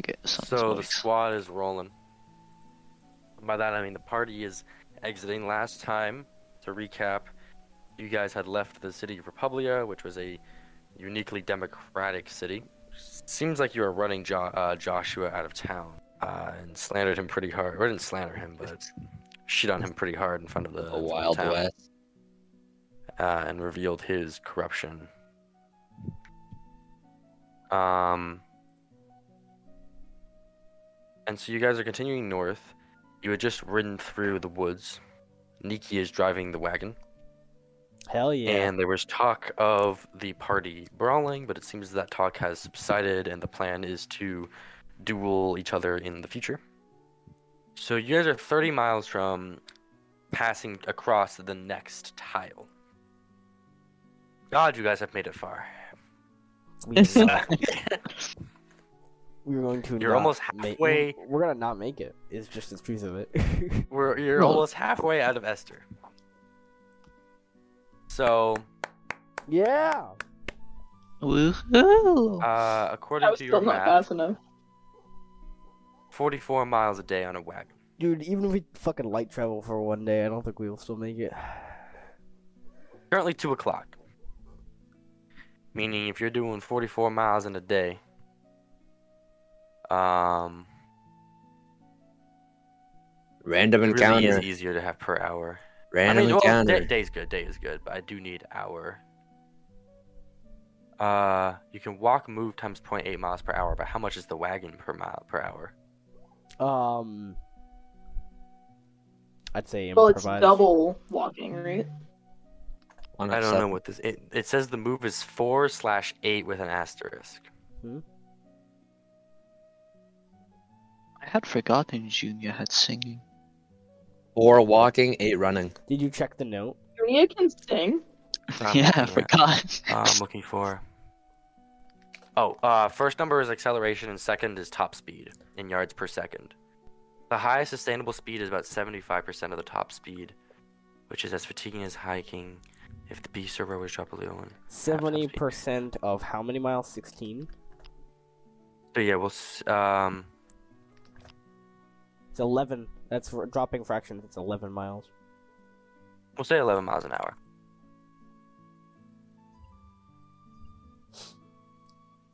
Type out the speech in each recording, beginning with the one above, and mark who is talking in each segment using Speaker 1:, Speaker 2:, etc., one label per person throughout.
Speaker 1: Okay, sounds
Speaker 2: So the
Speaker 1: nice.
Speaker 2: squad is rolling. By that I mean the party is exiting. Last time, to recap, you guys had left the city of Republia, which was a uniquely democratic city. Seems like you were running jo- uh, Joshua out of town uh, and slandered him pretty hard. Or didn't slander him, but shit on him pretty hard in front of the, in
Speaker 3: The
Speaker 2: front of
Speaker 3: Wild
Speaker 2: town,
Speaker 3: West.
Speaker 2: uh, and revealed his corruption. Um, and so you guys are continuing north. You had just ridden through the woods. Nikki is driving the wagon,
Speaker 4: Hell yeah.
Speaker 2: and there was talk of the party brawling, but it seems that talk has subsided, and the plan is to duel each other in the future. So you guys are 30 miles from passing across the next tile. God, you guys have made it far.
Speaker 4: we, were not- we were going to.
Speaker 2: uh, You're
Speaker 4: not
Speaker 2: almost
Speaker 4: ma-
Speaker 2: halfway.
Speaker 4: we're gonna not make it. It's just the truth of it.
Speaker 2: We're, you're
Speaker 1: Well-
Speaker 2: almost halfway out of Esther. So,
Speaker 4: yeah.
Speaker 1: Woohoo!
Speaker 2: uh, according
Speaker 5: I was
Speaker 2: to
Speaker 5: still
Speaker 2: your
Speaker 5: not
Speaker 2: map,
Speaker 5: fast enough.
Speaker 2: 44 miles a day on a wagon.
Speaker 4: Dude, even if we fucking light travel for one day, I don't think we will still make it.
Speaker 2: Currently 2 o'clock. Meaning, if you're doing 44 miles in a day, um,
Speaker 3: Random
Speaker 2: it really is
Speaker 3: encounter.
Speaker 2: easier to have per hour. I
Speaker 3: Random
Speaker 2: mean, well,
Speaker 3: encounter.
Speaker 2: day, day's good, day is good, but I do need hour. Uh, you can walk, move times 0.8 miles per hour, but how much is the wagon per mile per hour?
Speaker 4: Um, I'd say
Speaker 5: Well, it's
Speaker 4: improvise.
Speaker 5: double walking, right?
Speaker 3: One
Speaker 2: I
Speaker 3: of
Speaker 2: don't know
Speaker 3: seven.
Speaker 2: what this. It, it says the move is four slash eight with an asterisk.
Speaker 1: I had forgotten Junior had singing.
Speaker 3: Four walking, eight running.
Speaker 4: Did you check the note?
Speaker 5: Junia can sing.
Speaker 2: Not
Speaker 1: yeah, I
Speaker 2: looking at-
Speaker 1: forgot.
Speaker 2: uh, I'm looking for. Oh, uh, first number is acceleration, and second is top speed in yards per second. The highest sustainable speed is about 75% of the top speed, which is as fatiguing as hiking. If the beast or rowers drop below one.
Speaker 4: Seventy percent of how many miles? Sixteen.
Speaker 2: So yeah, we'll s- um.
Speaker 4: It's eleven. That's for dropping fractions. It's eleven miles.
Speaker 2: We'll say 11 miles an hour.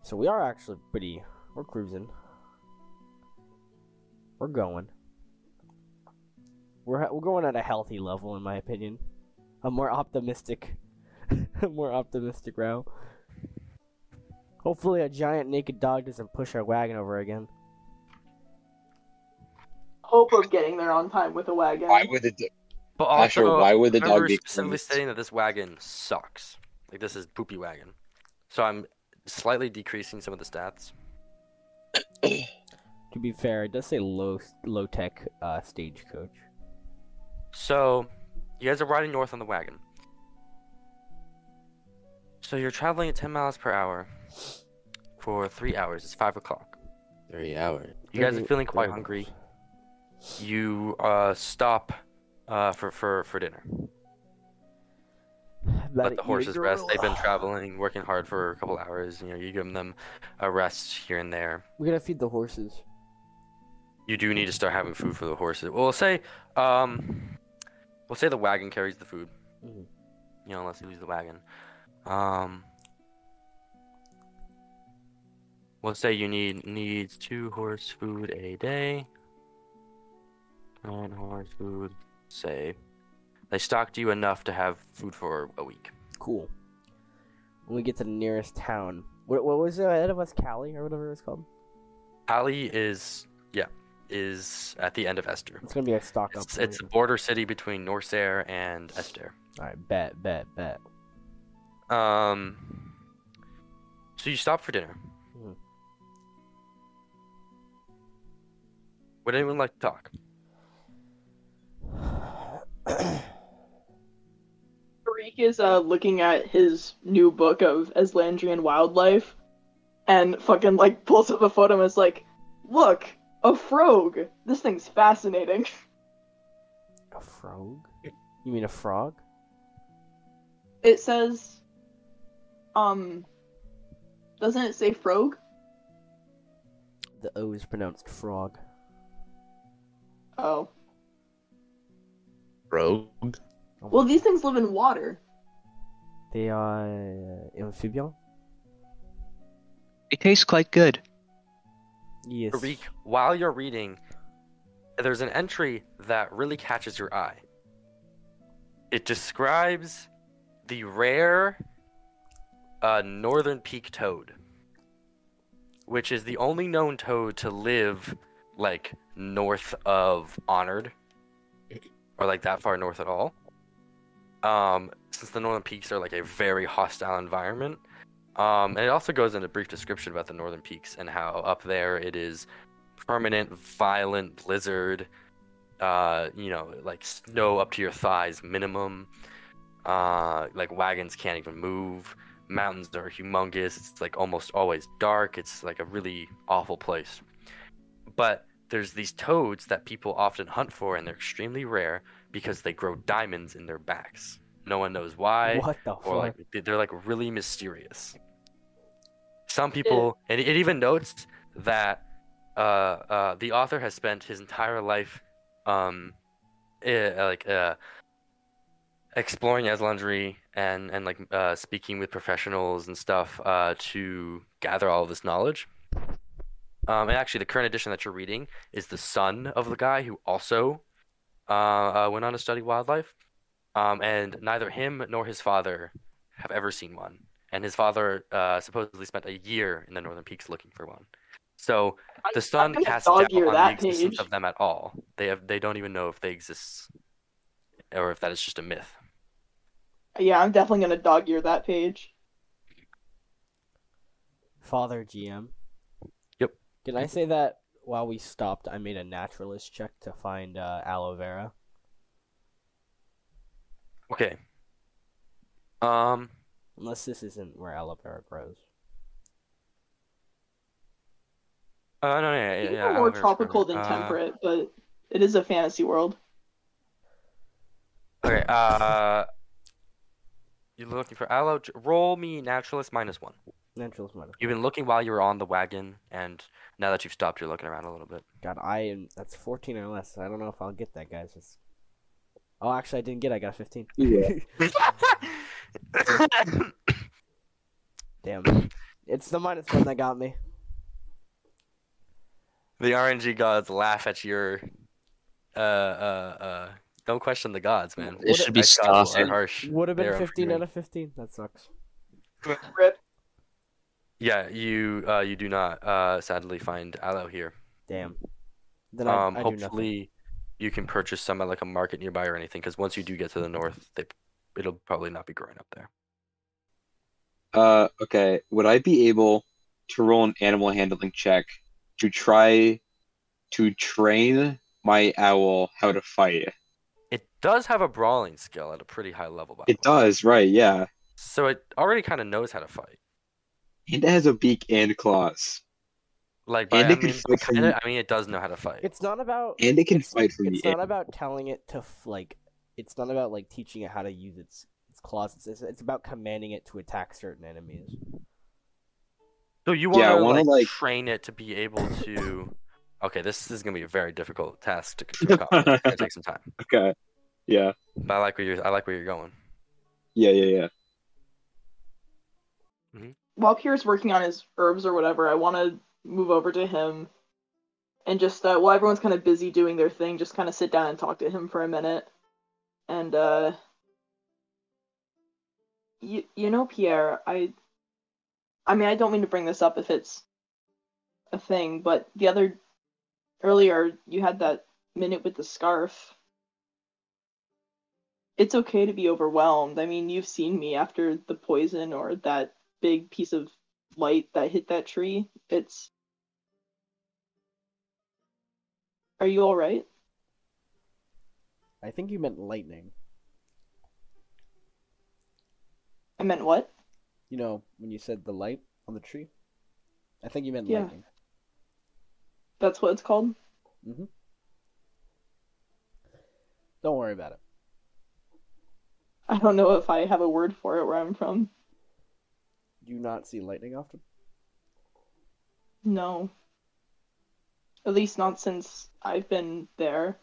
Speaker 4: So we are actually pretty. We're cruising. We're going. We're we're going at a healthy level, in my opinion. A more optimistic, a more optimistic route. Hopefully, a giant naked dog doesn't push our wagon over again.
Speaker 5: Hope of getting there on time with a wagon.
Speaker 3: Why would it?
Speaker 2: But
Speaker 3: Not
Speaker 2: also,
Speaker 3: sure why would the dog
Speaker 2: remember
Speaker 3: be
Speaker 2: specifically stating that this wagon sucks. Like this is poopy wagon. So I'm slightly decreasing some of the stats.
Speaker 4: To be fair, it does say low low tech uh, stagecoach.
Speaker 2: So you guys are riding north on the wagon. So you're traveling at 10 miles per hour for three hours. It's five o'clock.
Speaker 3: Three hours.
Speaker 2: You guys are
Speaker 4: Maybe-
Speaker 2: feeling quite
Speaker 4: maybe-
Speaker 2: hungry. You uh, stop uh, for, for, for dinner. let
Speaker 4: it
Speaker 2: the
Speaker 4: eat a
Speaker 2: horses rest. They've been
Speaker 4: gorilla.
Speaker 2: traveling, working hard for a couple hours. You know, you give them a rest here and there.
Speaker 4: We gotta feed the horses.
Speaker 2: You do need to start having food for the horses. Well, we'll say, um, we'll say the wagon carries the food.
Speaker 4: Mhm.
Speaker 2: You know, unless you lose the wagon. Um, we'll say you need needs two horse food a day. Nine horse food. Say, they stocked you enough to have food for a week.
Speaker 4: Cool. When we get to the nearest town, what, what was ahead of us, Cali or whatever it was called?
Speaker 2: Ali is yeah is at the end of Esther.
Speaker 4: It's gonna be a stock up.
Speaker 2: It's, it's a border city between Norsair and Esther.
Speaker 4: All right, bet, bet, bet.
Speaker 2: Um, so you stop for dinner.
Speaker 4: Mhm.
Speaker 2: Would anyone like to talk?
Speaker 5: Tariq is uh, looking at his new book of Aslandrian wildlife and fucking like pulls up a photo and is like, look, a frog. This thing's fascinating.
Speaker 4: A frog? You mean a frog?
Speaker 5: It says, um, doesn't it say frog?
Speaker 4: The O is pronounced frog.
Speaker 5: Oh.
Speaker 6: Rogue.
Speaker 5: Well, these things live in water.
Speaker 4: Oh They are uh, amphibian.
Speaker 1: It tastes quite good.
Speaker 4: Yes.
Speaker 2: Reek, while you're reading, there's an entry that really catches your eye. It describes the rare uh, northern peak toad, which is the only known toad to live like north of Honored, or like that far north at all. Um, since the northern peaks are like a very hostile environment, um, and it also goes into brief description about the northern peaks and how up there it is permanent, violent blizzard. Uh, you know, like snow up to your thighs minimum. Uh, like wagons can't even move. Mountains are humongous. It's like almost always dark. It's like a really awful place. But there's these toads that people often hunt for, and they're extremely rare because they grow diamonds in their backs. No one knows why
Speaker 4: what the fuck?
Speaker 2: or like they- they're like really mysterious. Some people, and it even notes that uh, uh, the author has spent his entire life, um, eh, like uh, exploring Aslandry and and like uh, speaking with professionals and stuff uh, to gather all of this knowledge. Um, and actually, the current edition that you're reading is the son of the guy who also uh, uh, went on to study wildlife. Um, and neither him nor his father have ever seen one. And his father uh, supposedly spent a year in the Northern Peaks looking for one. So the
Speaker 5: I'm
Speaker 2: sun
Speaker 5: gonna
Speaker 2: casts
Speaker 5: dog
Speaker 2: doubt
Speaker 5: ear
Speaker 2: on the
Speaker 5: that
Speaker 2: existence
Speaker 5: page.
Speaker 2: of them at all. They have they don't even know if they exist, or if that is just a myth.
Speaker 5: Yeah, I'm definitely gonna dog ear that page.
Speaker 4: Father GM.
Speaker 2: Yep.
Speaker 4: Can I say that while we stopped, I made a naturalist check to find uh, aloe vera?
Speaker 2: Okay. Um.
Speaker 4: Unless this isn't where aloe vera grows.
Speaker 2: Uh, no, yeah, yeah,
Speaker 5: People
Speaker 2: yeah,
Speaker 5: are
Speaker 2: I'll
Speaker 5: more
Speaker 2: have her explain
Speaker 5: tropical
Speaker 2: it.
Speaker 5: than
Speaker 2: Uh,
Speaker 5: temperate, but it is a fantasy world.
Speaker 2: Okay. Uh. You're looking for aloe. Roll me naturalist minus one.
Speaker 4: Naturalist minus.
Speaker 2: You've been looking while you were on the wagon, and now that you've stopped, you're looking around a little bit.
Speaker 4: God, I am. That's 14 or less. I don't know if I'll get that, guys. It's... Oh, actually, I didn't get. it. I got a 15.
Speaker 6: Yeah.
Speaker 4: Damn. It's the minus one that got me.
Speaker 2: the RNG gods laugh at your. Uh, uh, uh. Don't question the gods, man.
Speaker 6: It should be
Speaker 2: Like, gods are
Speaker 6: scoffing.
Speaker 2: harsh.
Speaker 4: Would have
Speaker 2: They
Speaker 4: been
Speaker 2: are
Speaker 4: 15
Speaker 2: free.
Speaker 4: out of 15. That sucks.
Speaker 5: Rip.
Speaker 2: Yeah, you uh, you do not uh, sadly find aloe here.
Speaker 4: Damn. Then I,
Speaker 2: Um,
Speaker 4: I do nothing.
Speaker 2: hopefully, you can purchase some at like a market nearby or anything, because once you do get to the north, they, it'll probably not be growing up there.
Speaker 6: Uh, okay. Would I be able to roll an animal handling check to try to train my owl how to fight?
Speaker 2: It does have a brawling skill at a pretty high level, by the
Speaker 6: It
Speaker 2: way.
Speaker 6: does, right? Yeah.
Speaker 2: So it already kind of knows how to fight.
Speaker 6: And it has a beak and claws,
Speaker 2: Like, by,
Speaker 6: And
Speaker 2: I,
Speaker 6: it can
Speaker 2: mean,
Speaker 6: fight from-
Speaker 2: kinda- I mean, it does know how to fight.
Speaker 4: It's not about.
Speaker 6: and it can
Speaker 4: It's-
Speaker 6: fight from
Speaker 4: it's
Speaker 6: the
Speaker 4: not
Speaker 6: air.
Speaker 4: about telling it to f- like it's not about like teaching it how to use its its claws it's, it's, it's about commanding it to attack certain enemies
Speaker 2: So you want
Speaker 6: Yeah, I
Speaker 2: to
Speaker 6: wanna,
Speaker 2: like,
Speaker 6: like-
Speaker 2: train it to be able to. Okay, this is gonna be a very difficult task to, to accomplish. It's gonna take some time,
Speaker 6: Okay. Yeah.
Speaker 2: but I like where you're. I like where you're going.
Speaker 6: Yeah. Yeah. Yeah.
Speaker 5: While Pierre's working on his herbs or whatever, I want to move over to him and just uh, while everyone's kind of busy doing their thing, just kind of sit down and talk to him for a minute. And uh, you you know Pierre, I I mean I don't mean to bring this up if it's a thing, but the other earlier you had that minute with the scarf. It's okay to be overwhelmed. I mean, you've seen me after the poison or that big piece of light that hit that tree. It's. Are you alright?
Speaker 4: i think you meant lightning
Speaker 5: I meant what?
Speaker 4: you know when you said the light on the tree i think you meant
Speaker 5: Yeah.
Speaker 4: lightning
Speaker 5: That's what it's called?
Speaker 4: don't worry about it
Speaker 5: I don't know if I have a word for it where I'm from.
Speaker 4: do you not see lightning often
Speaker 5: No. At least not since I've been there.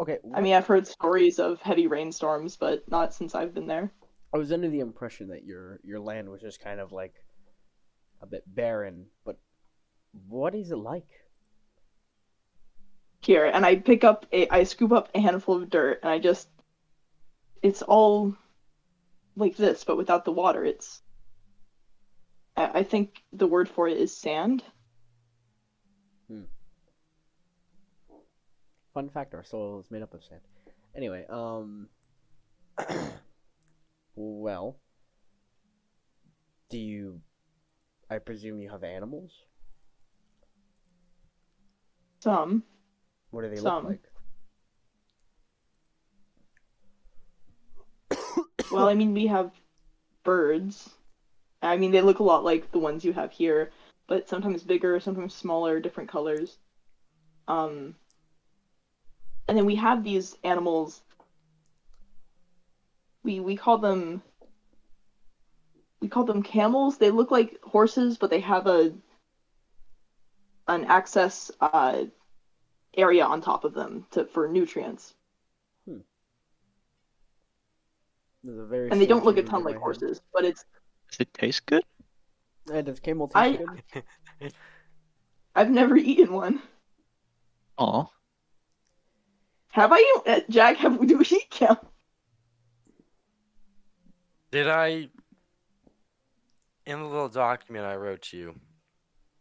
Speaker 7: Okay.
Speaker 5: I mean, I've heard stories of heavy rainstorms, but not since I've been there.
Speaker 7: I was under the impression that your your land was just kind of like a bit barren, but what is it like?
Speaker 5: Here, and I pick up a, I scoop up a handful of dirt, and I just, it's all like this, but without the water. It's, I, I think the word for it is sand.
Speaker 7: Fun fact: our soil is made up of sand. Anyway, um, well, do you? I presume you have animals.
Speaker 5: Some.
Speaker 7: What do they
Speaker 5: Some.
Speaker 7: look like?
Speaker 5: Well, I mean, we have birds. I mean, they look a lot like the ones you have here, but sometimes bigger, sometimes smaller, different colors. Um, and then we have these animals. We we call them we call them camels. They look like horses, but they have a an access uh, area on top of them to for nutrients,
Speaker 7: Hmm. There's a very
Speaker 5: and they don't
Speaker 7: strange
Speaker 5: look a
Speaker 7: image
Speaker 5: ton
Speaker 7: in
Speaker 5: like
Speaker 7: my head.
Speaker 5: horses, but it's
Speaker 1: Does it taste good?
Speaker 7: And does camel taste
Speaker 5: I-
Speaker 7: good?
Speaker 5: I've never eaten one.
Speaker 1: Aw.
Speaker 5: Have I, uh, Jack? Have do we eat camel?
Speaker 2: Did I? In the little document I wrote to you,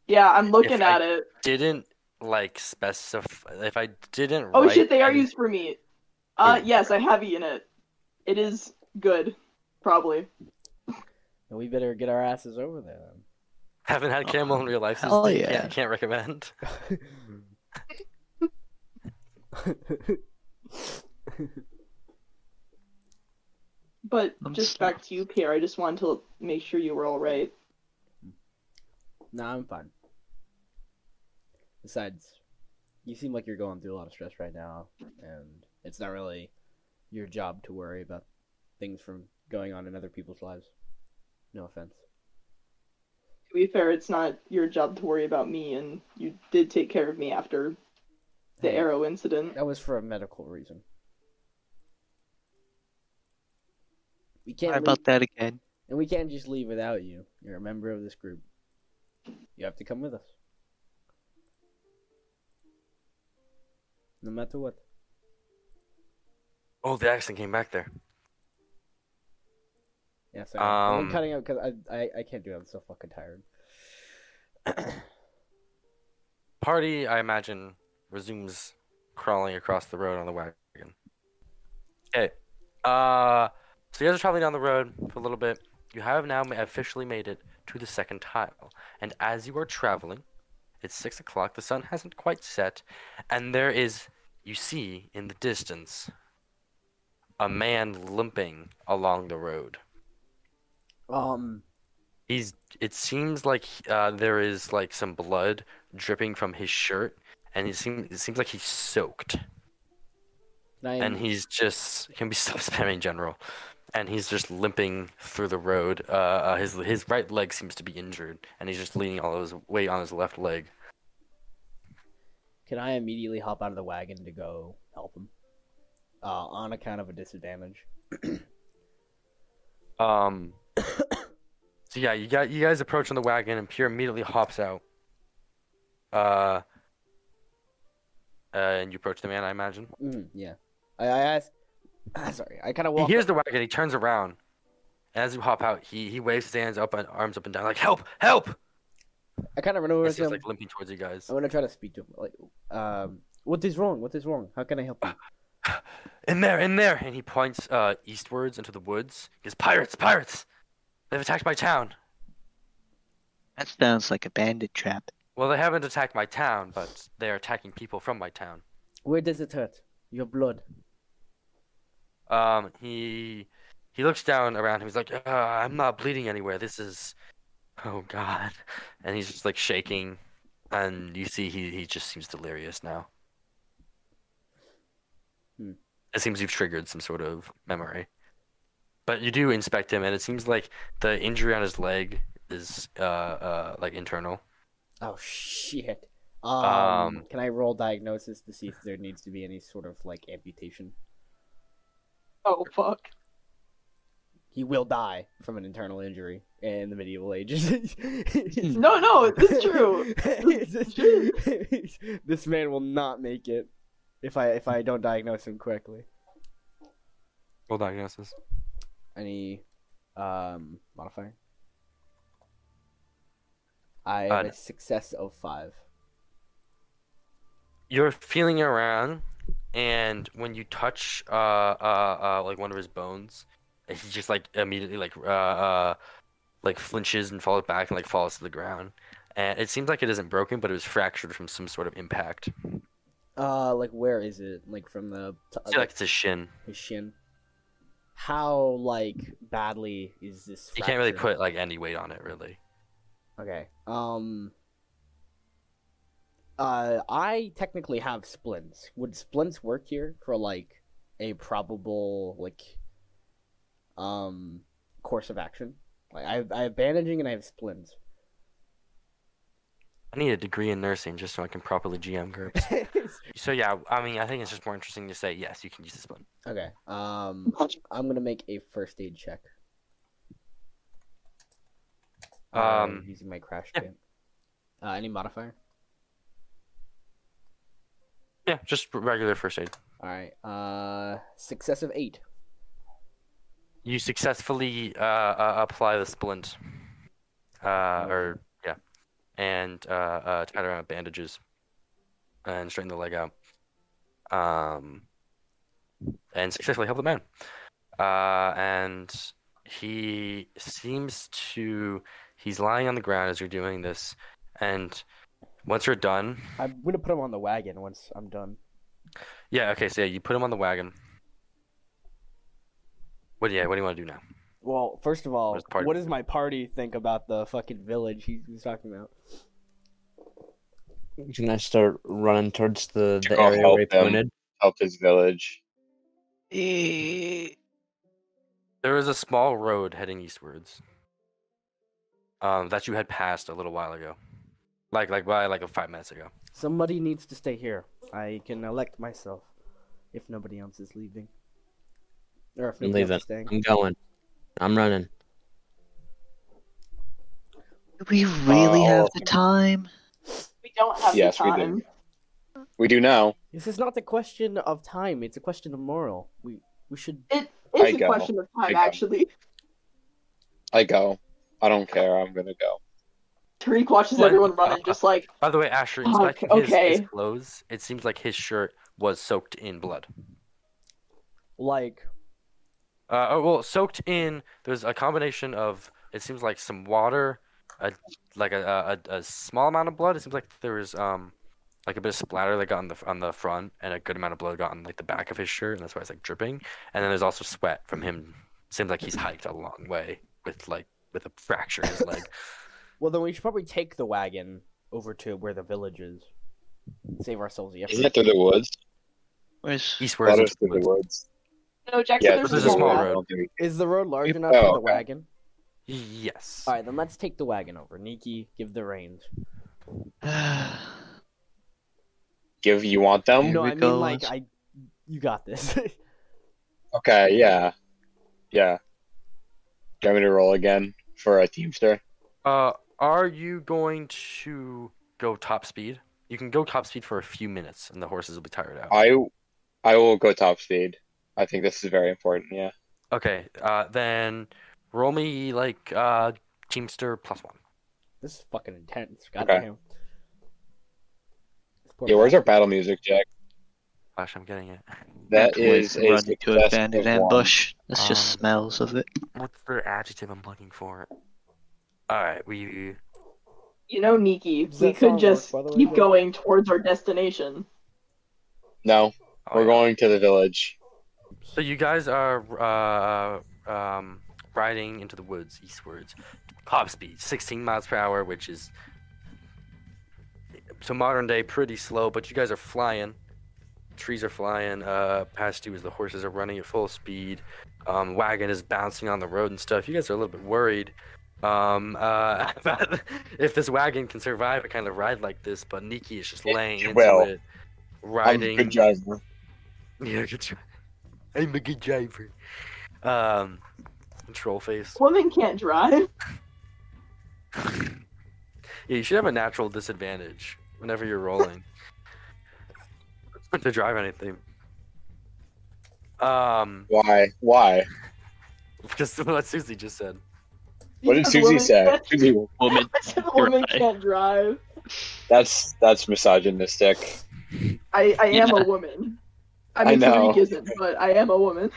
Speaker 5: Yeah, I'm looking
Speaker 2: If I-
Speaker 5: at it.
Speaker 2: didn't like specify if I didn't.
Speaker 5: Oh shit,
Speaker 2: write
Speaker 5: they are
Speaker 2: any-
Speaker 5: used for meat. Uh,
Speaker 2: Ooh.
Speaker 5: yes, I have eaten it. It is good, probably.
Speaker 7: Then we better get our asses over there. Then.
Speaker 2: Haven't had camel in real life. Since
Speaker 5: Oh,
Speaker 1: Hell
Speaker 2: can't-
Speaker 1: yeah.
Speaker 2: can't recommend.
Speaker 5: But
Speaker 1: I'm
Speaker 5: just
Speaker 1: sorry.
Speaker 5: back to you, Pierre. I just wanted to make sure you were all right.
Speaker 7: nah, I'm fine. Besides, you seem like you're going through a lot of stress right now, and it's not really your job to worry about things from going on in other people's lives. No offense.
Speaker 5: To be fair, it's not your job to worry about me, and you did take care of me after the
Speaker 6: Mm.
Speaker 7: Hey,
Speaker 5: arrow incident.
Speaker 7: That was for a medical reason. We can't
Speaker 1: Sorry
Speaker 7: leave-
Speaker 1: about that again.
Speaker 7: and we can't just leave without you. You're a member of this group. You have to come with us. No matter what.
Speaker 2: Oh, the accent came back there.
Speaker 7: Yeah, sorry. I'm
Speaker 2: Um,
Speaker 7: cutting out because I, I, I can't do it. I'm so fucking tired.
Speaker 2: Party, I imagine, resumes crawling across the road on the wagon. Okay. Uh, so you guys are traveling down the road for a little bit. You have now ma- officially made it to the second tile. And as you are traveling, it's six o'clock, the sun hasn't quite set, and there is, you see in the distance, a man limping along the road.
Speaker 7: Um,
Speaker 2: He's. It seems like uh, there is like some blood dripping from his shirt, and he seems. It seems like he's soaked,
Speaker 7: can I,
Speaker 2: and he's just. Can we stop spamming general? And he's just limping through the road. Uh, uh, his his right leg seems to be injured, and he's just leaning all his weight on his left leg.
Speaker 7: can I immediately hop out of the wagon to go help him? Uh, on account of a disadvantage.
Speaker 2: Um. so yeah, you got you guys approach on the wagon, and Pierre immediately hops out. Uh. Uh, and you approach the man, I imagine.
Speaker 7: Mm, yeah. I, I asked. Ah, sorry. I kind of
Speaker 2: He
Speaker 7: walked.
Speaker 2: hears the wagon. He turns around. And as you hop out, he, he waves his hands up and arms up and down, like help, help.
Speaker 7: I kind of ran over
Speaker 2: As
Speaker 7: to him.
Speaker 2: he's like limping towards you guys.
Speaker 4: Oh.
Speaker 7: I want to try to speak to him. Like, um, what is wrong? What is wrong? How can I help you?
Speaker 2: In there, in there, and he points uh, eastwards into the woods. He goes, pirates, pirates! They've attacked my town.
Speaker 1: That sounds like a bandit trap.
Speaker 2: Well, they haven't attacked my town, but they are attacking people from my town.
Speaker 7: Where does it hurt? Your blood.
Speaker 2: Um, he he looks down around him. He's like, uh, I'm not bleeding anywhere. This is, oh god, and he's just like shaking, and you see he he just seems delirious now.
Speaker 7: Hmm.
Speaker 2: It seems you've triggered some sort of memory, but you do inspect him, and it seems like the injury on his leg is uh uh like internal.
Speaker 7: Oh shit!
Speaker 4: Um,
Speaker 2: Um,
Speaker 4: can I roll diagnosis to see if there needs to be any sort of like amputation?
Speaker 5: Oh fuck.
Speaker 4: He will die from an internal injury in the medieval ages.
Speaker 5: No, no, it's Oh, true.
Speaker 4: this, this man will not make it if I if I don't diagnose him quickly.
Speaker 2: Roll diagnosis.
Speaker 4: Any um modifier? I
Speaker 2: Uh,
Speaker 4: have
Speaker 2: no.
Speaker 4: a success of five.
Speaker 2: You're feeling around, and when you touch uh, uh, uh, like one of his bones, he just like immediately like uh, uh, like flinches and falls back and like falls to the ground. And it seems like it isn't broken, but it was fractured from some sort of impact.
Speaker 4: Uh, like where is it? Like from the t-
Speaker 2: I feel like it's a shin.
Speaker 4: his shin. How like badly is this?
Speaker 2: You can't really
Speaker 4: fracture?
Speaker 2: put like any weight on it, really.
Speaker 4: Okay. Um. Uh, I technically have splints. Would splints work here for like a probable like um course of action? Like I have, I have bandaging and I have splints.
Speaker 2: I need a degree in nursing just so I can properly GM groups. so yeah, I mean, I think it's just more interesting to say yes, you can use this one.
Speaker 4: okay. Um, I'm gonna make a first aid check. Uh,
Speaker 2: Um,
Speaker 4: using my crash
Speaker 2: yeah.
Speaker 4: kit. Uh, any modifier?
Speaker 2: Yeah, just regular first aid.
Speaker 4: All right. Uh, success of eight.
Speaker 2: You successfully uh, uh, apply the splint, uh, or yeah, and uh, uh, tie it around with bandages, and straighten the leg out, um, and successfully help the man. Uh, and he seems to he's lying on the ground as you're doing this, and once you're done,
Speaker 4: I'm gonna put him on the wagon once I'm done.
Speaker 2: yeah, okay, so yeah, you put him on the wagon. What yeah, what do you want to do now?
Speaker 4: Well, first of all,
Speaker 2: What does the party
Speaker 4: what does my party think about the fucking village he was talking about?
Speaker 3: Can I start running towards the,
Speaker 6: To
Speaker 3: the
Speaker 6: go
Speaker 3: area
Speaker 6: help
Speaker 3: we
Speaker 6: them.
Speaker 3: pointed?
Speaker 6: Help his village.
Speaker 1: Eh,
Speaker 2: There is a small road heading eastwards. Um, that you had passed a little while ago, like like by like five minutes ago.
Speaker 4: Somebody needs to stay here. I can elect myself if nobody else is leaving, or if
Speaker 3: I'm
Speaker 4: nobody else
Speaker 3: leaving.
Speaker 4: is staying.
Speaker 3: I'm going. I'm running.
Speaker 1: Do we really have
Speaker 6: Oh.
Speaker 1: the time?
Speaker 5: We don't have
Speaker 6: Yes,
Speaker 5: the
Speaker 6: we do.
Speaker 5: time.
Speaker 6: We do now.
Speaker 4: This is not a question of time; it's a question of moral. We we should.
Speaker 5: It
Speaker 6: I
Speaker 5: is a
Speaker 6: go.
Speaker 5: question of
Speaker 6: I
Speaker 5: time,
Speaker 6: go.
Speaker 5: actually.
Speaker 6: I go. I don't care. I'm gonna go.
Speaker 5: Tariq watches
Speaker 2: What?
Speaker 5: everyone running, just like,
Speaker 2: By the way, Asher,
Speaker 5: Fuck,
Speaker 2: inspecting his,
Speaker 5: okay.
Speaker 2: his clothes, it seems like his shirt was soaked in blood.
Speaker 4: Like,
Speaker 2: Uh, oh, well, soaked in. There's a combination of. It seems like some water, a, like a, a a small amount of blood. It seems like there was um, like a bit of splatter that got on the on the front, and a good amount of blood got on like the back of his shirt, and that's why it's like dripping. And then there's also sweat from him. Seems like he's hiked a long way with like with a fracture in his leg.
Speaker 4: well, then we should probably take the wagon over to where the village is. Save ourselves the
Speaker 6: Isn't it
Speaker 4: effort.
Speaker 6: through the woods?
Speaker 1: Where's
Speaker 2: Eastwards.
Speaker 6: That
Speaker 2: into
Speaker 6: is through
Speaker 2: woods.
Speaker 6: the woods.
Speaker 5: no, Jack
Speaker 6: Yeah,
Speaker 5: said there's
Speaker 2: this is
Speaker 5: no
Speaker 2: a small
Speaker 5: path.
Speaker 2: road.
Speaker 4: Is the road large
Speaker 6: If-
Speaker 4: enough for
Speaker 6: oh,
Speaker 4: the
Speaker 6: okay.
Speaker 4: wagon?
Speaker 2: Yes.
Speaker 4: All right, then let's take the wagon over. Nikki, give the reins.
Speaker 6: Give you want them?
Speaker 1: Here
Speaker 4: no,
Speaker 1: we
Speaker 4: I mean
Speaker 1: go,
Speaker 4: like
Speaker 1: let's-
Speaker 4: I, you got this.
Speaker 6: Okay, yeah. Yeah. Do you want me to roll again for a teamster?
Speaker 2: Uh, are you going to go top speed? You can go top speed for a few minutes, and the horses will be tired out.
Speaker 6: I I will go top speed. I think this is very important, yeah.
Speaker 2: Okay, uh, then roll me like uh, Teamster plus one.
Speaker 4: this is fucking intense. Goddamn.
Speaker 6: Yeah, where's our battle music, Jack?
Speaker 2: Gosh, I'm getting it.
Speaker 6: That
Speaker 1: Can't wait
Speaker 6: is
Speaker 1: to
Speaker 6: a
Speaker 1: run into a
Speaker 6: success
Speaker 1: bandit
Speaker 6: of one.
Speaker 1: ambush. This just
Speaker 2: Um,
Speaker 1: smells of it.
Speaker 2: What's the adjective I'm looking for? All right, we.
Speaker 5: You know, Nikki,
Speaker 4: Does
Speaker 5: we
Speaker 4: that sound
Speaker 5: could
Speaker 4: work,
Speaker 5: just
Speaker 4: by the way,
Speaker 5: keep
Speaker 4: Jack?
Speaker 5: going towards our destination.
Speaker 6: No,
Speaker 2: oh,
Speaker 6: we're
Speaker 2: yeah.
Speaker 6: going to the village.
Speaker 2: So you guys are uh, um, riding into the woods eastwards, top speed, 16 miles per hour, which is to modern day pretty slow. But you guys are flying. Trees are flying uh, past you as the horses are running at full speed. Um, wagon is bouncing on the road and stuff. You guys are a little bit worried, Um, uh, if this wagon can survive a kind of ride like this, but Nikki is just
Speaker 8: It
Speaker 2: laying into
Speaker 8: will.
Speaker 2: it, riding.
Speaker 8: I'm a good driver.
Speaker 2: Yeah, good driver. I'm a good driver. Um, troll face.
Speaker 5: Women can't drive.
Speaker 2: Yeah, you should have a natural disadvantage whenever you're rolling to drive anything. Um,
Speaker 8: Why? Why?
Speaker 2: because what Susie just said.
Speaker 8: What did
Speaker 5: Because
Speaker 8: Susie
Speaker 5: women
Speaker 8: say?
Speaker 5: can't-
Speaker 8: Susie,
Speaker 1: Woman,
Speaker 5: women
Speaker 1: Right.
Speaker 5: can't drive.
Speaker 8: that's that's misogynistic.
Speaker 5: I, I
Speaker 1: Yeah.
Speaker 5: am a woman. I
Speaker 8: I
Speaker 5: mean,
Speaker 8: know.
Speaker 5: Tariq isn't, but I am a woman.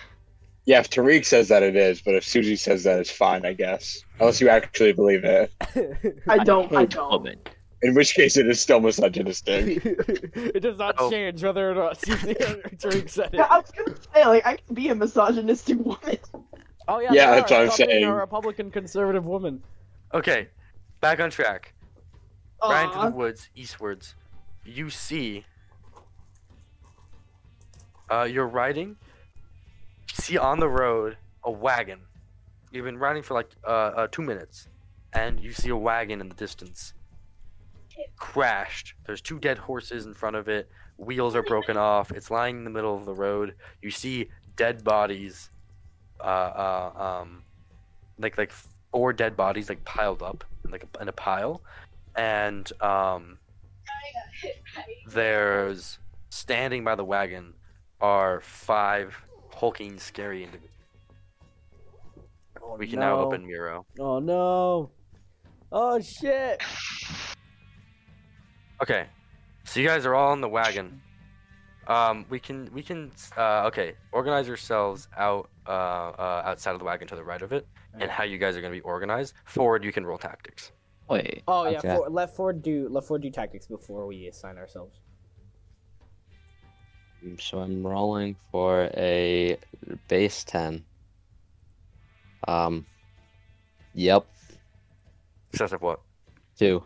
Speaker 8: Yeah, if Tariq says that, it is. But if Susie says that, it's fine, I guess. Unless you actually believe it,
Speaker 5: I don't. I
Speaker 1: hate
Speaker 5: don't.
Speaker 1: Woman.
Speaker 8: in which case it is still misogynistic.
Speaker 7: it does not
Speaker 2: Oh.
Speaker 7: change whether or not Susie or Drake said it.
Speaker 5: Yeah, I
Speaker 1: Oh,
Speaker 5: was gonna say, like, I can be a misogynistic woman.
Speaker 7: Oh yeah,
Speaker 8: Yeah,
Speaker 7: they
Speaker 8: that's
Speaker 7: are.
Speaker 8: what I'm
Speaker 7: Stop being
Speaker 8: saying.
Speaker 7: A Republican conservative woman.
Speaker 2: Okay, back on track. Ryan to
Speaker 5: Aw.
Speaker 2: the woods, eastwards. You see. Uh, you're riding. You see on the road a wagon. You've been riding for like uh, uh, two minutes, and you see a wagon in the distance. Crashed. There's two dead horses in front of it. Wheels are broken off. It's lying in the middle of the road. You see dead bodies. Uh, uh, um, like like four dead bodies like piled up like in a pile and um, there's standing by the wagon are five hulking, scary individuals.
Speaker 7: Oh,
Speaker 2: We can
Speaker 7: no.
Speaker 2: now open Miro.
Speaker 7: Oh no. Oh shit.
Speaker 2: Okay, so you guys are all in the wagon. Um, we can we can uh, okay organize yourselves out uh, uh, outside of the wagon to the right of it, and how you guys are gonna be organized. Forward, you can roll tactics.
Speaker 1: Wait,
Speaker 7: Oh yeah,
Speaker 3: Okay.
Speaker 7: for, let Ford do let Ford do tactics before we assign ourselves.
Speaker 3: So I'm rolling for a base 10. Um, yep,
Speaker 2: Success of what?
Speaker 3: two.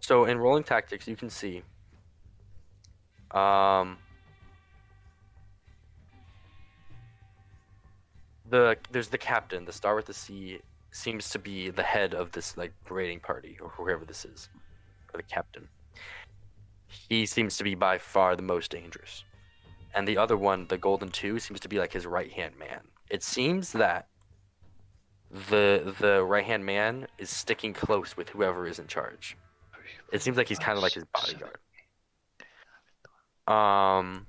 Speaker 2: So in rolling tactics, you can see. Um. The there's the captain. The star with the C seems to be the head of this like raiding party or whoever this is, or the captain. He seems to be by far the most dangerous, and the other one, the golden two, seems to be like his right hand man. It seems that the the right hand man is sticking close with whoever is in charge. It seems like he's kind of like his bodyguard. Um,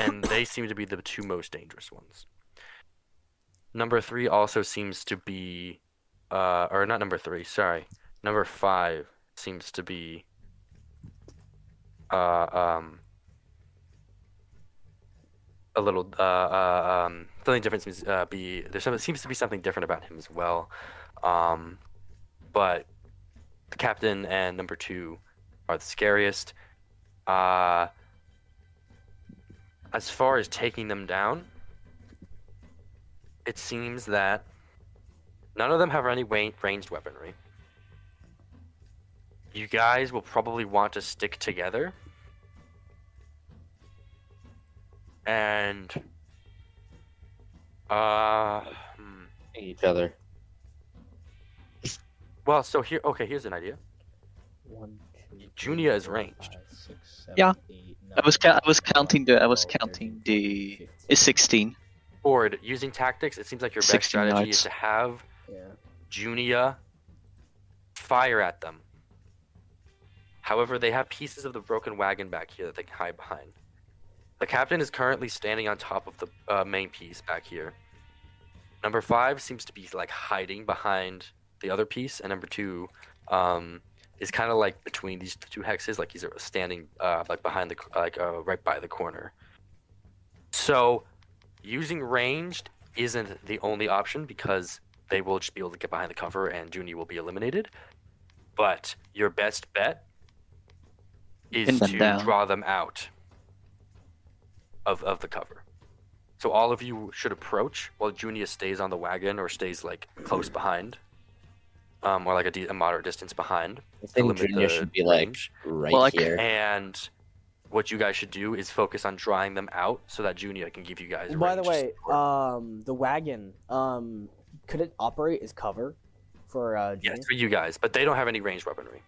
Speaker 2: and they seem to be the two most dangerous ones. Number three also seems to be, uh, or not number three. Sorry, number five seems to be, uh, um, a little, uh, uh um, something different seems uh, be there's some, seems to be something different about him as well, um, but the captain and number two are the scariest. Uh, as far as taking them down, it seems that none of them have any wa- ranged weaponry. You guys will probably want to stick together. And. Uh. hmm.
Speaker 3: Each other.
Speaker 2: Well, so here. Okay, here's an idea.
Speaker 7: One, two, three,
Speaker 2: Junia is
Speaker 7: four,
Speaker 2: ranged.
Speaker 7: five, six, seven,
Speaker 1: Yeah.
Speaker 7: eight,
Speaker 1: I was
Speaker 7: nine,
Speaker 1: ca- I was
Speaker 7: 10,
Speaker 1: counting the I was
Speaker 7: 12,
Speaker 1: counting
Speaker 7: 13,
Speaker 1: the
Speaker 7: 15.
Speaker 1: it's sixteen.
Speaker 2: Ford, using tactics, it seems like your best
Speaker 1: 16
Speaker 2: strategy
Speaker 1: knights.
Speaker 2: is to have
Speaker 7: Yeah.
Speaker 2: Junia fire at them. However, they have pieces of the broken wagon back here that they can hide behind. The captain is currently standing on top of the uh, main piece back here. Number five seems to be like hiding behind the other piece, and number two um, is kind of like between these two hexes, like he's standing uh, like behind the like uh, right by the corner. So, using ranged isn't the only option because they will just be able to get behind the cover and Junie will be eliminated. But your best bet
Speaker 1: Pin
Speaker 2: is
Speaker 1: them
Speaker 2: to
Speaker 1: down.
Speaker 2: draw them out of, of the cover. So all of you should approach while Junia stays on the wagon or stays like close behind, um, or like a, de- a moderate distance behind.
Speaker 1: Oh,
Speaker 3: I think
Speaker 2: Eliminate
Speaker 3: Junior
Speaker 2: the
Speaker 3: should be like
Speaker 2: range.
Speaker 3: right
Speaker 1: Well, I c-
Speaker 3: here.
Speaker 2: And what you guys should do is focus on drying them out so that Junia can give you guys.
Speaker 4: Oh, By the
Speaker 2: range
Speaker 4: way,
Speaker 2: support.
Speaker 4: um, the wagon, um, could it operate as cover for uh?
Speaker 2: yes,
Speaker 4: Junior?
Speaker 2: for you guys, but they don't have any ranged weaponry.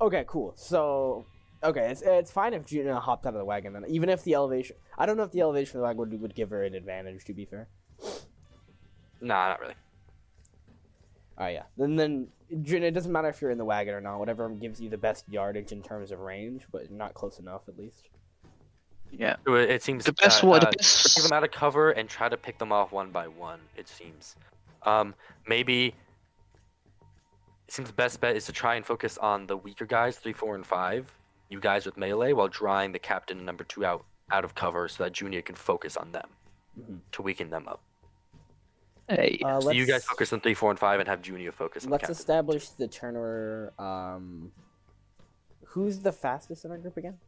Speaker 4: Okay, cool. So, okay, it's, it's fine if Juno hopped out of the wagon then. Even if the elevation, I don't know if the elevation of the wagon would, would give her an advantage. To be fair.
Speaker 2: Nah, not really.
Speaker 4: Oh yeah. Then then Juno, it doesn't matter if you're in the wagon or not. Whatever gives you the best yardage in terms of range, but not close enough at least.
Speaker 1: Yeah.
Speaker 2: So It, it seems
Speaker 1: The best
Speaker 2: that,
Speaker 1: one.
Speaker 2: uh,
Speaker 1: The best.
Speaker 2: give them out of cover and try to pick them off one by one. It seems. Um, maybe. It seems best bet is to try and focus on the weaker guys, three, four, and five. You guys with melee, while drawing the captain and number two out out of cover, so that Junior can focus on them
Speaker 4: Mhm.
Speaker 2: to weaken them up.
Speaker 1: Hey.
Speaker 4: Uh,
Speaker 2: so you guys
Speaker 4: let's-
Speaker 2: focus on three, four, and five, and have Junior focus on the
Speaker 4: Let's
Speaker 2: captain.
Speaker 4: establish the Turner. Um, who's the fastest in our group again?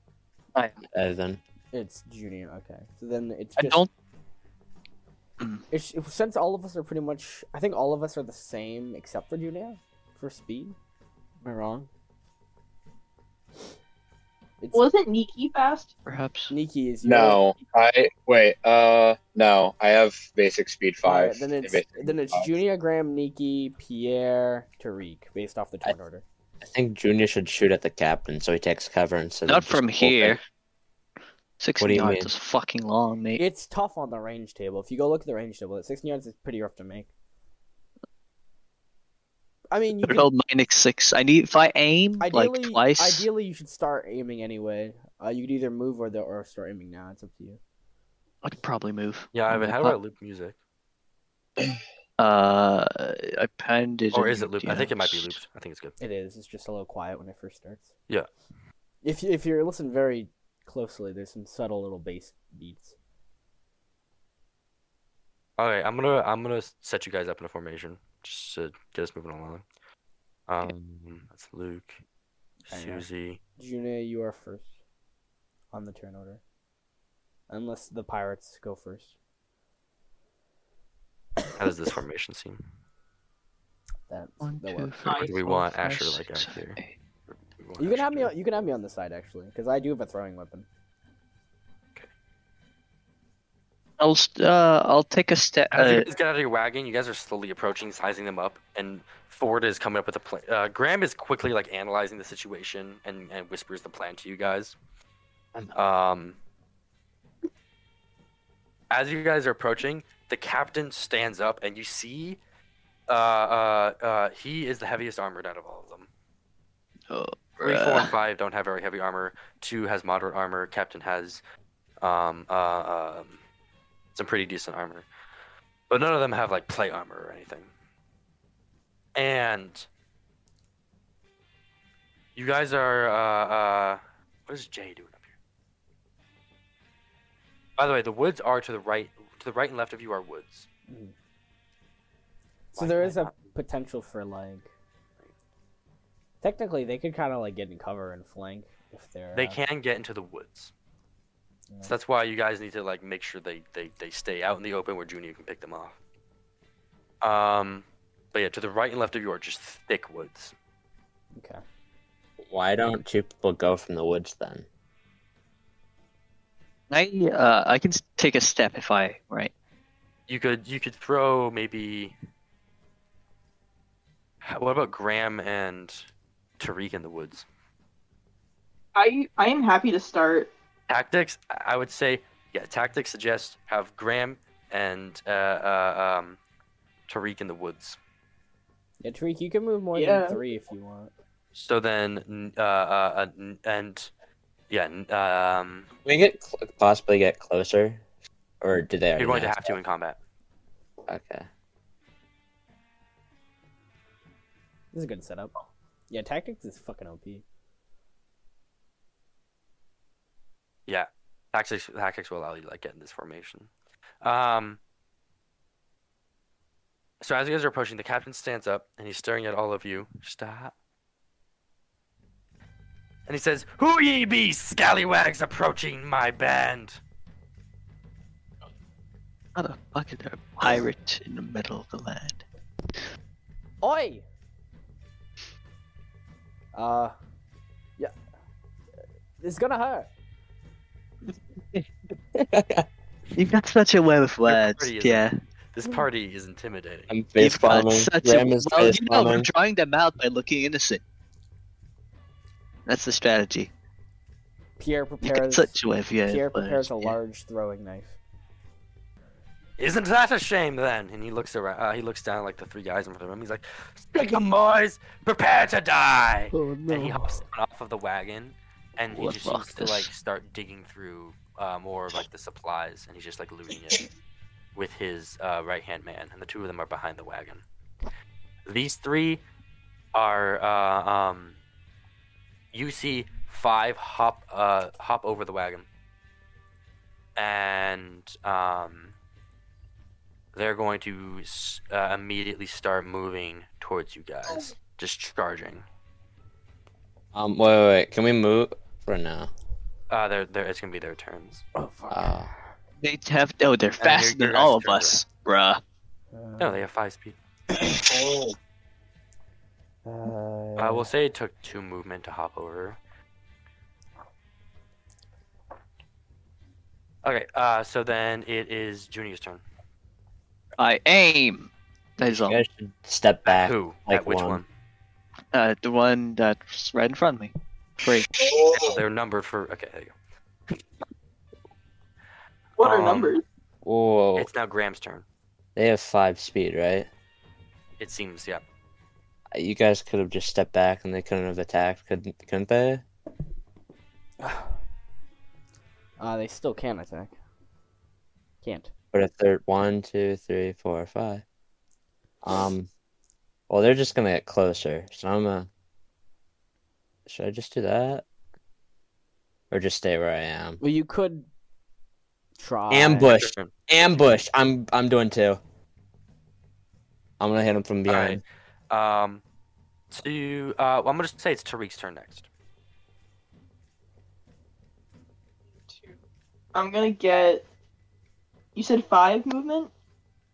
Speaker 3: Evan.
Speaker 4: It's Junior. Okay, so then it's
Speaker 1: I
Speaker 4: just
Speaker 1: don't.
Speaker 4: it's, it- since all of us are pretty much. I think all of us are the same except for Junior for speed. Am I wrong? It's
Speaker 5: Wasn't Nikki fast?
Speaker 1: Perhaps.
Speaker 4: Nikki is
Speaker 6: No, I wait. Uh, no, I have basic speed
Speaker 4: Alright,
Speaker 6: five.
Speaker 4: then it's
Speaker 6: Basic
Speaker 4: then it's
Speaker 6: five.
Speaker 4: Junior, Graham, Nikki, Pierre, Tariq, based off the
Speaker 3: I-
Speaker 4: turn order.
Speaker 3: I think Junior should shoot at the captain, so he takes cover instead. of
Speaker 1: Not
Speaker 3: just
Speaker 1: from
Speaker 3: open.
Speaker 1: here. 16
Speaker 3: you
Speaker 1: yards
Speaker 3: mean?
Speaker 1: is fucking long, mate.
Speaker 4: It's tough on the range table. If you go look at the range table, at 16 yards is pretty rough to make. I mean, you
Speaker 1: I
Speaker 4: can,
Speaker 1: rolled 9x6. I need. If I aim
Speaker 4: ideally,
Speaker 1: like twice.
Speaker 4: ideally you should start aiming anyway. Uh, you could either move or the, or start aiming now. It's up to you.
Speaker 1: I'd probably move.
Speaker 2: Yeah, Ivan, how do I
Speaker 1: Uh,
Speaker 2: loop music?
Speaker 1: Uh, I pounded.
Speaker 2: Or
Speaker 1: and
Speaker 2: is it looped? I think it might be looped. I think it's good.
Speaker 4: It is. It's just a little quiet when it first starts.
Speaker 2: Yeah.
Speaker 4: If you, if you listen very closely, there's some subtle little bass beats.
Speaker 2: All right, I'm gonna I'm gonna set you guys up in a formation just to get us moving along. Um, that's Luke,
Speaker 4: Hang on.
Speaker 2: Susie.
Speaker 4: Juna, you are first on the turn order. Unless the pirates go first.
Speaker 2: How does this formation seem?
Speaker 4: That's
Speaker 1: One,
Speaker 4: that
Speaker 1: two,
Speaker 4: works.
Speaker 1: three,
Speaker 5: Or
Speaker 2: do we
Speaker 1: four,
Speaker 2: want
Speaker 1: five,
Speaker 2: Asher, like,
Speaker 1: six,
Speaker 2: out
Speaker 1: seven,
Speaker 2: here?
Speaker 1: eight.
Speaker 4: You can have me. On, you can have me on the side actually, because I do have a throwing weapon.
Speaker 1: I'll st- uh, I'll take a step.
Speaker 2: As
Speaker 1: Uh,
Speaker 2: you guys get out of your wagon, you guys are slowly approaching, sizing them up, and Ford is coming up with a plan. Uh, Graham is quickly like analyzing the situation and, and whispers the plan to you guys. Um, as you guys are approaching, the captain stands up, and you see, uh, uh, uh, he is the heaviest armored out of all of them. Three, four, and
Speaker 1: bruh.
Speaker 2: five don't have very heavy armor. Two has moderate armor. Captain has um, uh, um, some pretty decent armor, but none of them have like plate armor or anything. And you guys are uh, uh, what is Jay doing up here? By the way, the woods are to the right, to the right and left of you are woods.
Speaker 4: So there is a potential for like. Technically, they could kind of like get in cover and flank if they're.
Speaker 2: They
Speaker 4: uh,
Speaker 2: can get into the woods.
Speaker 4: Yeah.
Speaker 2: So that's why you guys need to like make sure they, they, they stay out in the open where Junior can pick them off. Um, but yeah, to the right and left of you are just thick woods.
Speaker 4: Okay.
Speaker 3: Why don't two people go from the woods then?
Speaker 1: I uh, I can s- take a step if I right.
Speaker 2: You could you could throw maybe. What about Graham and Tariq in the woods?
Speaker 5: I I am happy to start.
Speaker 2: Tactics, I- I would say, yeah. Tactics suggest have Graham and uh, uh, um, Tariq in the woods.
Speaker 4: Yeah, Tariq, you can move more
Speaker 5: Yeah.
Speaker 4: than three if you want.
Speaker 2: So then, n- uh, uh, uh, n- and yeah, n- um,
Speaker 3: Can we get cl- possibly get closer, or do they?
Speaker 2: you're
Speaker 3: already
Speaker 2: going to
Speaker 3: know?
Speaker 2: have to in combat.
Speaker 3: Okay.
Speaker 4: This is a good setup. Yeah, tactics is fucking OP.
Speaker 2: Yeah, tactics tactics will allow you to like get in this formation. Um, so as you guys are approaching, the captain stands up and he's staring at all of you. Stop. And he says, "Who ye be, scallywags, approaching my band?"
Speaker 1: How the fuck is there a pirate in the middle of the land?
Speaker 4: Oi! Uh, yeah, it's gonna hurt.
Speaker 1: You've got such a web of words.
Speaker 2: pretty, isn't
Speaker 1: Yeah.
Speaker 2: This party is intimidating.
Speaker 3: I'm face
Speaker 1: You've got
Speaker 3: bombing.
Speaker 1: such a
Speaker 3: Ram
Speaker 1: well.
Speaker 3: is face
Speaker 1: You know, we're
Speaker 3: bombing.
Speaker 1: drawing them out by looking innocent. That's the strategy.
Speaker 4: Pierre
Speaker 1: You got
Speaker 4: prepares.
Speaker 1: such a web. Yeah.
Speaker 4: Pierre
Speaker 1: of words,
Speaker 4: prepares a
Speaker 1: yeah.
Speaker 4: large throwing knife.
Speaker 2: Isn't that a shame then? And he looks around. Uh, he looks down like the three guys in front of him. He's like, "Speak 'em, boys, prepare to die."
Speaker 4: Oh
Speaker 2: And he hops off of the wagon, and he
Speaker 1: What
Speaker 2: just
Speaker 1: about
Speaker 2: seems to
Speaker 1: this?
Speaker 2: like start digging through uh, more of like the supplies, and he's just like looting it with his uh, right hand man. And the two of them are behind the wagon. These three are uh, um, you see five hop uh, hop over the wagon, and um, they're going to s- uh, immediately start moving towards you guys, just charging.
Speaker 3: Um, wait, wait, wait. Can we move for now?
Speaker 2: Uh, they're, they're, it's gonna be their turns.
Speaker 4: fuck.
Speaker 3: Uh,
Speaker 1: They have. Oh, they're
Speaker 2: you're-
Speaker 1: faster
Speaker 2: you're
Speaker 1: than
Speaker 2: guys
Speaker 1: all of
Speaker 2: turn
Speaker 1: us, bruh.
Speaker 2: No, they have five speed. I
Speaker 4: Uh,
Speaker 2: will say it took two movement to hop over. Okay, uh, so then it is Junior's turn.
Speaker 1: I aim. That is
Speaker 3: you
Speaker 1: all.
Speaker 3: guys should step back.
Speaker 2: Who?
Speaker 3: like
Speaker 2: At which
Speaker 3: one.
Speaker 2: one?
Speaker 1: Uh, the one that's right in front of me. Three.
Speaker 2: They're numbered for. Okay, there you
Speaker 5: What are
Speaker 2: Um,
Speaker 5: numbers?
Speaker 2: go.
Speaker 3: Whoa,
Speaker 2: It's now Graham's turn.
Speaker 3: they have five speed, right?
Speaker 2: It seems, yeah.
Speaker 3: You guys could have just stepped back and they couldn't have attacked, couldn't, couldn't they?
Speaker 4: uh, they still can attack. Can't.
Speaker 3: But if they're one, two, three, four, five, um, well, they're just gonna get closer. So I'm gonna. Should I just do that, or just stay where I am?
Speaker 4: Well, you could try.
Speaker 3: Ambush.
Speaker 2: Your turn.
Speaker 3: Ambush. I'm I'm doing two. I'm gonna hit him from behind.
Speaker 2: Alright. Um, to. Uh, well, I'm gonna say it's Tariq's turn next.
Speaker 5: I'm gonna get. You said five movement,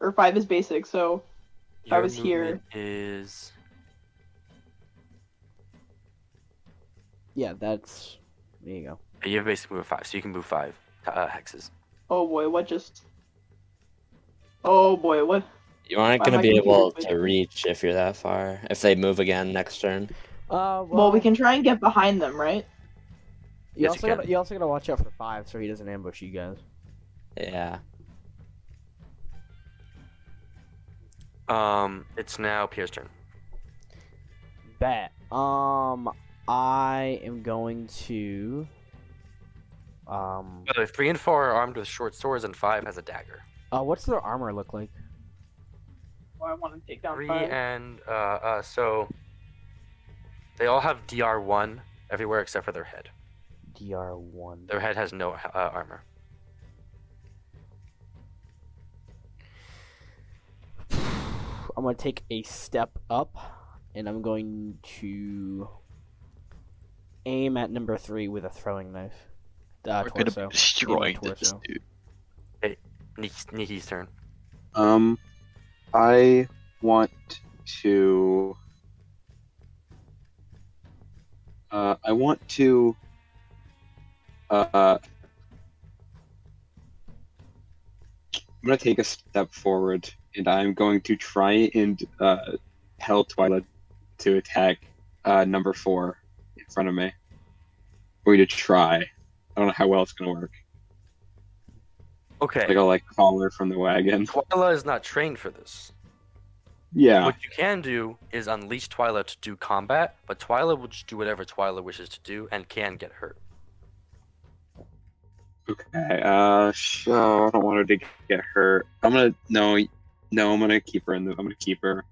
Speaker 5: or five is basic. So I
Speaker 2: Your
Speaker 5: was here.
Speaker 2: movement Is
Speaker 4: Yeah, that's. There you go.
Speaker 2: you have basically moved five, so you can move five uh, hexes.
Speaker 5: oh boy, what just? Oh boy, what?
Speaker 3: You aren't
Speaker 5: Why
Speaker 3: gonna
Speaker 5: am I
Speaker 3: be able
Speaker 5: confused?
Speaker 3: to reach if you're that far. If they move again next turn,
Speaker 4: Uh, well,
Speaker 5: Well, we can try and get behind them, right?
Speaker 4: You
Speaker 2: Yes,
Speaker 4: also
Speaker 2: you
Speaker 4: gotta, you also gotta watch out for five, so he doesn't ambush you guys.
Speaker 3: yeah.
Speaker 2: Um, it's now Pierre's turn.
Speaker 4: Bet. Um, I am going to. Um.
Speaker 2: By the way, three and four are armed with short swords, and five has a dagger.
Speaker 4: Uh, what's their armor look like?
Speaker 5: Well, I want to take down
Speaker 2: Three
Speaker 5: five.
Speaker 2: and uh, uh, so they all have DR one everywhere except for their head.
Speaker 4: Dr. One.
Speaker 2: Their head has no uh, armor.
Speaker 4: I'm gonna take a step up, and I'm going to aim at number three with a throwing knife. Uh,
Speaker 1: We're gonna
Speaker 4: torso.
Speaker 1: be destroying
Speaker 4: Aim at
Speaker 1: this
Speaker 4: torso.
Speaker 1: dude.
Speaker 2: Nikki's, Nikki's turn.
Speaker 6: Um, I want to. Uh, I want to. Uh, I'm gonna take a step forward, and I'm going to try and uh, tell Twilight to attack uh, number four in front of me. Or to try. I don't know how well it's gonna work. I
Speaker 2: Okay.
Speaker 6: gotta like call her from the wagon.
Speaker 2: Twyla is not trained for this.
Speaker 6: Yeah.
Speaker 2: What you can do is unleash Twyla to do combat, but Twyla will just do whatever Twyla wishes to do and can get hurt.
Speaker 6: Okay. Uh, sh- oh, I don't want her to get hurt. I'm gonna no, no. I'm gonna keep her in the. I'm gonna keep her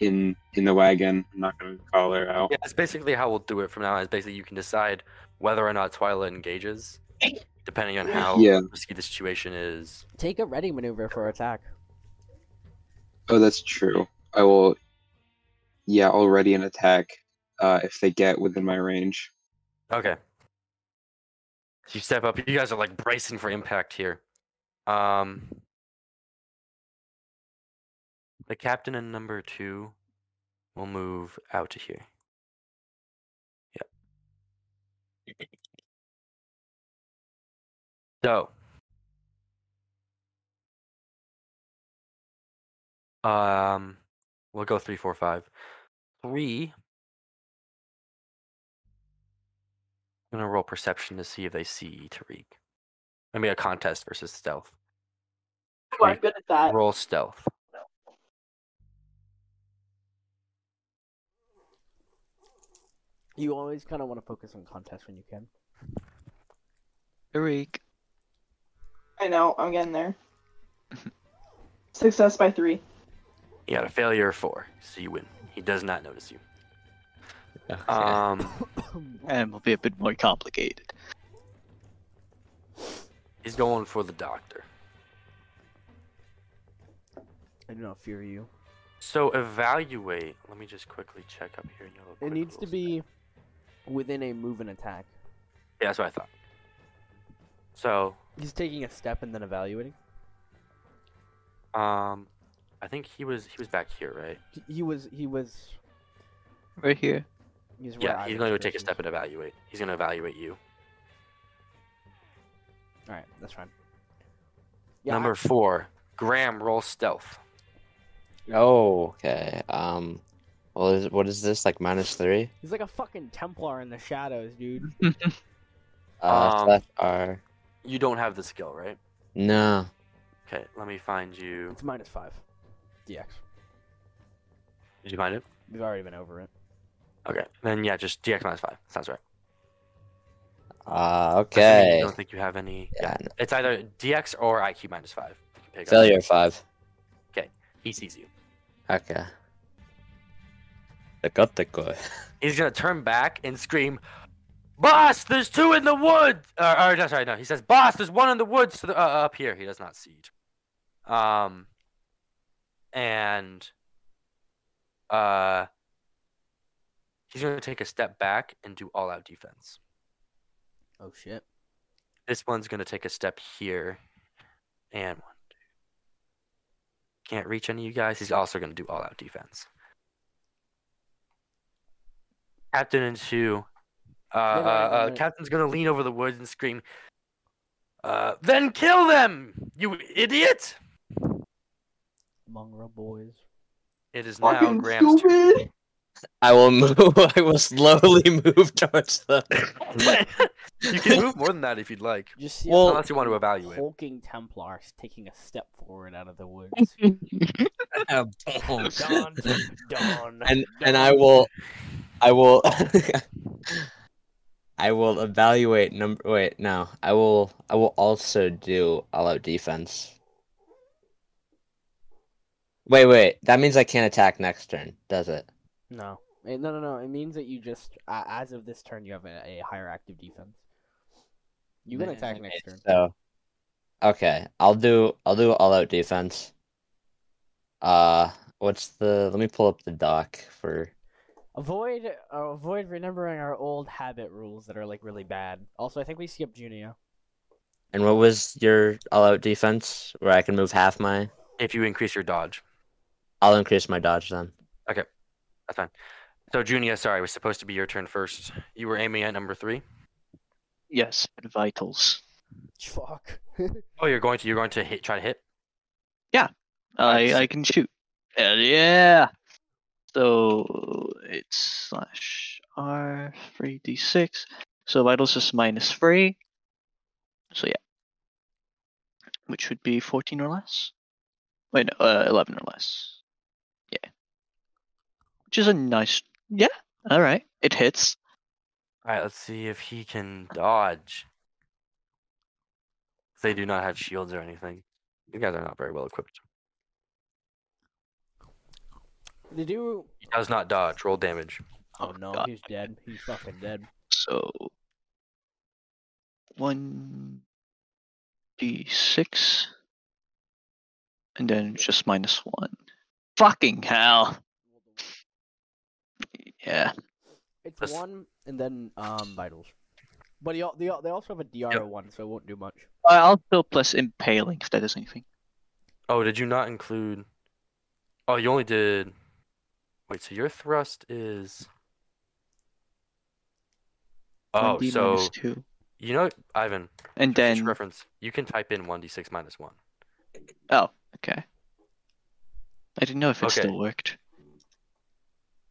Speaker 6: in in the wagon. I'm not gonna call her out.
Speaker 2: Yeah, that's basically how we'll do it from now on. Is basically you can decide whether or not Twyla engages, depending on how
Speaker 6: Yeah.
Speaker 2: risky the situation is.
Speaker 4: Take a ready maneuver for attack.
Speaker 6: Oh, that's true. I will. Yeah, already an attack. Uh, if they get within my range.
Speaker 2: Okay. So you step up. You guys are like bracing for impact here. Um, the captain and number two will move out to here. Yep. So Um, we'll go three, four, five. Three. I'm gonna roll perception to see if they see Tariq. Maybe a contest versus stealth.
Speaker 5: Ooh, Oh, I'm good at that.
Speaker 2: Roll stealth.
Speaker 7: You always kind of want to focus on contests when you can.
Speaker 1: Tariq.
Speaker 5: I know, I'm getting there. Success by three.
Speaker 2: You got a failure of four, so you win. He does not notice you.
Speaker 3: Okay.
Speaker 2: Um,
Speaker 1: And will be a bit more complicated.
Speaker 2: he's going for the doctor.
Speaker 7: I do not fear you.
Speaker 2: So evaluate. Let me just quickly check up here. in your little
Speaker 7: It
Speaker 2: quick
Speaker 7: needs to
Speaker 2: rules.
Speaker 7: be within a move and attack.
Speaker 2: Yeah, that's what I thought. So,
Speaker 7: He's taking a step and then evaluating.
Speaker 2: um, I think he was he was back here, right?
Speaker 7: He, he was. He was.
Speaker 1: Right here.
Speaker 7: He was
Speaker 2: yeah,
Speaker 7: right
Speaker 2: he's
Speaker 7: out
Speaker 2: going to go
Speaker 7: of
Speaker 2: take a
Speaker 7: situations.
Speaker 2: step and evaluate. He's going to evaluate you.
Speaker 7: All right, that's fine. Yeah,
Speaker 2: Number four, Graham, roll stealth.
Speaker 3: Oh, okay. Um, well, is, what is this like minus three?
Speaker 7: he's like a fucking Templar in the shadows,
Speaker 2: Mm-hmm.
Speaker 7: dude.
Speaker 3: Uh,
Speaker 2: Um,
Speaker 3: slash R.
Speaker 2: You don't have the skill, right?
Speaker 3: No.
Speaker 2: Okay, let me find you.
Speaker 7: It's minus five. DX.
Speaker 2: Did you find it?
Speaker 7: We've already been over it.
Speaker 2: Okay, then yeah, just DX minus five. Sounds right.
Speaker 3: Uh,
Speaker 2: Assuming you
Speaker 3: okay.
Speaker 2: don't think you have any.
Speaker 3: Yeah,
Speaker 2: It's either DX or IQ minus five. You can pick up.
Speaker 3: failure five.
Speaker 2: He sees you.
Speaker 3: Okay. I got the guy.
Speaker 2: He's gonna turn back and scream, "Boss, there's two in the woods!" Or, or no, sorry, no. He says, "Boss, there's one in the woods to the, uh, up here." He does not see. you. Um, and uh, he's gonna take a step back and do all-out defense.
Speaker 7: Oh shit.
Speaker 2: This one's gonna take a step here, and one. two. Can't reach any of you guys. He's also gonna do all-out defense. Captain and Sue. Uh,
Speaker 7: Wait, wait,
Speaker 2: uh,
Speaker 7: wait,
Speaker 2: uh,
Speaker 7: wait.
Speaker 2: Captain's gonna lean over the woods and scream. Uh, then kill them, you idiot!
Speaker 7: Mongrel boys.
Speaker 2: It is now
Speaker 5: Fucking
Speaker 2: Graham's turn.
Speaker 5: stupid!
Speaker 3: I will move. I will slowly move towards the.
Speaker 2: you can move more than that if you'd like.
Speaker 7: Just see
Speaker 3: Well-
Speaker 7: a
Speaker 2: Unless you want to
Speaker 7: fucking
Speaker 2: evaluate.
Speaker 7: Hulking Templars taking a step forward out of the woods. Don, Don,
Speaker 3: and and I will, I will, I will evaluate number. Wait, no, I will. I will also do all out defense. Wait, wait. That means I can't attack next turn, does it?
Speaker 7: No, Eh, no, no, no. It means that you just, uh, as of this turn, you have a, a higher active defense. You can attack next turn.
Speaker 3: So, uh, okay, I'll do. I'll do all out defense. Uh, what's the? Let me pull up the doc for.
Speaker 7: Avoid, uh, avoid remembering our old habit rules that are like really bad. Also, I think we skipped Junio.
Speaker 3: And what was your all out defense? Where I can move half my.
Speaker 2: If you increase your dodge,
Speaker 3: I'll increase my dodge then.
Speaker 2: that's fine. So, Junia, sorry, it was supposed to be your turn first. You were aiming at number three.
Speaker 1: Yes, but vitals.
Speaker 7: Fuck.
Speaker 2: Oh, you're going to you're going to hit try to hit. Nice.
Speaker 1: I I can shoot. Hell yeah. So it's slash R three D six. So vitals is minus three. So yeah. Which would be fourteen or less. Wait, no, uh, eleven or less. Yeah. Which is a nice. Yeah. All right. It hits.
Speaker 2: All right, let's see if he can dodge. They do not have shields or anything. You guys are not very well equipped.
Speaker 7: They do.
Speaker 2: He does not dodge. Roll damage.
Speaker 7: Oh no,
Speaker 1: God.
Speaker 7: he's dead. He's fucking dead.
Speaker 1: So one d six, and then just minus one. Fucking hell! Yeah,
Speaker 7: It's
Speaker 2: That's-
Speaker 7: one and then um vitals. But he, al- they al- they also have a DR one, so it won't do much.
Speaker 1: I- I'll still plus impaling if that is anything.
Speaker 2: Oh, did you not include? Oh, you only did. Wait, so your thrust is. Oh,
Speaker 1: 1d
Speaker 2: so
Speaker 1: minus two,
Speaker 2: you know, Ivan.
Speaker 1: and
Speaker 2: for future
Speaker 1: then
Speaker 2: reference, you can type in one d six minus one.
Speaker 1: oh, okay. oh, I didn't know if it
Speaker 2: Okay.
Speaker 1: still worked.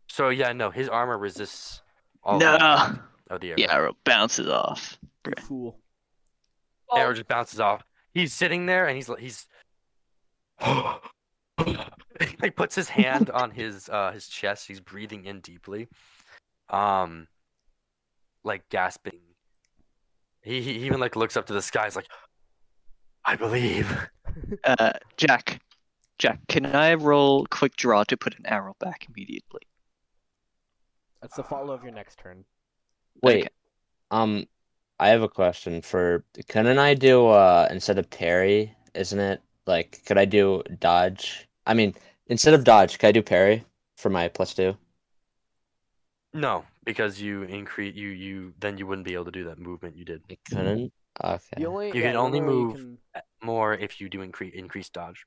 Speaker 2: So yeah, no, his armor resists all
Speaker 1: no.
Speaker 2: of the arrow.
Speaker 1: The arrow bounces off.
Speaker 7: You fool.
Speaker 5: Well,
Speaker 2: arrow just bounces off. He's sitting there and he's he's he puts his hand on his uh his chest. He's breathing in deeply, um, like gasping. He he even like looks up to the sky. He's like, I believe.
Speaker 1: Uh, Jack, Jack, can I roll quick draw to put an arrow back immediately?
Speaker 7: That's the follow of your next turn.
Speaker 3: Wait, um, I have a question for. Couldn't I do uh instead of parry? Isn't it like could I do dodge? I mean, instead of dodge, could I do parry for my plus two?
Speaker 2: No, because you increase you you then you wouldn't be able to do that movement you did
Speaker 3: I couldn't. Okay.
Speaker 7: Mm-hmm. The only,
Speaker 2: You
Speaker 7: yeah,
Speaker 2: can
Speaker 7: the
Speaker 2: only
Speaker 7: way you
Speaker 2: move-
Speaker 7: can-
Speaker 2: more if you do increase increased dodge.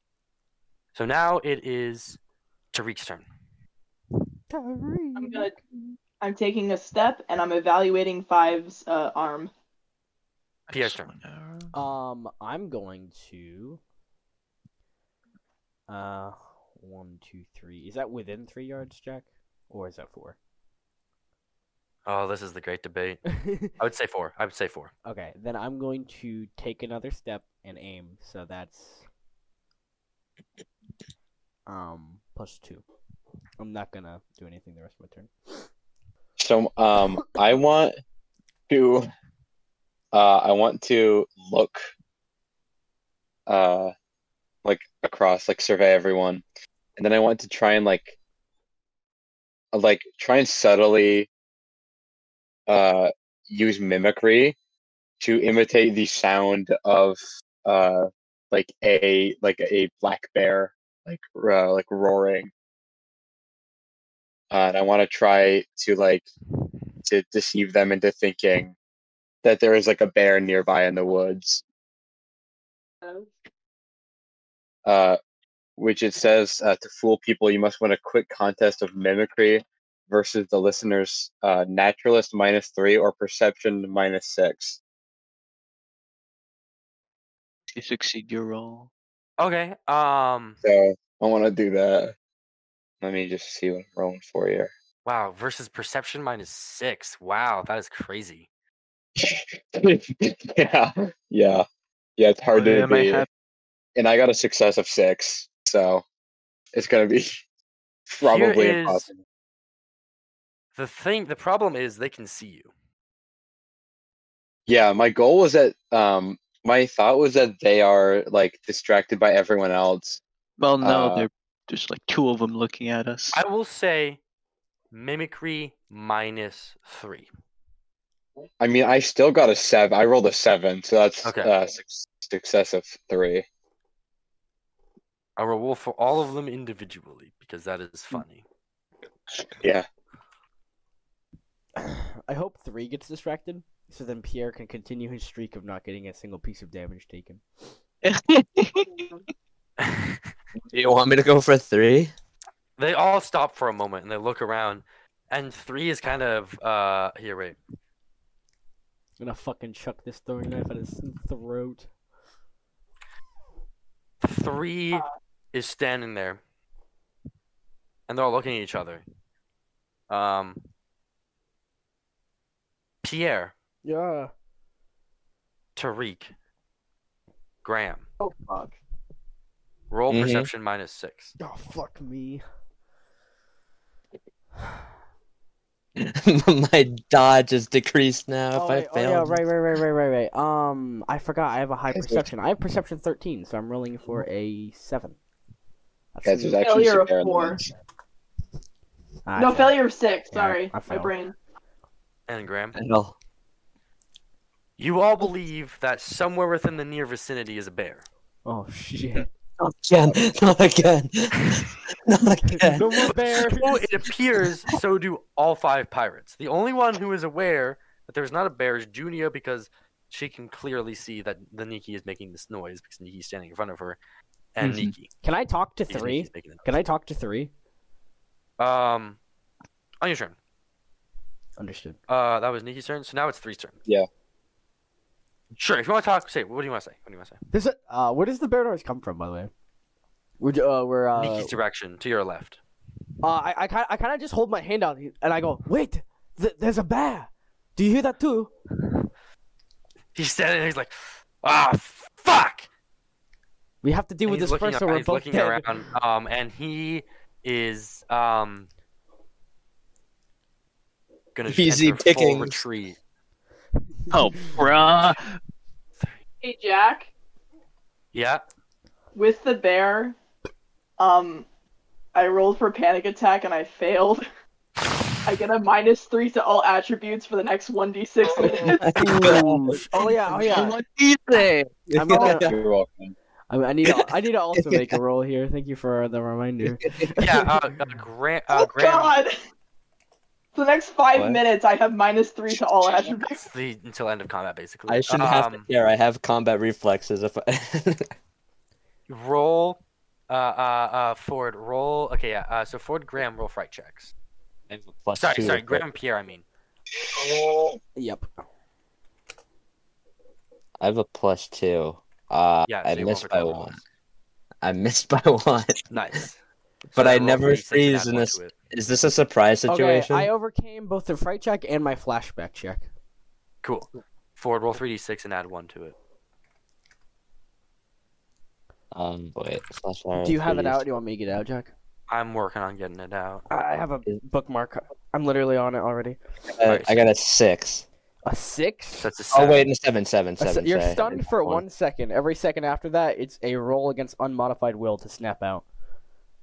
Speaker 2: So now it is Tariq's turn.
Speaker 5: I'm gonna. I'm taking a step and I'm evaluating Five's uh, arm.
Speaker 1: I
Speaker 2: Pierre's
Speaker 1: just
Speaker 2: turn.
Speaker 1: want an arrow.
Speaker 7: Um, I'm going to. Uh, one, two, three. Is that within three yards, Jack, or is that four?
Speaker 2: Oh, this is the great debate. I would say four. I would say four.
Speaker 7: okay, then I'm going to take another step and aim. So that's um plus two. I'm not gonna do anything the rest of my turn.
Speaker 6: So um, I want to, uh, I want to look, uh, like across, like survey everyone, and then I want to try and like, like try and subtly, uh, use mimicry to imitate the sound of uh, like a like a black bear, like uh, like roaring. Uh, and I want to try to like to deceive them into thinking that there is like a bear nearby in the woods, uh, which it says uh, to fool people, you must win a quick contest of mimicry versus the listener's uh, naturalist minus three or perception minus six.
Speaker 1: You succeed your roll.
Speaker 2: Okay. Um.
Speaker 6: So I want to do that. Let me just see what I'm rolling for here.
Speaker 2: Wow. Versus perception minus six. Wow, that is crazy.
Speaker 6: yeah, yeah, yeah. It's hard to
Speaker 1: Am I
Speaker 6: beat.
Speaker 1: hap-
Speaker 6: and I got a success of six, so it's gonna be probably
Speaker 2: is-
Speaker 6: impossible.
Speaker 2: The thing, the problem is they can see you.
Speaker 6: Yeah, my goal was that um my thought was that they are like distracted by everyone else.
Speaker 1: Well, no,
Speaker 6: Uh,
Speaker 1: there- there's like two of them looking at us.
Speaker 2: I will say, mimicry minus three.
Speaker 6: I mean, I still got a seven. I rolled a seven, so that's
Speaker 2: Okay.
Speaker 6: uh, suc- success of three.
Speaker 2: I will roll for all of them individually because that is funny.
Speaker 6: Yeah,
Speaker 7: I hope three gets distracted, so then Pierre can continue his streak of not getting a single piece of damage taken.
Speaker 3: Do you want me to go for three?
Speaker 2: they all stop for a moment and they look around, and three is kind of uh here. Wait,
Speaker 7: I'm gonna fucking chuck this throwing knife at his throat.
Speaker 2: three is standing there, and they're all looking at each other. Um, Pierre,
Speaker 7: Yeah.
Speaker 2: Tariq, Graham.
Speaker 5: Oh fuck.
Speaker 2: Roll
Speaker 3: Mhm.
Speaker 2: perception minus six.
Speaker 7: Oh fuck me.
Speaker 3: My dodge is decreased now
Speaker 7: oh,
Speaker 3: if
Speaker 7: wait,
Speaker 3: I fail.
Speaker 7: oh, yeah, right, right, right, right, right, right. Um, I forgot. I have a high
Speaker 6: That's it.
Speaker 7: perception. I have perception thirteen, so I'm rolling for a seven.
Speaker 6: that's
Speaker 7: an-
Speaker 6: there's actually
Speaker 5: Failure
Speaker 6: some
Speaker 5: of
Speaker 6: bear in the
Speaker 5: four.
Speaker 6: woods.
Speaker 7: Ah,
Speaker 5: no,
Speaker 7: fuck.
Speaker 5: failure of six.
Speaker 7: Yeah,
Speaker 5: Sorry,
Speaker 7: I
Speaker 5: my
Speaker 7: failed.
Speaker 5: brain.
Speaker 2: And Graham,
Speaker 3: Fail.
Speaker 2: you all believe that somewhere within the near vicinity is a bear.
Speaker 7: Oh shit!
Speaker 3: Not again. Not again. Not again.
Speaker 7: no more bears.
Speaker 2: So it appears so do all five pirates. The only one who is aware that there's not a bear is Junia because she can clearly see that the Nikki is making this noise because Niki's standing in front of her, and
Speaker 1: Mhm.
Speaker 2: Nikki.
Speaker 7: Can I talk to
Speaker 2: because
Speaker 7: Hmm. three?
Speaker 2: Niki's making the
Speaker 7: Can I talk to three?
Speaker 2: noise. Um, on your turn.
Speaker 7: Understood.
Speaker 2: Uh, that was Nikki's turn. So now it's three's turn.
Speaker 6: Yeah.
Speaker 2: Sure. If you want to talk, say. What do you want to say? What do you want to say?
Speaker 7: There's a uh, where does the bear noise come from, by the way?
Speaker 4: We're j- uh, we're uh,
Speaker 2: Nikki's direction to your left.
Speaker 4: uh I I kind I kind of just hold my hand out and I go, wait, th- there's a bear. Do you hear that too?
Speaker 2: He's standing there. He's like, ah, fuck.
Speaker 4: We have to deal
Speaker 2: And
Speaker 4: with
Speaker 2: he's
Speaker 4: this
Speaker 2: looking
Speaker 4: first, or
Speaker 2: ar-
Speaker 4: we're
Speaker 2: he's
Speaker 4: both
Speaker 2: looking
Speaker 4: dead.
Speaker 2: around, um, and he is um gonna
Speaker 9: Easy
Speaker 2: enter full
Speaker 9: pickings.
Speaker 2: retreat.
Speaker 1: Oh, bruh.
Speaker 5: Hey, Jack.
Speaker 2: Yeah,
Speaker 5: with the bear, um, I rolled for panic attack and I failed. I get a minus three to all attributes for the next one d six minutes.
Speaker 4: Ooh. oh yeah, oh yeah.
Speaker 1: What do you say?
Speaker 4: I'm gonna,
Speaker 6: You're welcome.
Speaker 4: I, I need to, I need to also make a roll here. Thank you for the reminder.
Speaker 2: yeah. Uh, uh, Grant, uh,
Speaker 5: oh
Speaker 2: Graham,
Speaker 5: God! For the next five
Speaker 3: What?
Speaker 5: minutes, I have minus three to all attributes.
Speaker 2: it's the until end of combat basically.
Speaker 3: I shouldn't have to
Speaker 2: Um,
Speaker 3: care. I have combat reflexes. If I...
Speaker 2: roll. Uh, uh, uh, Ford, roll. Okay, yeah. Uh, so Ford, Graham, roll fright checks.
Speaker 3: I have a plus
Speaker 2: Sorry,
Speaker 3: two
Speaker 2: sorry,
Speaker 3: to-
Speaker 2: Graham, and Pierre. I mean,
Speaker 4: Yep.
Speaker 3: I have a plus two. Uh,
Speaker 2: yeah.
Speaker 3: I
Speaker 2: so you roll
Speaker 3: missed
Speaker 2: for
Speaker 3: by
Speaker 2: twelve.
Speaker 3: one. I missed by one.
Speaker 2: Nice.
Speaker 3: But
Speaker 2: So
Speaker 3: I
Speaker 2: roll
Speaker 3: never
Speaker 2: 3d6 and
Speaker 3: freeze
Speaker 2: add
Speaker 3: in
Speaker 2: one
Speaker 3: this-
Speaker 2: to it.
Speaker 3: Is this a surprise situation?
Speaker 4: Okay, I overcame both the fright check and my flashback check.
Speaker 2: Cool. Ford, roll three d six and add one to it.
Speaker 3: Um, wait. slash
Speaker 2: Oh,
Speaker 4: Do you have it
Speaker 3: RFPs.
Speaker 4: out? Do you want me to get it out, Jack?
Speaker 2: I'm working on getting it out.
Speaker 4: I have a bookmark. I'm literally on it already.
Speaker 3: Uh, I got a six.
Speaker 4: A six?
Speaker 2: That's a
Speaker 3: Oh
Speaker 2: seven.
Speaker 3: wait, no, seven, seven,
Speaker 4: A se-
Speaker 3: seven.
Speaker 4: you're
Speaker 3: sorry.
Speaker 4: stunned for one second. Every second after that, it's a roll against unmodified will to snap out.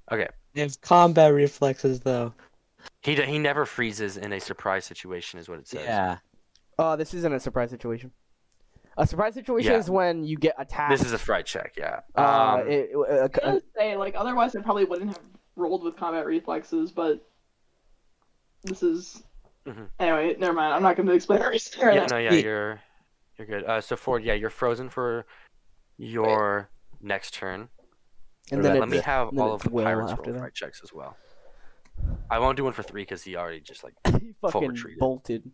Speaker 3: I have combat reflexes though.
Speaker 2: He d- he never freezes in a surprise situation, is what it says.
Speaker 3: Yeah.
Speaker 4: Uh, this isn't a surprise situation. A surprise situation
Speaker 2: Yeah.
Speaker 4: is when you get attacked.
Speaker 2: This is a fright check. Yeah. Um,
Speaker 4: Uh, it- uh,
Speaker 5: I was gonna say like otherwise I probably wouldn't have rolled with combat reflexes, but this is
Speaker 2: Mhm.
Speaker 5: anyway. Never mind. I'm not gonna explain everything.
Speaker 2: yeah, no, yeah, you're you're good. Uh, so Ford, yeah, you're frozen for your next turn.
Speaker 4: and
Speaker 2: Let
Speaker 4: then
Speaker 2: me
Speaker 4: it's-
Speaker 2: have
Speaker 4: then
Speaker 2: all of
Speaker 4: it's
Speaker 2: the
Speaker 4: will
Speaker 2: pirates
Speaker 4: after
Speaker 2: roll
Speaker 4: that.
Speaker 2: fright checks as well. I won't do one for three because he already just like
Speaker 4: he fucking
Speaker 2: retreat.
Speaker 4: bolted.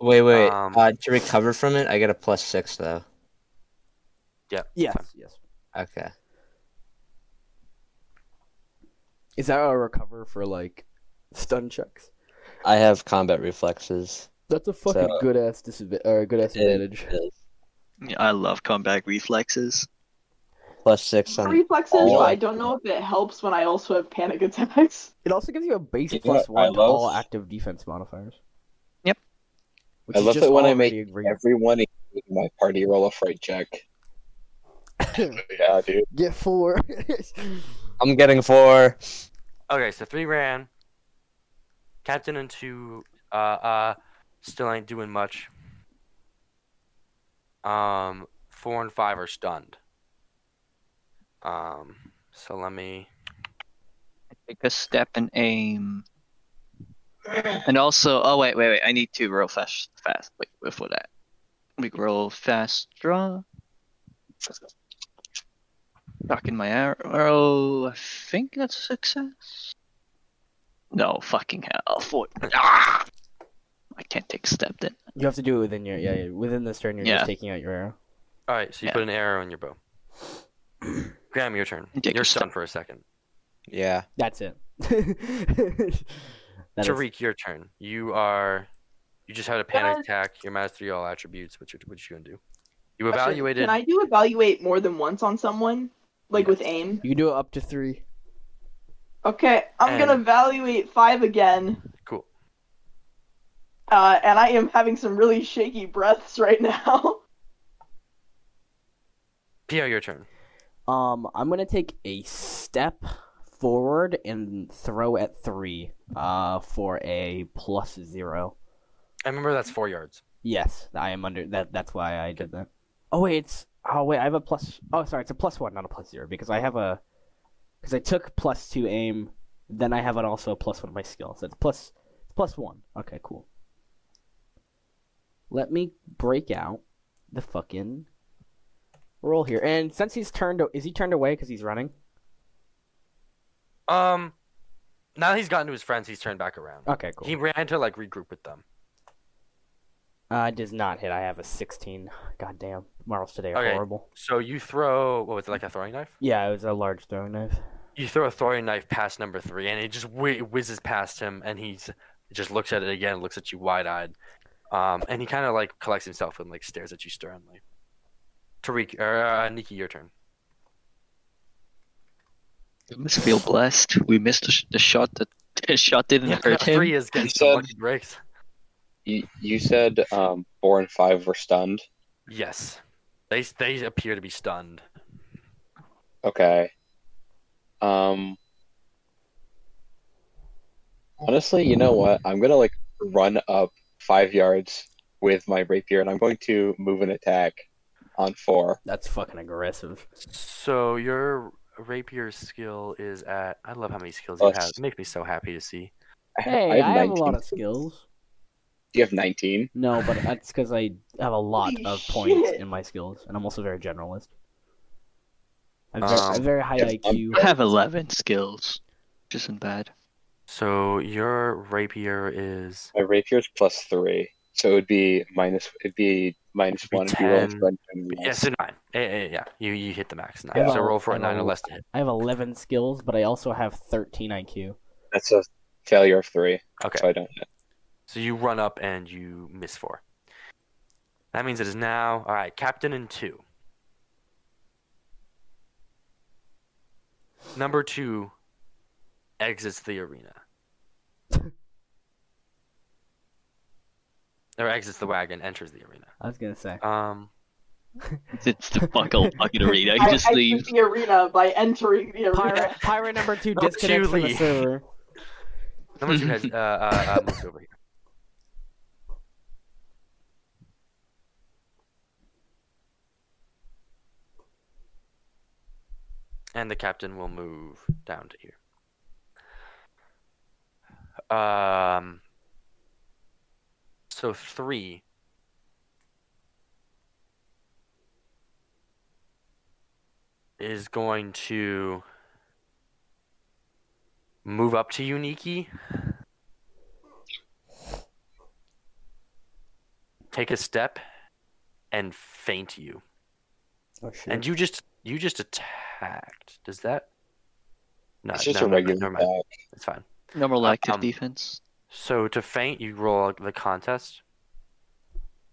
Speaker 3: Wait, wait.
Speaker 2: Um,
Speaker 3: uh, to recover from it, I get a plus six though.
Speaker 4: Yes, yes.
Speaker 3: Okay.
Speaker 4: Is that a recover for like stun checks?
Speaker 3: I have combat reflexes.
Speaker 4: That's a fucking
Speaker 3: So-
Speaker 4: good ass disadvantage. Or good ass
Speaker 3: It is.
Speaker 4: advantage.
Speaker 1: Yeah, I love comeback reflexes.
Speaker 3: Plus six on.
Speaker 5: Reflexes.
Speaker 3: all
Speaker 5: I don't know if it helps when I also have panic attacks.
Speaker 4: It also gives you a base
Speaker 6: You know
Speaker 4: plus
Speaker 6: what I
Speaker 4: one to all
Speaker 6: love?
Speaker 4: active defense modifiers.
Speaker 1: Yep.
Speaker 4: Which
Speaker 6: I
Speaker 4: is
Speaker 6: love
Speaker 4: just
Speaker 6: it when I
Speaker 4: already
Speaker 6: make
Speaker 4: a great-
Speaker 6: Everyone including my party roll a fright check. yeah, dude.
Speaker 4: Get four.
Speaker 3: I'm getting four.
Speaker 2: Okay, so three ran. Captain and two uh uh still ain't doing much. Um four and five are stunned. Um so let me
Speaker 1: Take a step and aim. And also, oh wait, wait, wait. I need to roll fast, fast. Wait, before that, we roll fast draw. Docking my arrow. I think that's a success. No fucking hell! Four. Ah! I can't take a step then.
Speaker 4: you have to do it within your yeah, yeah within this turn. You're
Speaker 1: Yeah.
Speaker 4: just taking out your arrow.
Speaker 2: Alright, so you
Speaker 1: Yeah.
Speaker 2: put an arrow in your bow. Graham, your turn.
Speaker 1: And take
Speaker 2: You're
Speaker 1: a step.
Speaker 2: stunned for a second.
Speaker 3: Yeah.
Speaker 4: That's it. That is-
Speaker 2: Tariq, your turn. You are you just had a panic
Speaker 5: Guys.
Speaker 2: attack, your mastery all attributes, what you what you gonna do? You
Speaker 5: Question,
Speaker 2: evaluated
Speaker 5: Can I do evaluate more than once on someone? Like with
Speaker 2: Yes.
Speaker 5: aim?
Speaker 4: you can do it up to three.
Speaker 5: Okay, I'm gonna
Speaker 2: And-
Speaker 5: evaluate five again.
Speaker 2: cool.
Speaker 5: Uh, and I am having some really shaky breaths right now.
Speaker 2: Pierre, your turn.
Speaker 4: Um, I'm gonna take a step forward and throw at three. Uh, for a plus zero.
Speaker 2: I remember that's four yards.
Speaker 4: Yes, I am under that. That's why I did that. Oh wait, it's oh wait, I have a plus. Oh sorry, it's a plus one, not a plus zero, because I have a because I took plus two aim, then I have an also a plus one of my skill, so it's plus it's plus one. Okay, cool. Let me break out the fucking roll here, and since he's turned, is he turned away because he's running?
Speaker 2: Um, now that he's gotten to his friends, he's turned back around.
Speaker 4: Okay, Oh, cool.
Speaker 2: He ran to like regroup with them.
Speaker 4: Uh, does not hit. I have a sixteen. God damn, marbles today are
Speaker 2: Okay.
Speaker 4: horrible.
Speaker 2: So you throw what was it like a throwing knife?
Speaker 4: Yeah, it was a large throwing knife.
Speaker 2: you throw a throwing knife past number three, and it just whi whizzes past him, and he's just looks at it again, looks at you wide eyed, um, and he kind of like collects himself and like stares at you sternly. Tariq or uh, Nikki, your turn.
Speaker 1: I must feel blessed. We missed the, sh- the shot that the shot didn't hurt Mm-hmm. him.
Speaker 2: three is getting
Speaker 6: He
Speaker 2: some
Speaker 6: said-
Speaker 2: lucky breaks.
Speaker 6: You, you said um, four and five were stunned.
Speaker 2: Yes, they they appear to be stunned.
Speaker 6: Okay. Um. Honestly, you know what? I'm gonna like run up five yards with my rapier, and I'm going to move an attack on four.
Speaker 4: That's fucking aggressive.
Speaker 2: So your rapier skill is at. I love how many skills you
Speaker 6: Plus-
Speaker 2: have. It makes me so happy to see.
Speaker 6: I have,
Speaker 4: Hey, I have a
Speaker 6: 19.
Speaker 4: lot of skills.
Speaker 6: You have 19.
Speaker 4: No, but that's because I have a lot
Speaker 5: Holy
Speaker 4: of points
Speaker 5: shit.
Speaker 4: in my skills, and I'm also very generalist. I have,
Speaker 2: Um,
Speaker 4: very, I have very high
Speaker 6: yeah,
Speaker 4: IQ.
Speaker 1: I have eleven skills, which isn't bad.
Speaker 2: So your rapier is
Speaker 6: My rapier is plus three, so it would be minus. It'd be minus
Speaker 2: It'd be
Speaker 6: one. If you roll
Speaker 2: 10.
Speaker 6: strength and
Speaker 2: yes,
Speaker 6: less.
Speaker 2: a nine. Eh, eh, yeah, you you hit the max nine.
Speaker 4: Yeah.
Speaker 2: So roll for a
Speaker 4: Um,
Speaker 2: nine or less to hit.
Speaker 4: I have 11 skills, but I also have 13 IQ.
Speaker 6: That's a failure of three,
Speaker 2: Okay.
Speaker 6: so I don't.
Speaker 2: So you run up and you miss four. That means it is now all right. Captain and two. Number two exits the arena, or exits the wagon, enters the arena.
Speaker 4: I was gonna say.
Speaker 2: Um,
Speaker 1: It's the buckle bucket arena.
Speaker 5: I
Speaker 1: He just
Speaker 5: exit
Speaker 1: leaves.
Speaker 5: the arena by entering the arena.
Speaker 4: Pirate, pirate number two
Speaker 2: Number two
Speaker 4: disconnects from the
Speaker 2: leave.
Speaker 4: server.
Speaker 2: number two has uh, uh, uh, moves over here. And the captain will move down to here. Um, so three. Is going to move up to you, Nikki. Take a step and faint you.
Speaker 4: Oh shit!
Speaker 2: And you just you just attacked. Does that? No,
Speaker 6: It's just
Speaker 2: no,
Speaker 6: a
Speaker 2: no,
Speaker 6: regular
Speaker 2: Never mind.
Speaker 6: attack.
Speaker 2: It's fine.
Speaker 1: Normal active
Speaker 2: Um,
Speaker 1: defense.
Speaker 2: So to faint, you roll the contest.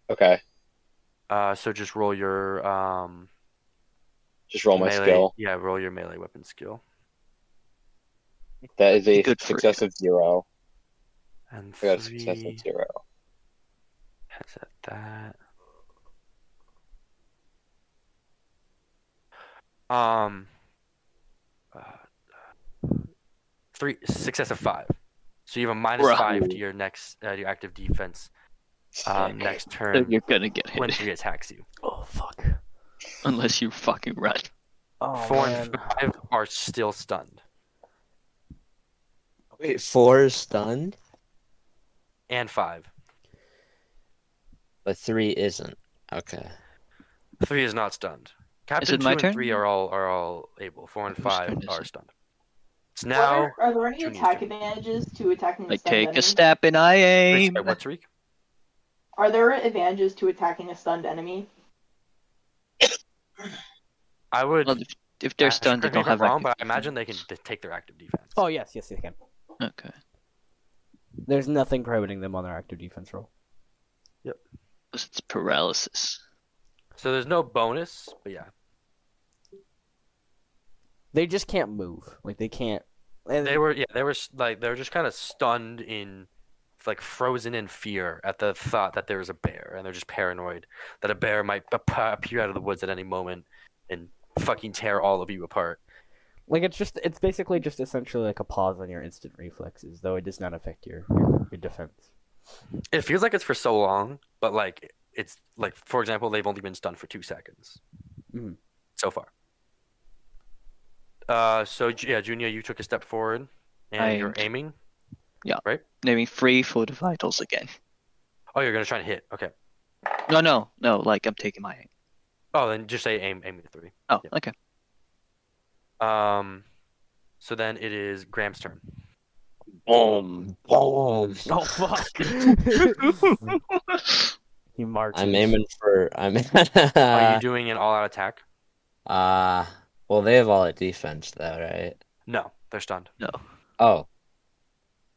Speaker 6: Okay,
Speaker 2: Uh, so just roll your um.
Speaker 6: just roll my
Speaker 2: melee,
Speaker 6: skill.
Speaker 2: Yeah, roll your melee weapon skill.
Speaker 6: That is a
Speaker 1: Good for
Speaker 6: success of zero.
Speaker 2: And
Speaker 6: I got a
Speaker 2: three.
Speaker 6: success of zero.
Speaker 2: Is that that? Um, uh, three success of five, so you have a minus
Speaker 1: Bruh.
Speaker 2: five to your next uh, your active defense um, next
Speaker 1: So
Speaker 2: turn
Speaker 1: you're gonna get
Speaker 2: when
Speaker 1: hit
Speaker 2: three attacks you.
Speaker 4: Oh fuck!
Speaker 1: unless you fucking run.
Speaker 4: Oh
Speaker 2: Four
Speaker 4: man!
Speaker 2: and five are still stunned,
Speaker 3: Wait, four is stunned,
Speaker 2: and five.
Speaker 3: but three isn't. Okay.
Speaker 2: Three is not stunned. Captain
Speaker 1: it
Speaker 2: two
Speaker 1: my
Speaker 2: and
Speaker 1: turn?
Speaker 2: three are all are all able. Four and
Speaker 1: Whose
Speaker 2: five
Speaker 1: turn is
Speaker 2: are
Speaker 1: it?
Speaker 2: stunned. It's now.
Speaker 5: Are, there- are there any
Speaker 2: Junior's
Speaker 5: attack
Speaker 2: turn.
Speaker 5: advantages to attacking? the
Speaker 1: I
Speaker 5: stunned
Speaker 1: take
Speaker 5: enemy?
Speaker 1: a step and I
Speaker 2: Wait,
Speaker 1: aim.
Speaker 2: sorry, What, Tariq?
Speaker 5: Are there advantages to attacking a stunned enemy?
Speaker 2: I would.
Speaker 1: Well, if, if they're
Speaker 2: Uh,
Speaker 1: stunned, they
Speaker 2: correct me
Speaker 1: don't
Speaker 2: if I'm
Speaker 1: have
Speaker 2: wrong,
Speaker 1: active.
Speaker 2: but I imagine they can
Speaker 1: defense.
Speaker 2: d- take their active defense.
Speaker 4: Oh yes, yes they can.
Speaker 1: Okay.
Speaker 4: There's nothing prohibiting them on their active defense roll.
Speaker 1: Because it's paralysis.
Speaker 2: So there's no bonus, but yeah,
Speaker 4: They just can't move. Like they can't. and-
Speaker 2: they were yeah they were s- like they were just kind of stunned in like frozen in fear at the thought that there was a bear, and they're just paranoid that a bear might ap- appear out of the woods at any moment and fucking tear all of you apart.
Speaker 4: Like it's just it's basically just essentially like a pause on your instant reflexes, though it does not affect your your, your defense.
Speaker 2: It feels like it's for so long, but like it's like for example, they've only been stunned for two seconds
Speaker 4: Mhm.
Speaker 2: so far. Uh, so Ju- yeah, Junior, you took a step forward, and
Speaker 1: I
Speaker 2: you're
Speaker 1: aimed.
Speaker 2: aiming.
Speaker 1: Naming free for the vitals again.
Speaker 2: Oh, you're gonna try to hit. Okay.
Speaker 1: No, no, no. Like I'm taking my aim.
Speaker 2: Oh, then just say aim, aim at three.
Speaker 1: Oh,
Speaker 2: Yeah.
Speaker 1: okay.
Speaker 2: Um, so then it is Graham's turn.
Speaker 3: Boom, boom.
Speaker 4: Oh fuck! he marks.
Speaker 3: I'm aiming for. I'm.
Speaker 2: Are
Speaker 3: uh,
Speaker 2: you doing an all-out attack?
Speaker 3: well, they have all at defense though, right?
Speaker 2: No, they're stunned.
Speaker 3: Oh.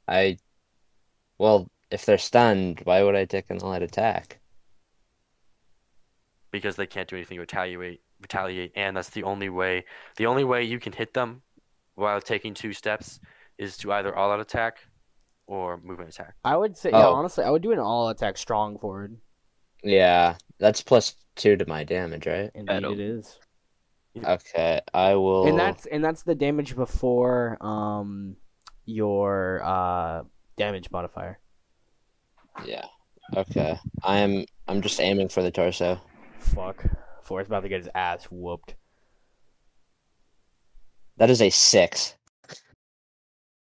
Speaker 3: I. Well, if they're stunned, why would I take an all-out attack?
Speaker 2: because they can't do anything to retaliate retaliate and that's the only way the only way you can hit them while taking two steps is to either all out attack or movement attack.
Speaker 4: I would say, yeah,
Speaker 3: Oh.
Speaker 4: honestly, I would do an all attack strong forward.
Speaker 3: Yeah, that's plus two to my damage, right?
Speaker 4: Indeed,
Speaker 1: Battle.
Speaker 4: it is.
Speaker 3: Okay, I will.
Speaker 4: And that's and that's the damage before um your uh damage modifier.
Speaker 3: Yeah. Okay. I'm. I'm just aiming for the torso.
Speaker 4: Fuck. Forrest about to get his ass whooped.
Speaker 3: That is a six.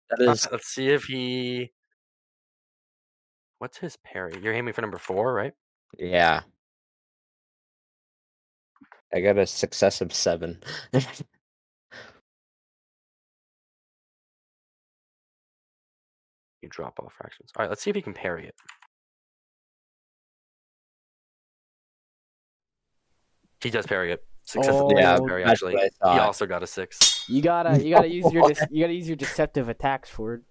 Speaker 3: That is.
Speaker 2: Uh, Let's see if he What's his parry? You're aiming for number 4, right?
Speaker 3: Yeah. I got a success of seven.
Speaker 2: You drop all fractions. All right, let's see if he can parry it. He does parry it. Successfully
Speaker 4: Yeah,
Speaker 2: does parry
Speaker 3: that's
Speaker 2: actually.
Speaker 3: what I
Speaker 2: He
Speaker 3: thought.
Speaker 2: also got a 6.
Speaker 4: You gotta you gotta use your dis- you gotta use your deceptive attacks, Ford.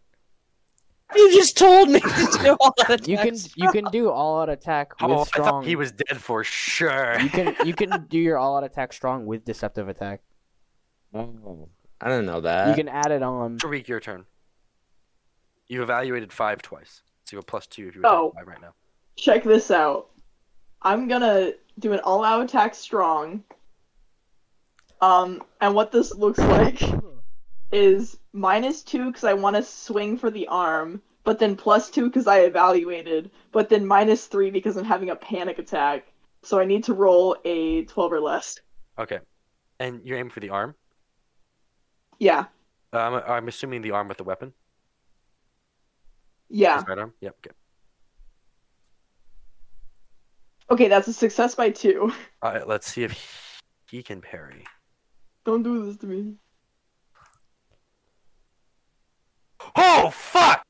Speaker 3: you just told me to do all that.
Speaker 4: You can you can do all out attack with
Speaker 2: Oh, I
Speaker 4: strong.
Speaker 2: thought he was dead for sure.
Speaker 4: You can you can do your all out attack strong with deceptive attack.
Speaker 3: Oh, I don't know that.
Speaker 4: you can add it on.
Speaker 2: Tariq, your turn. You evaluated five twice, so you have plus two if you attack
Speaker 5: Oh.
Speaker 2: five right now.
Speaker 5: Check this out. I'm gonna do an all-out attack strong. Um, and what this looks like is minus two because I want to swing for the arm, but then plus two because I evaluated, but then minus three because I'm having a panic attack. So I need to roll a 12 or less.
Speaker 2: Okay, and you aim for the arm.
Speaker 5: Yeah,
Speaker 2: Um, I'm assuming the arm with the weapon.
Speaker 5: yeah.
Speaker 2: His right arm. Yep. Okay.
Speaker 5: Okay, that's a success by two.
Speaker 2: All right, let's see if he can parry.
Speaker 5: Don't do this to me.
Speaker 2: Oh fuck!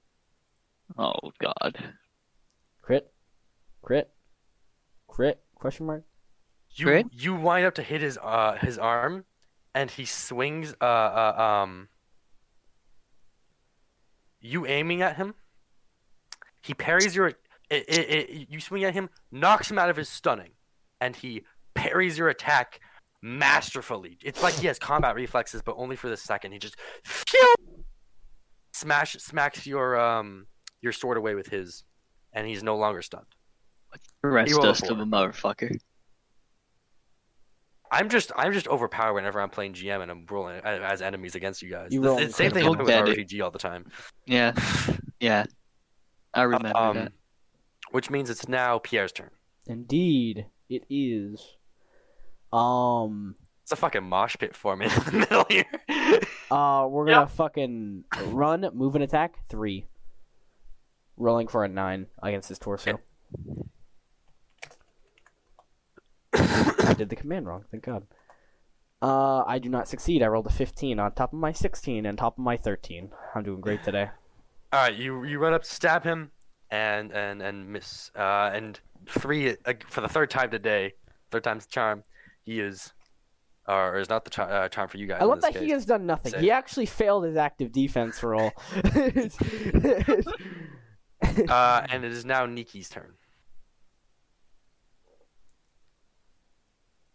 Speaker 1: Oh god.
Speaker 4: Crit, crit, crit? Question mark.
Speaker 2: You
Speaker 1: Great.
Speaker 2: you wind up to hit his uh his arm, and he swings uh, uh um. You aiming at him. He parries your. It, it, it, you swing at him, knocks him out of his stunning, and he parries your attack masterfully. It's like he has combat reflexes, but only for the second. He just smash smacks your um your sword away with his, and he's no longer stunned.
Speaker 1: Rest
Speaker 2: rolled a
Speaker 1: us to
Speaker 2: four.
Speaker 1: a motherfucker.
Speaker 2: I'm just I'm just overpowered whenever I'm playing GM and I'm rolling a- as enemies against you guys.
Speaker 4: You
Speaker 2: This-
Speaker 4: roll
Speaker 2: it's the same thing
Speaker 1: incredible
Speaker 2: happened with
Speaker 1: damage.
Speaker 2: RPG all the time.
Speaker 1: Yeah, yeah. I remember
Speaker 2: Um,
Speaker 1: that.
Speaker 2: which means it's now Pierre's turn.
Speaker 4: Indeed, it is. Um.
Speaker 2: It's a fucking mosh pit forming in the middle here.
Speaker 4: Uh, we're gonna fucking run, move, and attack three. Rolling for a nine against his torso. I did the command wrong. Thank God. Uh, I do not succeed. I rolled a fifteen on top of my sixteen and top of my thirteen. I'm doing great today.
Speaker 2: all right, you you run up to stab him and and and miss uh, and three uh, for the third time today. Third time's the charm. He is or is not the chi- uh, charm for you guys.
Speaker 4: I
Speaker 2: in
Speaker 4: love
Speaker 2: this
Speaker 4: that
Speaker 2: case.
Speaker 4: he has done nothing.
Speaker 2: Safe.
Speaker 4: He actually failed his active defense roll.
Speaker 2: Uh, and it is now Niki's turn.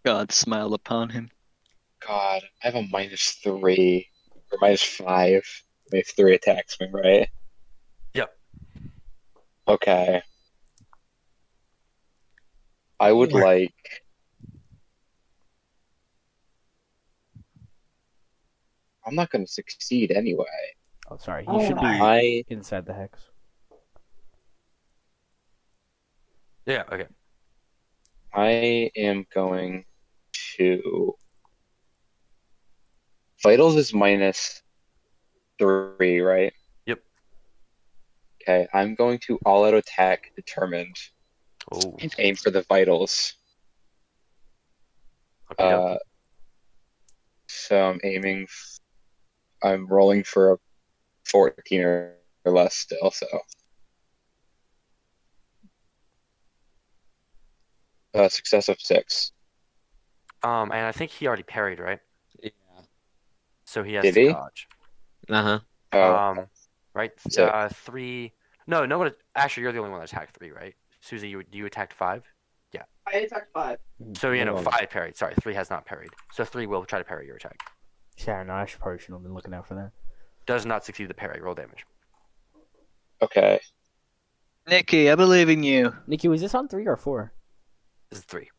Speaker 1: God smiled upon him.
Speaker 6: God, I have a minus three or minus five. I have three attacks, remember, right?
Speaker 2: Yep.
Speaker 6: Okay. I would like. I'm not going to succeed anyway.
Speaker 4: oh, sorry. He
Speaker 5: Oh
Speaker 4: should be
Speaker 6: I
Speaker 4: inside the hex.
Speaker 2: Yeah. Okay.
Speaker 6: I am going to. Vitals is minus three, right?
Speaker 2: Yep.
Speaker 6: Okay, I'm going to all out attack determined.
Speaker 2: Oh.
Speaker 6: Aim for the vitals.
Speaker 2: Okay.
Speaker 6: Uh, so I'm aiming. f- I'm rolling for a 14 or or less still, so. Uh, success of six.
Speaker 2: Um, and I think he already parried, right?
Speaker 6: Yeah.
Speaker 2: So he has
Speaker 6: Did
Speaker 2: to
Speaker 6: he?
Speaker 2: dodge.
Speaker 3: Uh huh.
Speaker 6: Oh,
Speaker 2: Um, right?
Speaker 6: So-
Speaker 2: uh, three. No, no one. Actually, you're the only one that attacked three, right? Susie, you you attacked five.
Speaker 5: I attacked five.
Speaker 2: So you know
Speaker 3: Oh.
Speaker 2: five parried. Sorry, three has not parried. So three will try to parry your attack.
Speaker 4: Sharon, I should probably should have been looking out for that.
Speaker 2: Does not succeed the parry. Roll damage.
Speaker 6: okay.
Speaker 1: Nikki, I believe in you.
Speaker 4: Nikki, was this on three or four?
Speaker 2: This is three.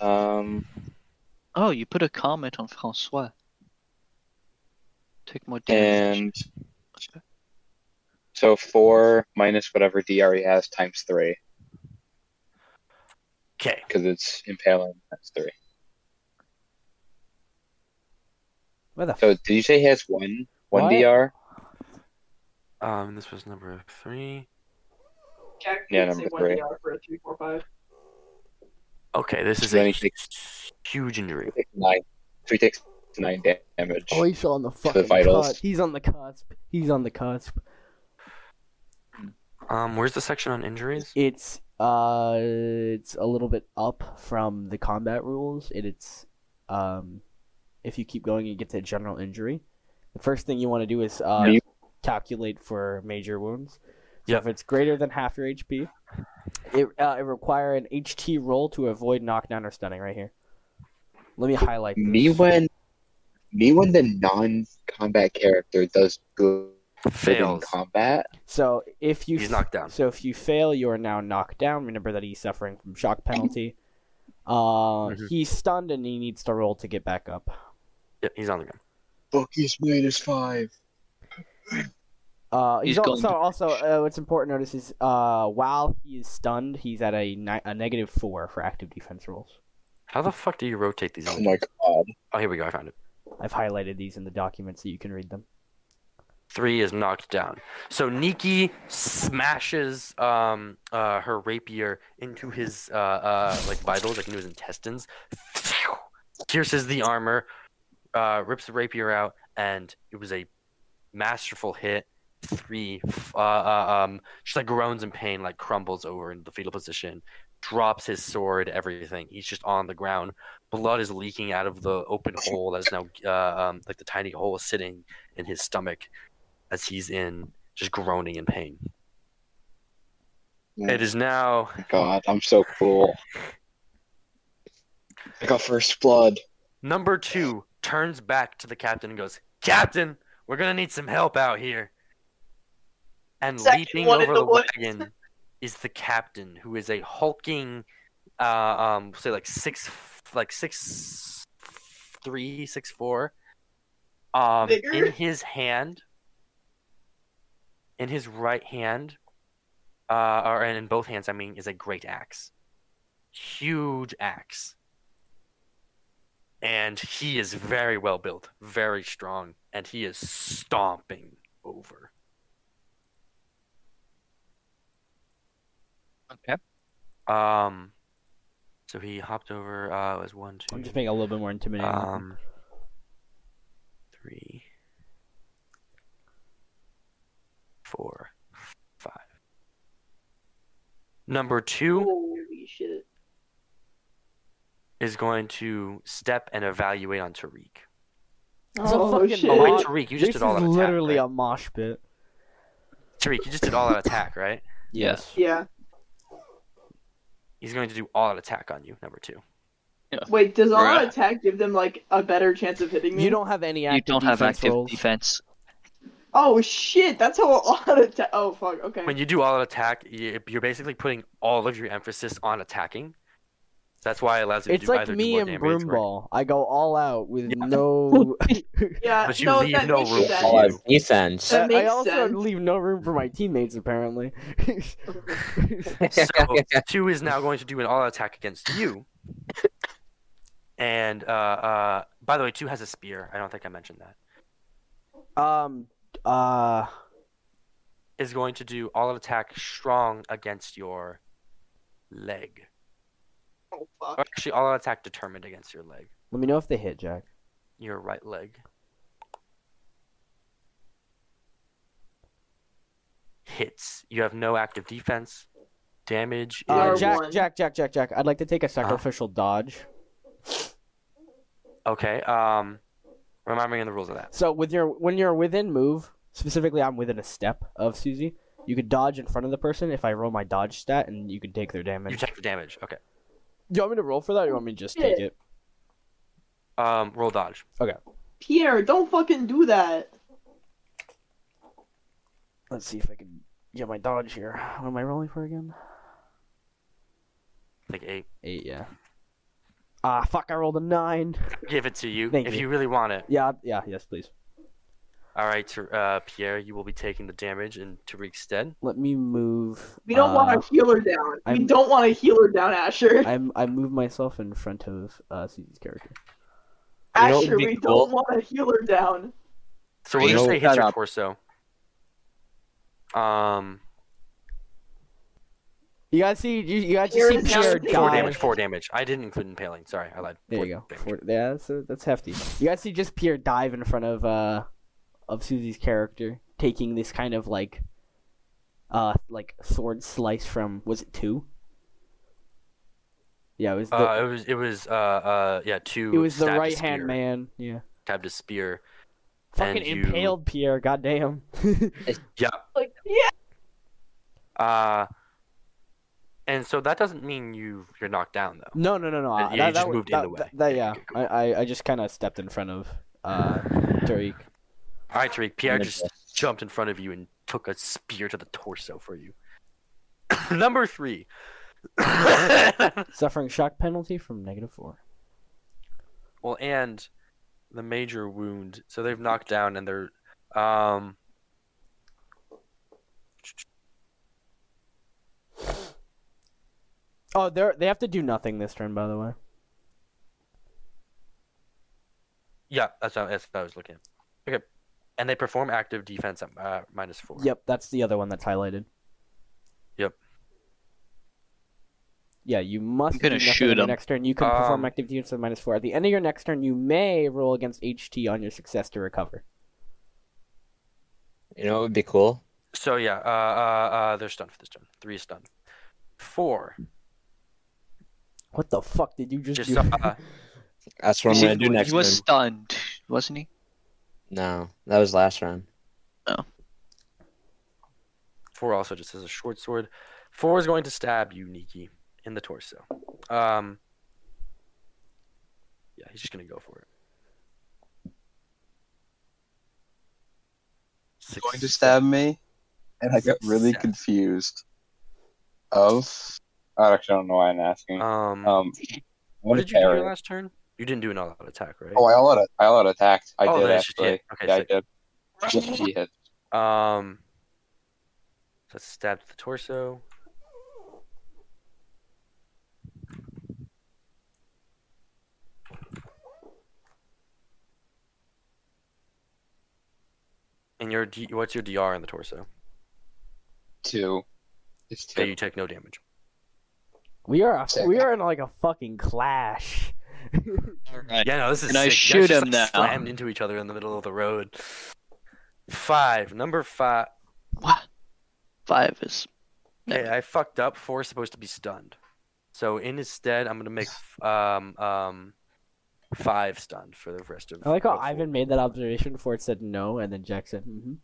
Speaker 6: Um,
Speaker 1: Oh, you put a comment on Francois. Take more damage.
Speaker 6: and so four minus whatever DRE has times three
Speaker 2: Okay.
Speaker 6: because it's impaling. That's three.
Speaker 4: Where the
Speaker 6: So
Speaker 4: f-
Speaker 6: did you say he has one one
Speaker 4: What?
Speaker 6: DR?
Speaker 2: Um, this was number three.
Speaker 5: Jack,
Speaker 6: Yeah,
Speaker 5: please say
Speaker 6: number
Speaker 5: one
Speaker 6: three.
Speaker 5: DR for a three, four, five.
Speaker 2: Okay, this is
Speaker 6: So then
Speaker 2: a
Speaker 6: he takes-
Speaker 2: huge injury.
Speaker 6: He takes nine. So he takes nine damage.
Speaker 4: Oh, he's on the fucking
Speaker 6: vitals.
Speaker 4: cusp. He's on the cusp. He's on the cusp.
Speaker 2: Um, where's the section on injuries?
Speaker 4: It's uh, it's a little bit up from the combat rules. It, it's um, if you keep going, you get to general injury. The first thing you want to do is uh,
Speaker 6: Yeah.
Speaker 4: calculate for major wounds. So
Speaker 2: Yeah.
Speaker 4: if it's greater than half your HP, it uh, it require an HT roll to avoid knockdown or stunning. Right here. Let me highlight. This.
Speaker 6: Me when, me when the non-combat character does good in
Speaker 2: Fails.
Speaker 6: combat.
Speaker 4: So if you
Speaker 2: He's knocked down.
Speaker 4: So if you fail, you are now knocked down. Remember that he's suffering from shock penalty. Uh,
Speaker 2: Mhm.
Speaker 4: he's stunned and he needs to roll to get back up.
Speaker 2: Yep, he's on the ground.
Speaker 6: Bucky's minus five.
Speaker 4: Uh,
Speaker 1: He's
Speaker 4: he's,
Speaker 1: going
Speaker 4: also
Speaker 1: to-
Speaker 4: also uh, what's important to notice is uh, while he is stunned, he's at a, ni- a negative four for active defense rolls.
Speaker 2: How the fuck do you rotate these?
Speaker 6: Oh
Speaker 2: injuries?
Speaker 6: my god.
Speaker 2: Oh, here we go. I found it.
Speaker 4: I've highlighted these in the document so you can read them.
Speaker 2: Three is knocked down. So Nikki smashes um, uh, her rapier into his uh, uh, like vitals, like into his intestines, pierces the armor, uh, rips the rapier out, and it was a masterful hit. Three, uh, uh, um, she like groans in pain, like crumbles over into the fetal position, drops his sword, everything. He's just on the ground. Blood is leaking out of the open hole that is now uh, um, like the tiny hole is sitting in his stomach as he's in just groaning in pain.
Speaker 6: Yeah.
Speaker 2: It is now
Speaker 6: my god, I'm so cool. I got first blood.
Speaker 2: number two turns back to the captain and goes, Captain, we're gonna need some help out here. And
Speaker 5: Section
Speaker 2: leaping
Speaker 5: one in
Speaker 2: over
Speaker 5: the
Speaker 2: the
Speaker 5: woods.
Speaker 2: wagon is the captain, who is a hulking, uh, um, say like six, like six, three, six four. Um,
Speaker 5: Bigger?
Speaker 2: in his hand, in his right hand, uh, or in both hands, I mean, is a great axe, huge axe. And he is very well built, very strong, and he is stomping over.
Speaker 1: Okay.
Speaker 2: Um, so he hopped over. Uh, it was one, two,
Speaker 4: I'm just making it a little bit more intimidating.
Speaker 2: um, three, four, five. Number two
Speaker 5: Holy shit.
Speaker 2: is going to step and evaluate on Tariq.
Speaker 4: It's a
Speaker 5: Oh
Speaker 4: fucking
Speaker 5: shit.
Speaker 2: Oh, wait,
Speaker 4: lot.
Speaker 2: Tariq, you just
Speaker 4: this
Speaker 2: did all
Speaker 4: is
Speaker 2: out attack.
Speaker 4: literally
Speaker 2: Right?
Speaker 4: a mosh pit.
Speaker 2: Tariq, you just did all out attack, right?
Speaker 1: Yes.
Speaker 5: Yeah.
Speaker 2: He's going to do all out attack on you, number two.
Speaker 5: Wait, does all
Speaker 1: Bruh.
Speaker 5: attack give them like a better chance of hitting me?
Speaker 4: You don't have any active
Speaker 1: You don't have
Speaker 4: defense
Speaker 1: active
Speaker 4: rolls.
Speaker 1: defense.
Speaker 5: Oh shit! That's how all attack. Oh fuck. Okay.
Speaker 2: When you do all out attack, y- you're basically putting all of your emphasis on attacking. That's why it allows you to
Speaker 4: It's
Speaker 2: do
Speaker 4: like
Speaker 2: either do
Speaker 4: me
Speaker 2: more
Speaker 4: and
Speaker 2: damage or-
Speaker 4: Broomball. I go all out with
Speaker 2: Yeah.
Speaker 4: no.
Speaker 5: yeah.
Speaker 2: But you
Speaker 5: no,
Speaker 2: leave
Speaker 5: that
Speaker 2: no
Speaker 5: makes
Speaker 2: room
Speaker 5: sense.
Speaker 2: for
Speaker 3: All Oh, defense.
Speaker 5: That
Speaker 4: I- I
Speaker 5: makes
Speaker 4: also
Speaker 5: sense.
Speaker 4: leave no room for my teammates, apparently.
Speaker 2: So two is now going to do an all attack against you. And uh, uh, by the way, two has a spear. I don't think I mentioned that.
Speaker 4: um, uh,
Speaker 2: Is going to do all attack strong against your leg.
Speaker 5: Oh
Speaker 2: Or
Speaker 5: fuck.
Speaker 2: actually, all attack determined against your leg,
Speaker 4: let me know if they hit, Jack.
Speaker 2: your right leg. Hits. You have no active defense. Damage.
Speaker 4: Uh,
Speaker 5: You're
Speaker 2: is-
Speaker 4: Jack,
Speaker 5: one.
Speaker 4: Jack, Jack, Jack, Jack. I'd Uh-huh. like to take a sacrificial dodge.
Speaker 2: Okay. Um, Remind me of the rules of that.
Speaker 4: So with your when you're within move, specifically I'm within a step of Susie, you could dodge in front of the person if I roll my dodge stat and you can take their damage.
Speaker 2: You check for damage. Okay.
Speaker 4: Do you want me to roll for that or do you want me to just take it?
Speaker 2: Um, roll dodge.
Speaker 5: Pierre, don't fucking do that.
Speaker 4: Let's see if I can get my dodge here. What am I rolling for again?
Speaker 2: Take eight.
Speaker 4: Eight, yeah. Ah, fuck, I rolled a nine.
Speaker 2: Give it to you
Speaker 4: Thank
Speaker 2: if
Speaker 4: you.
Speaker 2: you. really want it.
Speaker 4: Yeah, yeah, yes, please.
Speaker 2: All right, Ter- uh, Pierre, you will be taking the damage in Tariq's dead.
Speaker 4: Let me move.
Speaker 5: We don't
Speaker 4: uh,
Speaker 5: want to heal her down. We
Speaker 4: I'm-
Speaker 5: don't want to heal her down, Asher.
Speaker 4: I'm I move myself in front of uh, Susie's character.
Speaker 6: You know what would
Speaker 5: Asher,
Speaker 6: be
Speaker 5: we
Speaker 6: cool?
Speaker 5: don't want to heal her down.
Speaker 2: So we'll
Speaker 6: You
Speaker 2: just
Speaker 6: know-
Speaker 2: say hits
Speaker 1: Shut
Speaker 2: your
Speaker 1: up.
Speaker 2: torso. Um,
Speaker 4: You guys see you, you guys
Speaker 5: Here
Speaker 4: just see
Speaker 5: is now
Speaker 4: Pierre
Speaker 5: the
Speaker 2: Four
Speaker 5: Five.
Speaker 2: damage.
Speaker 4: die.
Speaker 2: Four damage. I didn't include impaling. Sorry, I lied.
Speaker 4: There
Speaker 2: four
Speaker 4: you go.
Speaker 2: damage.
Speaker 4: Four- yeah, that's, uh, that's hefty. You guys see just Pierre dive in front of uh of Susie's character, taking this kind of like uh like sword slice from was it two? Yeah, it was the
Speaker 2: Uh, it was. It was. Uh. Uh. Yeah. Two.
Speaker 4: it was the
Speaker 2: stabbed a
Speaker 4: right hand
Speaker 2: spear-
Speaker 4: man. Yeah,
Speaker 2: Stabbed a spear.
Speaker 4: fucking
Speaker 2: you-
Speaker 4: impaled Pierre. Goddamn.
Speaker 2: Yeah.
Speaker 5: Like, yeah.
Speaker 2: Uh. And so that doesn't mean you you're knocked down though.
Speaker 4: No, no, no, no.
Speaker 2: Yeah,
Speaker 4: I-
Speaker 2: you
Speaker 4: that,
Speaker 2: just
Speaker 4: that,
Speaker 2: moved in
Speaker 4: that,
Speaker 2: the way.
Speaker 4: That, that- yeah,
Speaker 2: Okay, cool.
Speaker 4: I, I, I just kind of stepped in front of uh, Tariq.
Speaker 2: All right, Tariq. Pierre
Speaker 3: And
Speaker 2: just jumped in front of you and took a spear to the torso for you. Number three. well,
Speaker 4: Suffering shock penalty from negative four.
Speaker 2: and the major wound. So they've knocked down and they're um.
Speaker 4: Oh, they they have to do nothing this turn, by the way.
Speaker 2: Yeah, that's what, that's what I was looking at. Okay. And they perform active defense at uh, minus four.
Speaker 4: Yep, that's the other one that's highlighted.
Speaker 2: Yep.
Speaker 4: Yeah, you must
Speaker 1: I'm gonna
Speaker 4: do nothing
Speaker 1: shoot
Speaker 4: on your
Speaker 1: him.
Speaker 4: next turn. You can perform
Speaker 2: Um,
Speaker 4: active defense of minus four. At the end of your next turn, you may roll against HT on your success to recover.
Speaker 3: You know what would be cool?
Speaker 2: So yeah, uh, uh, uh, they're stunned for this turn. Three is stunned. Four.
Speaker 4: What the fuck did you just,
Speaker 2: Just
Speaker 4: do?
Speaker 2: uh,
Speaker 3: That's what I'm
Speaker 1: He-
Speaker 3: gonna do next
Speaker 1: He was
Speaker 3: turn.
Speaker 1: stunned, wasn't he?
Speaker 3: No, that was last round.
Speaker 2: four also just has a short sword. Four is going to stab you, Niki, in the torso. Um. Yeah, he's just gonna go for it. Six,
Speaker 6: going to stab me, and I got really
Speaker 2: Six.
Speaker 6: confused. Of, I actually don't know why I'm asking.
Speaker 2: Um.
Speaker 6: Um,
Speaker 2: what
Speaker 6: what a
Speaker 2: did you do
Speaker 6: parry.
Speaker 2: your last turn? You didn't do an all-out attack, right?
Speaker 6: Oh, I all out, I all out attacked. I
Speaker 2: Oh,
Speaker 6: did
Speaker 2: that's just
Speaker 6: actually.
Speaker 2: hit. Okay,
Speaker 6: yeah,
Speaker 2: sick.
Speaker 6: I did. Yeah, he hit.
Speaker 2: Um, so that's stabbed to the torso. And your D- what's your DR in the torso?
Speaker 6: Two. It's
Speaker 2: So
Speaker 6: two.
Speaker 2: you take no damage.
Speaker 4: We are a,
Speaker 6: Sick.
Speaker 4: we are in like a fucking clash.
Speaker 1: Alright.
Speaker 2: Yeah, no, this is
Speaker 1: And I
Speaker 2: sick. You
Speaker 1: shoot
Speaker 2: guys just,
Speaker 1: him
Speaker 2: like,
Speaker 1: now.
Speaker 2: Slammed into each other in the middle of the road. Five, number five.
Speaker 1: What? Five is
Speaker 2: Hey, I fucked up. Four is supposed to be stunned. So in his stead, I'm gonna make f- um um five stunned for the rest of.
Speaker 4: I like how
Speaker 2: of four.
Speaker 4: Ivan made that observation before it said no, and then Jack said, mm-hmm.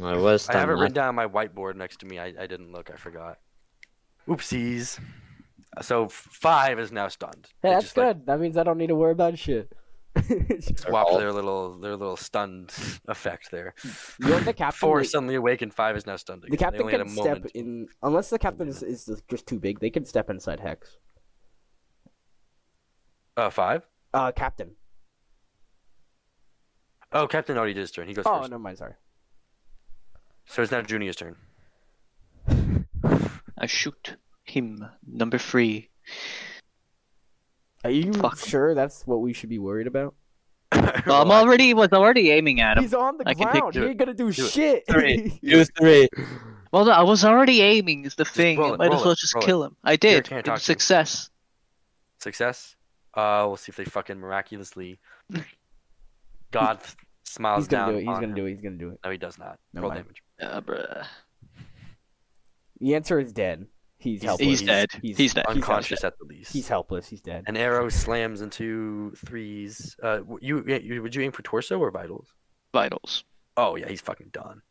Speaker 3: No, it was
Speaker 2: I have it
Speaker 3: stunned.
Speaker 2: written
Speaker 3: last-
Speaker 2: down on my whiteboard next to me. I, I didn't look. I forgot. Oopsies. So f- five is now stunned.
Speaker 4: Hey,
Speaker 2: They
Speaker 4: that's
Speaker 2: just, like,
Speaker 4: good. that means I don't need to worry about shit. you
Speaker 2: swapped their little their little stunned effect there.
Speaker 4: know what the captain?
Speaker 2: Four suddenly awakened. Five is now stunned.
Speaker 4: the
Speaker 2: Again. they
Speaker 4: captain
Speaker 2: only had
Speaker 4: can
Speaker 2: a
Speaker 4: step
Speaker 2: moment.
Speaker 4: in, unless the captain is, is just too big. They can step inside Hex.
Speaker 2: Uh, five.
Speaker 4: Uh, captain.
Speaker 2: Oh, Captain already did his turn. He goes
Speaker 4: Oh,
Speaker 2: first.
Speaker 4: never mind. Sorry.
Speaker 2: So it's now Junior's turn.
Speaker 1: I shoot him. Number three.
Speaker 4: Are you
Speaker 1: Fuck.
Speaker 4: sure that's what we should be worried about?
Speaker 1: No, I'm already was already aiming at him.
Speaker 4: He's on the
Speaker 1: I can take-
Speaker 4: ground.
Speaker 2: do
Speaker 4: He
Speaker 2: it.
Speaker 4: ain't gonna do,
Speaker 2: Do it.
Speaker 4: shit.
Speaker 3: Three. Two, three.
Speaker 1: Well, no, I was already aiming. Is the thing.
Speaker 2: roll
Speaker 1: I
Speaker 2: it,
Speaker 1: might
Speaker 2: roll
Speaker 1: as well
Speaker 2: it,
Speaker 1: just
Speaker 2: roll it.
Speaker 1: kill him. I
Speaker 2: Here,
Speaker 1: did.
Speaker 2: can't
Speaker 1: It
Speaker 2: talk
Speaker 1: was
Speaker 2: to you.
Speaker 1: success.
Speaker 2: Success. Uh, we'll see if they fucking miraculously. God smiles
Speaker 4: He's
Speaker 2: down.
Speaker 4: gonna do it. He's
Speaker 2: on
Speaker 4: gonna
Speaker 2: him.
Speaker 4: do it. He's gonna do it.
Speaker 2: No, he does not.
Speaker 4: Never
Speaker 2: Roll
Speaker 4: mind.
Speaker 2: damage.
Speaker 1: Uh, bruh.
Speaker 4: The answer is dead. He's
Speaker 2: He's-
Speaker 4: helpless.
Speaker 1: He's dead. He's,
Speaker 4: He's,
Speaker 1: dead.
Speaker 2: unconscious at the least.
Speaker 4: he's helpless. He's dead.
Speaker 2: An arrow slams into threes. Uh, w- you, yeah, you would you aim for torso or vitals?
Speaker 1: Vitals.
Speaker 2: Oh yeah, he's fucking done.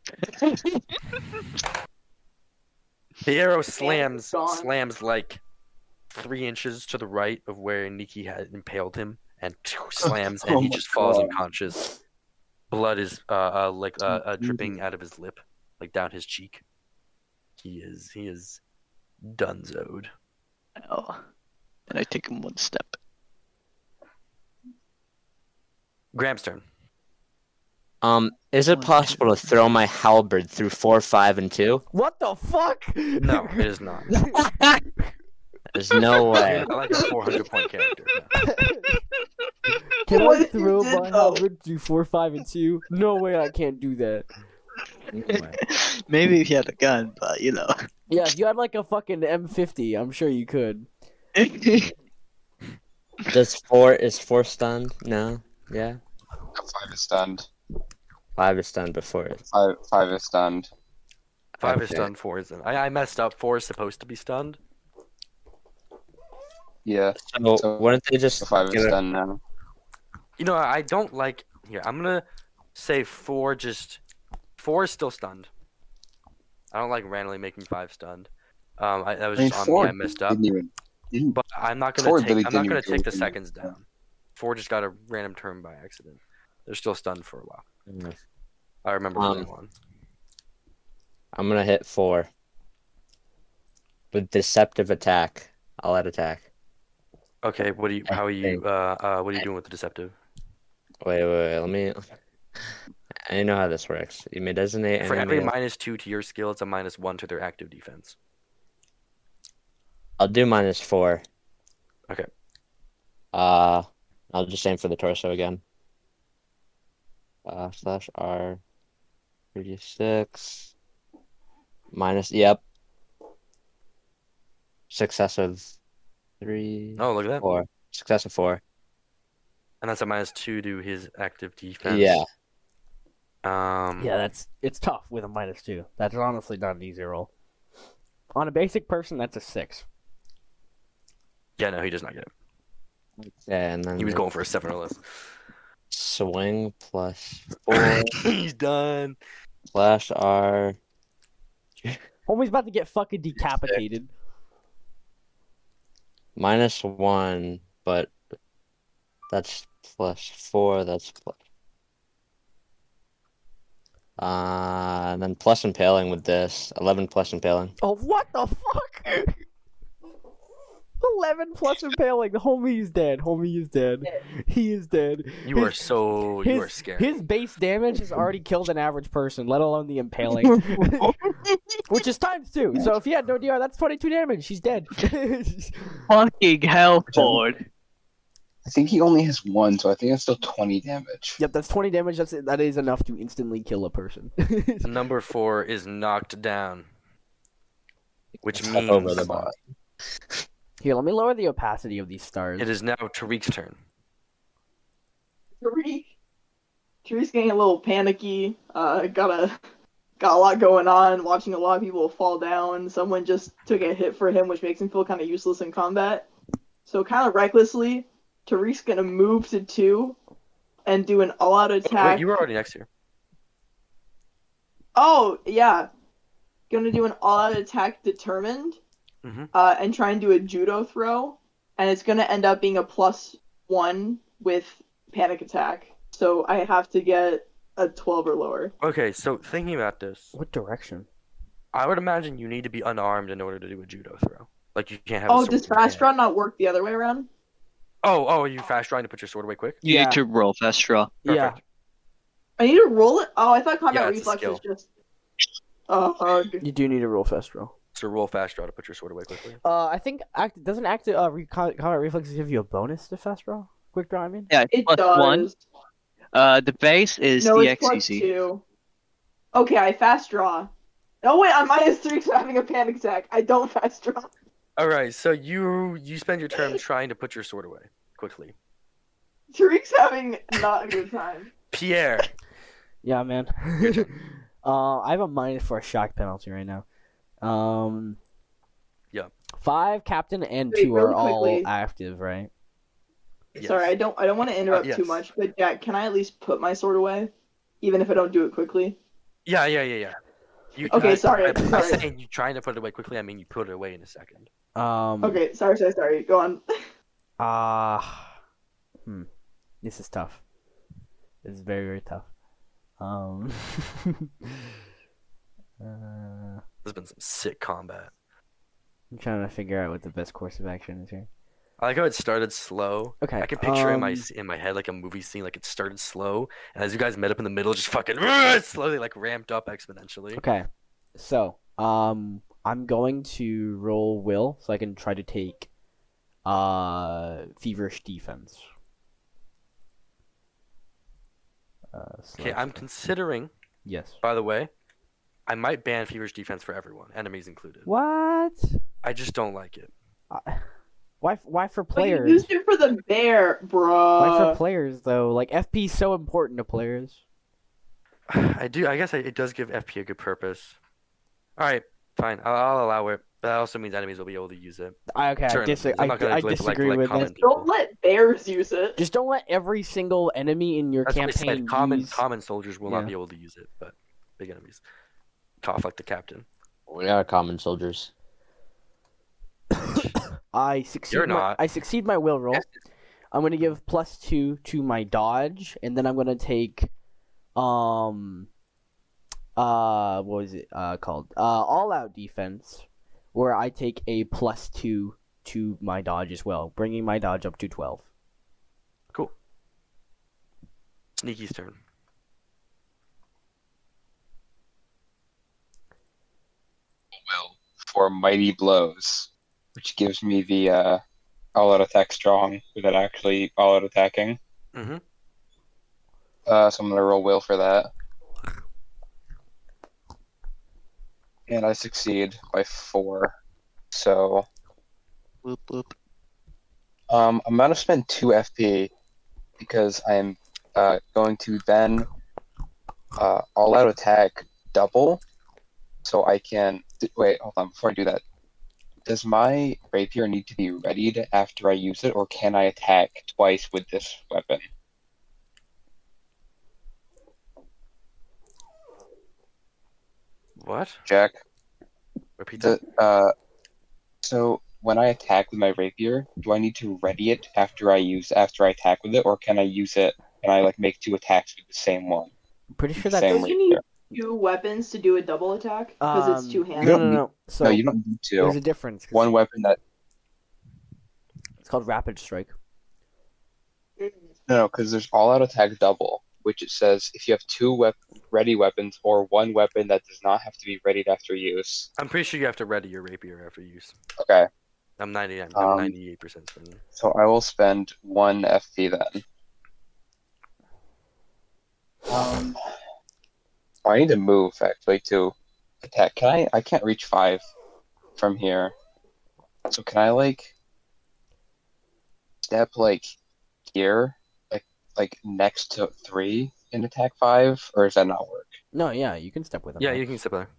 Speaker 2: the arrow slams
Speaker 5: gone.
Speaker 2: slams like three inches to the right of where Nikki had impaled him, and slams, and
Speaker 8: Oh
Speaker 2: he
Speaker 8: my
Speaker 2: just falls
Speaker 8: God.
Speaker 2: unconscious. Blood is uh, uh like uh, uh dripping out of his lip, like down his cheek. He is he is dunzoed.
Speaker 1: Oh. And I take him one step.
Speaker 2: Graham's turn.
Speaker 3: Um, is it
Speaker 1: One, two,
Speaker 3: possible to throw my halberd through four, five, and two?
Speaker 4: What the fuck?
Speaker 2: No, it is not.
Speaker 3: There's no way.
Speaker 2: I like a 400 point character. No.
Speaker 4: Can
Speaker 5: What
Speaker 4: I
Speaker 5: if you
Speaker 4: throw
Speaker 5: did,
Speaker 4: my
Speaker 5: though?
Speaker 4: halberd to four, five, and two? No way, I can't do that.
Speaker 1: Maybe if you had a gun, but you know.
Speaker 4: Yeah, if you had like a fucking M50, I'm sure you could.
Speaker 3: Does four is four stunned? No. Yeah.
Speaker 6: Five is stunned.
Speaker 3: Five is stunned before it.
Speaker 6: Five, five is stunned.
Speaker 2: Five is
Speaker 3: Okay.
Speaker 2: stunned, four isn't. I, I messed up. Four is supposed to be stunned.
Speaker 6: Yeah,
Speaker 3: So,
Speaker 6: So-
Speaker 3: wouldn't they just
Speaker 6: so five
Speaker 3: give
Speaker 6: is
Speaker 3: it-
Speaker 6: stunned now.
Speaker 2: You know, I don't like. Here, I'm gonna say four. Just four is still stunned. I don't like randomly making five stunned. Um, I, that was
Speaker 6: I mean,
Speaker 2: just on
Speaker 6: four
Speaker 2: me. I messed up.
Speaker 6: Didn't even- didn't-
Speaker 2: But I'm not
Speaker 6: four
Speaker 2: gonna
Speaker 6: really
Speaker 2: take. I'm not
Speaker 6: didn't
Speaker 2: gonna
Speaker 6: do
Speaker 2: take the
Speaker 6: anything.
Speaker 2: seconds down. Four just got a random turn by accident. They're still stunned for a while. I remember
Speaker 3: Um,
Speaker 2: that one.
Speaker 3: I'm gonna hit four. With deceptive attack. I'll let attack.
Speaker 2: Okay, what do you? How are you? Uh, uh, what are you doing with the deceptive?
Speaker 3: Wait, wait, wait. Let me. I know how this works. You may designate
Speaker 2: For every
Speaker 3: enemy.
Speaker 2: minus two to your skill, it's a minus one to their active defense.
Speaker 3: I'll do minus four.
Speaker 2: Okay.
Speaker 3: Uh, I'll just aim for the torso again. Uh, slash R, thirty six. Minus. Yep. Success of three,
Speaker 2: Oh, look at that.
Speaker 3: four. Success of four.
Speaker 2: And that's a minus two to his active defense.
Speaker 3: Yeah.
Speaker 2: Um,
Speaker 4: Yeah, that's it's tough with a minus two. That's honestly not an easy roll. On a basic person, that's a six.
Speaker 2: yeah, no, he does not get it.
Speaker 3: Yeah, and then
Speaker 2: He was
Speaker 3: the
Speaker 2: going for a seven or less.
Speaker 3: swing plus four
Speaker 2: He's done.
Speaker 3: slash R.
Speaker 4: Homie's about to get fucking decapitated.
Speaker 3: minus one, but that's plus four. That's plus. Uh, and then plus impaling with this. 11 plus impaling.
Speaker 4: Oh, what the fuck? Eleven plus impaling. Homie is dead. Homie is dead. He is dead.
Speaker 2: You are so.
Speaker 4: his,
Speaker 2: you are scared.
Speaker 4: His base damage has already killed an average person, let alone the impaling, which is times two. So if he had no DR, that's twenty-two damage. He's dead.
Speaker 1: Fucking hell, Ford.
Speaker 6: I think he only has one, so I think that's still 20 damage.
Speaker 4: yep, that's twenty damage. That's that is enough to instantly kill a person.
Speaker 2: Number four is knocked down. Which
Speaker 3: It's
Speaker 2: means
Speaker 3: over the bar.
Speaker 4: Here, let me lower the opacity of these stars.
Speaker 2: it is now Tariq's turn.
Speaker 5: Tariq. Tariq's getting a little panicky. Uh, got a got a lot going on. Watching a lot of people fall down. Someone just took a hit for him, which makes him feel kind of useless in combat. So kind of recklessly, Tariq's gonna move to two, and do an all-out attack.
Speaker 2: Wait, you were already next here.
Speaker 5: Oh yeah, gonna do an all-out attack, determined,
Speaker 2: Mhm.
Speaker 5: uh, and try and do a judo throw, and it's gonna end up being a plus one with panic attack. So I have to get a twelve or lower.
Speaker 2: Okay, so thinking about this,
Speaker 4: What direction?
Speaker 2: I would imagine you need to be unarmed in order to do a judo throw. Like you can't have. a
Speaker 5: Oh,
Speaker 2: sword
Speaker 5: does
Speaker 2: in your hand.
Speaker 5: fast draw not work the other way around?
Speaker 2: Oh, oh, are you fast drawing to put your sword away quick?
Speaker 1: You
Speaker 4: Yeah.
Speaker 1: need to roll fast draw.
Speaker 4: Yeah,
Speaker 2: Perfect.
Speaker 5: I need to roll it. Oh, I thought combat
Speaker 2: Yeah, it's a
Speaker 5: reflex was
Speaker 2: skill.
Speaker 5: just a hug.
Speaker 4: you do need to roll fast roll.
Speaker 2: So roll fast draw to put your sword away quickly.
Speaker 4: Uh, I think act doesn't act uh re- com- combat reflexes give you a bonus to fast draw, quick draw. I mean,
Speaker 1: Yeah,
Speaker 5: It
Speaker 1: plus
Speaker 5: does.
Speaker 1: one. Uh, the base is
Speaker 5: no,
Speaker 1: the
Speaker 5: it's plus
Speaker 1: XCC.
Speaker 5: two. Okay, I fast draw. Oh wait, I'm minus three because I'm having a panic attack. I don't fast draw.
Speaker 2: All right, so you you spend your turn trying to put your sword away quickly.
Speaker 5: Tariq's having not a good time.
Speaker 2: Pierre,
Speaker 4: yeah, man. uh, I have a minus for a shock penalty right now. Um,
Speaker 2: yeah,
Speaker 4: Five captain and
Speaker 5: Wait,
Speaker 4: two are
Speaker 5: really
Speaker 4: all
Speaker 5: quickly.
Speaker 4: active, right?
Speaker 5: Sorry, I don't. I don't want to interrupt too
Speaker 2: Uh, yes.
Speaker 5: much, but Jack, can I at least put my sword away, even if I don't do it quickly?
Speaker 2: Yeah, yeah, yeah, yeah. You,
Speaker 5: Okay,
Speaker 2: I-
Speaker 5: sorry,
Speaker 2: I, I'm
Speaker 5: sorry.
Speaker 2: saying you trying to put it away quickly. I mean, you put it away in a second.
Speaker 4: Um,
Speaker 2: Mm.
Speaker 5: Okay, sorry, sorry, sorry. Go on.
Speaker 4: Ah, hmm. This is tough. This is very very tough. Um. uh,
Speaker 2: There's been some sick combat.
Speaker 4: I'm trying to figure out what the best course of action is here.
Speaker 2: I like how it started slow.
Speaker 4: Okay.
Speaker 2: I can picture in my
Speaker 4: um,
Speaker 2: s- in my head like a movie scene. Like it started slow, and as you guys met up in the middle, just fucking it slowly like ramped up exponentially.
Speaker 4: Okay. So, um, I'm going to roll will so I can try to take, uh, feverish defense. Uh,
Speaker 2: Okay,
Speaker 4: select-
Speaker 2: I'm considering.
Speaker 4: yes.
Speaker 2: By the way, I might ban feverish defense for everyone, enemies included.
Speaker 4: What?
Speaker 2: I just don't like it.
Speaker 4: I- Why? Why for
Speaker 5: But you
Speaker 4: players?
Speaker 5: used it for the bear,
Speaker 4: Why for
Speaker 2: Uh,
Speaker 5: bro.
Speaker 4: players though? Like FP is so important to players.
Speaker 2: I do. I guess I, it does give FP a good purpose. All right, fine. I'll, I'll allow it. But that also means enemies will be able to use it.
Speaker 4: I okay. I,
Speaker 2: Certain
Speaker 4: dis-
Speaker 2: enemies. I'm
Speaker 4: I,
Speaker 2: not gonna,
Speaker 4: I
Speaker 2: like, like-
Speaker 4: disagree
Speaker 2: like
Speaker 4: with
Speaker 2: common
Speaker 4: that.
Speaker 2: people.
Speaker 5: Don't let bears use it.
Speaker 4: Just don't let every single enemy in your
Speaker 2: That's what I
Speaker 4: campaign
Speaker 2: said. Common
Speaker 4: use-
Speaker 2: common soldiers will
Speaker 4: Yeah.
Speaker 2: not be able to use it, but big enemies. Cough like the captain.
Speaker 3: We are common soldiers.
Speaker 4: I succeed.
Speaker 2: You're
Speaker 4: my-
Speaker 2: not.
Speaker 4: I succeed my will roll.
Speaker 2: Yes.
Speaker 4: I'm gonna give plus two to my dodge, and then I'm gonna take, um, uh, what was it uh called? Uh, all out defense, where I take a plus two to my dodge as well, bringing my dodge up to twelve.
Speaker 2: Cool. Sneaky's turn.
Speaker 6: will for mighty blows, which gives me the uh, all out attack strong without actually all out attacking.
Speaker 2: Mm-hmm.
Speaker 6: Uh, so I'm gonna roll will for that, and I succeed by four. So
Speaker 1: Whoop whoop.
Speaker 6: um, I'm gonna spend two FP because I'm uh, going to then uh, all out attack double, so I can d- wait. Hold on, before I do that, does my rapier need to be readied after I use it, or can I attack twice with this weapon?
Speaker 2: What?
Speaker 6: Jack,
Speaker 2: Repeat that.
Speaker 6: the, uh, so when I attack with my rapier, do I need to ready it after I use after I attack with it, or can I use it and I like make two attacks with the same one?
Speaker 4: I'm pretty sure
Speaker 6: Same
Speaker 4: that's
Speaker 5: Don't
Speaker 6: with
Speaker 5: you need two weapons to do a double attack? Because
Speaker 4: Um,
Speaker 5: it's two
Speaker 4: No,
Speaker 5: handed.
Speaker 4: no,
Speaker 6: don't
Speaker 4: no.
Speaker 6: need-
Speaker 4: no. So
Speaker 6: no, you don't need
Speaker 4: there's
Speaker 6: to.
Speaker 4: a difference. 'cause
Speaker 6: One weapon that
Speaker 4: It's called rapid strike.
Speaker 6: no, because there's all out attack double, which it says if you have two wep- ready weapons or one weapon that does not have to be readied after use.
Speaker 2: I'm pretty sure you have to ready your rapier after use.
Speaker 6: Okay,
Speaker 2: I'm 99.
Speaker 6: Um,
Speaker 2: I'm 98 percent certain.
Speaker 6: so I will spend one FP then. Um, oh, I need to move actually to attack. Can I? I can't reach five from here. So can I like step like here, like like next to three and attack five, or does that not work?
Speaker 4: No, yeah, you can step with him.
Speaker 2: Yeah,
Speaker 4: right?
Speaker 2: you can step there.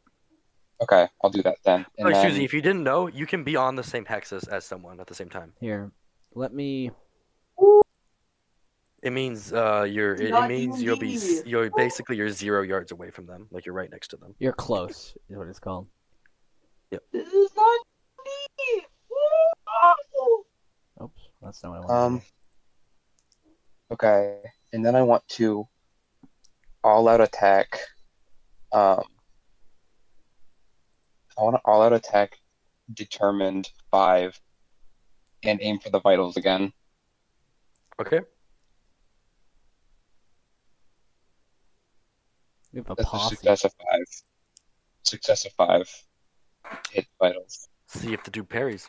Speaker 6: Okay, I'll do that then.
Speaker 2: Oh,
Speaker 6: And
Speaker 2: excuse
Speaker 6: then-
Speaker 2: me. If you didn't know, you can be on the same hexes as someone at the same time.
Speaker 4: Here, let me.
Speaker 2: It means uh, you're. It, it
Speaker 5: Not
Speaker 2: means you'll be. s-
Speaker 5: unique.
Speaker 2: You're basically you're zero yards away from them. Like you're right next to them.
Speaker 4: You're close, is what it's called.
Speaker 5: This is not me. Woo!
Speaker 4: Oops, that's not what I wanted.
Speaker 6: Um. Okay, and then I want to all-out attack. Um, I want to all-out attack, determined five, and aim for the vitals again.
Speaker 2: Okay.
Speaker 4: we have a
Speaker 6: That's a
Speaker 4: posse.
Speaker 6: success of five. Success of five. Hit vitals.
Speaker 2: See if the dude parries.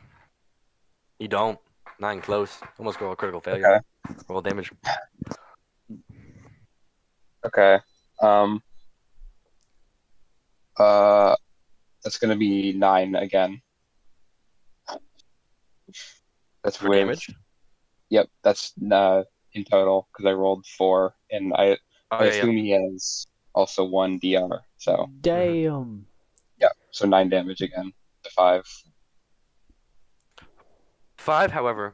Speaker 2: You don't. Not even close. Almost go a critical failure.
Speaker 6: Okay.
Speaker 2: Roll damage.
Speaker 6: Okay. Um. Uh, that's gonna be nine again. That's
Speaker 2: For
Speaker 6: with-
Speaker 2: damage.
Speaker 6: Yep, that's uh, in total because I rolled four, and I,
Speaker 2: Oh yeah,
Speaker 6: I
Speaker 2: yeah.
Speaker 6: assume he has also one DR. So
Speaker 4: Damn.
Speaker 6: yeah, so nine damage again to five.
Speaker 2: Five, however,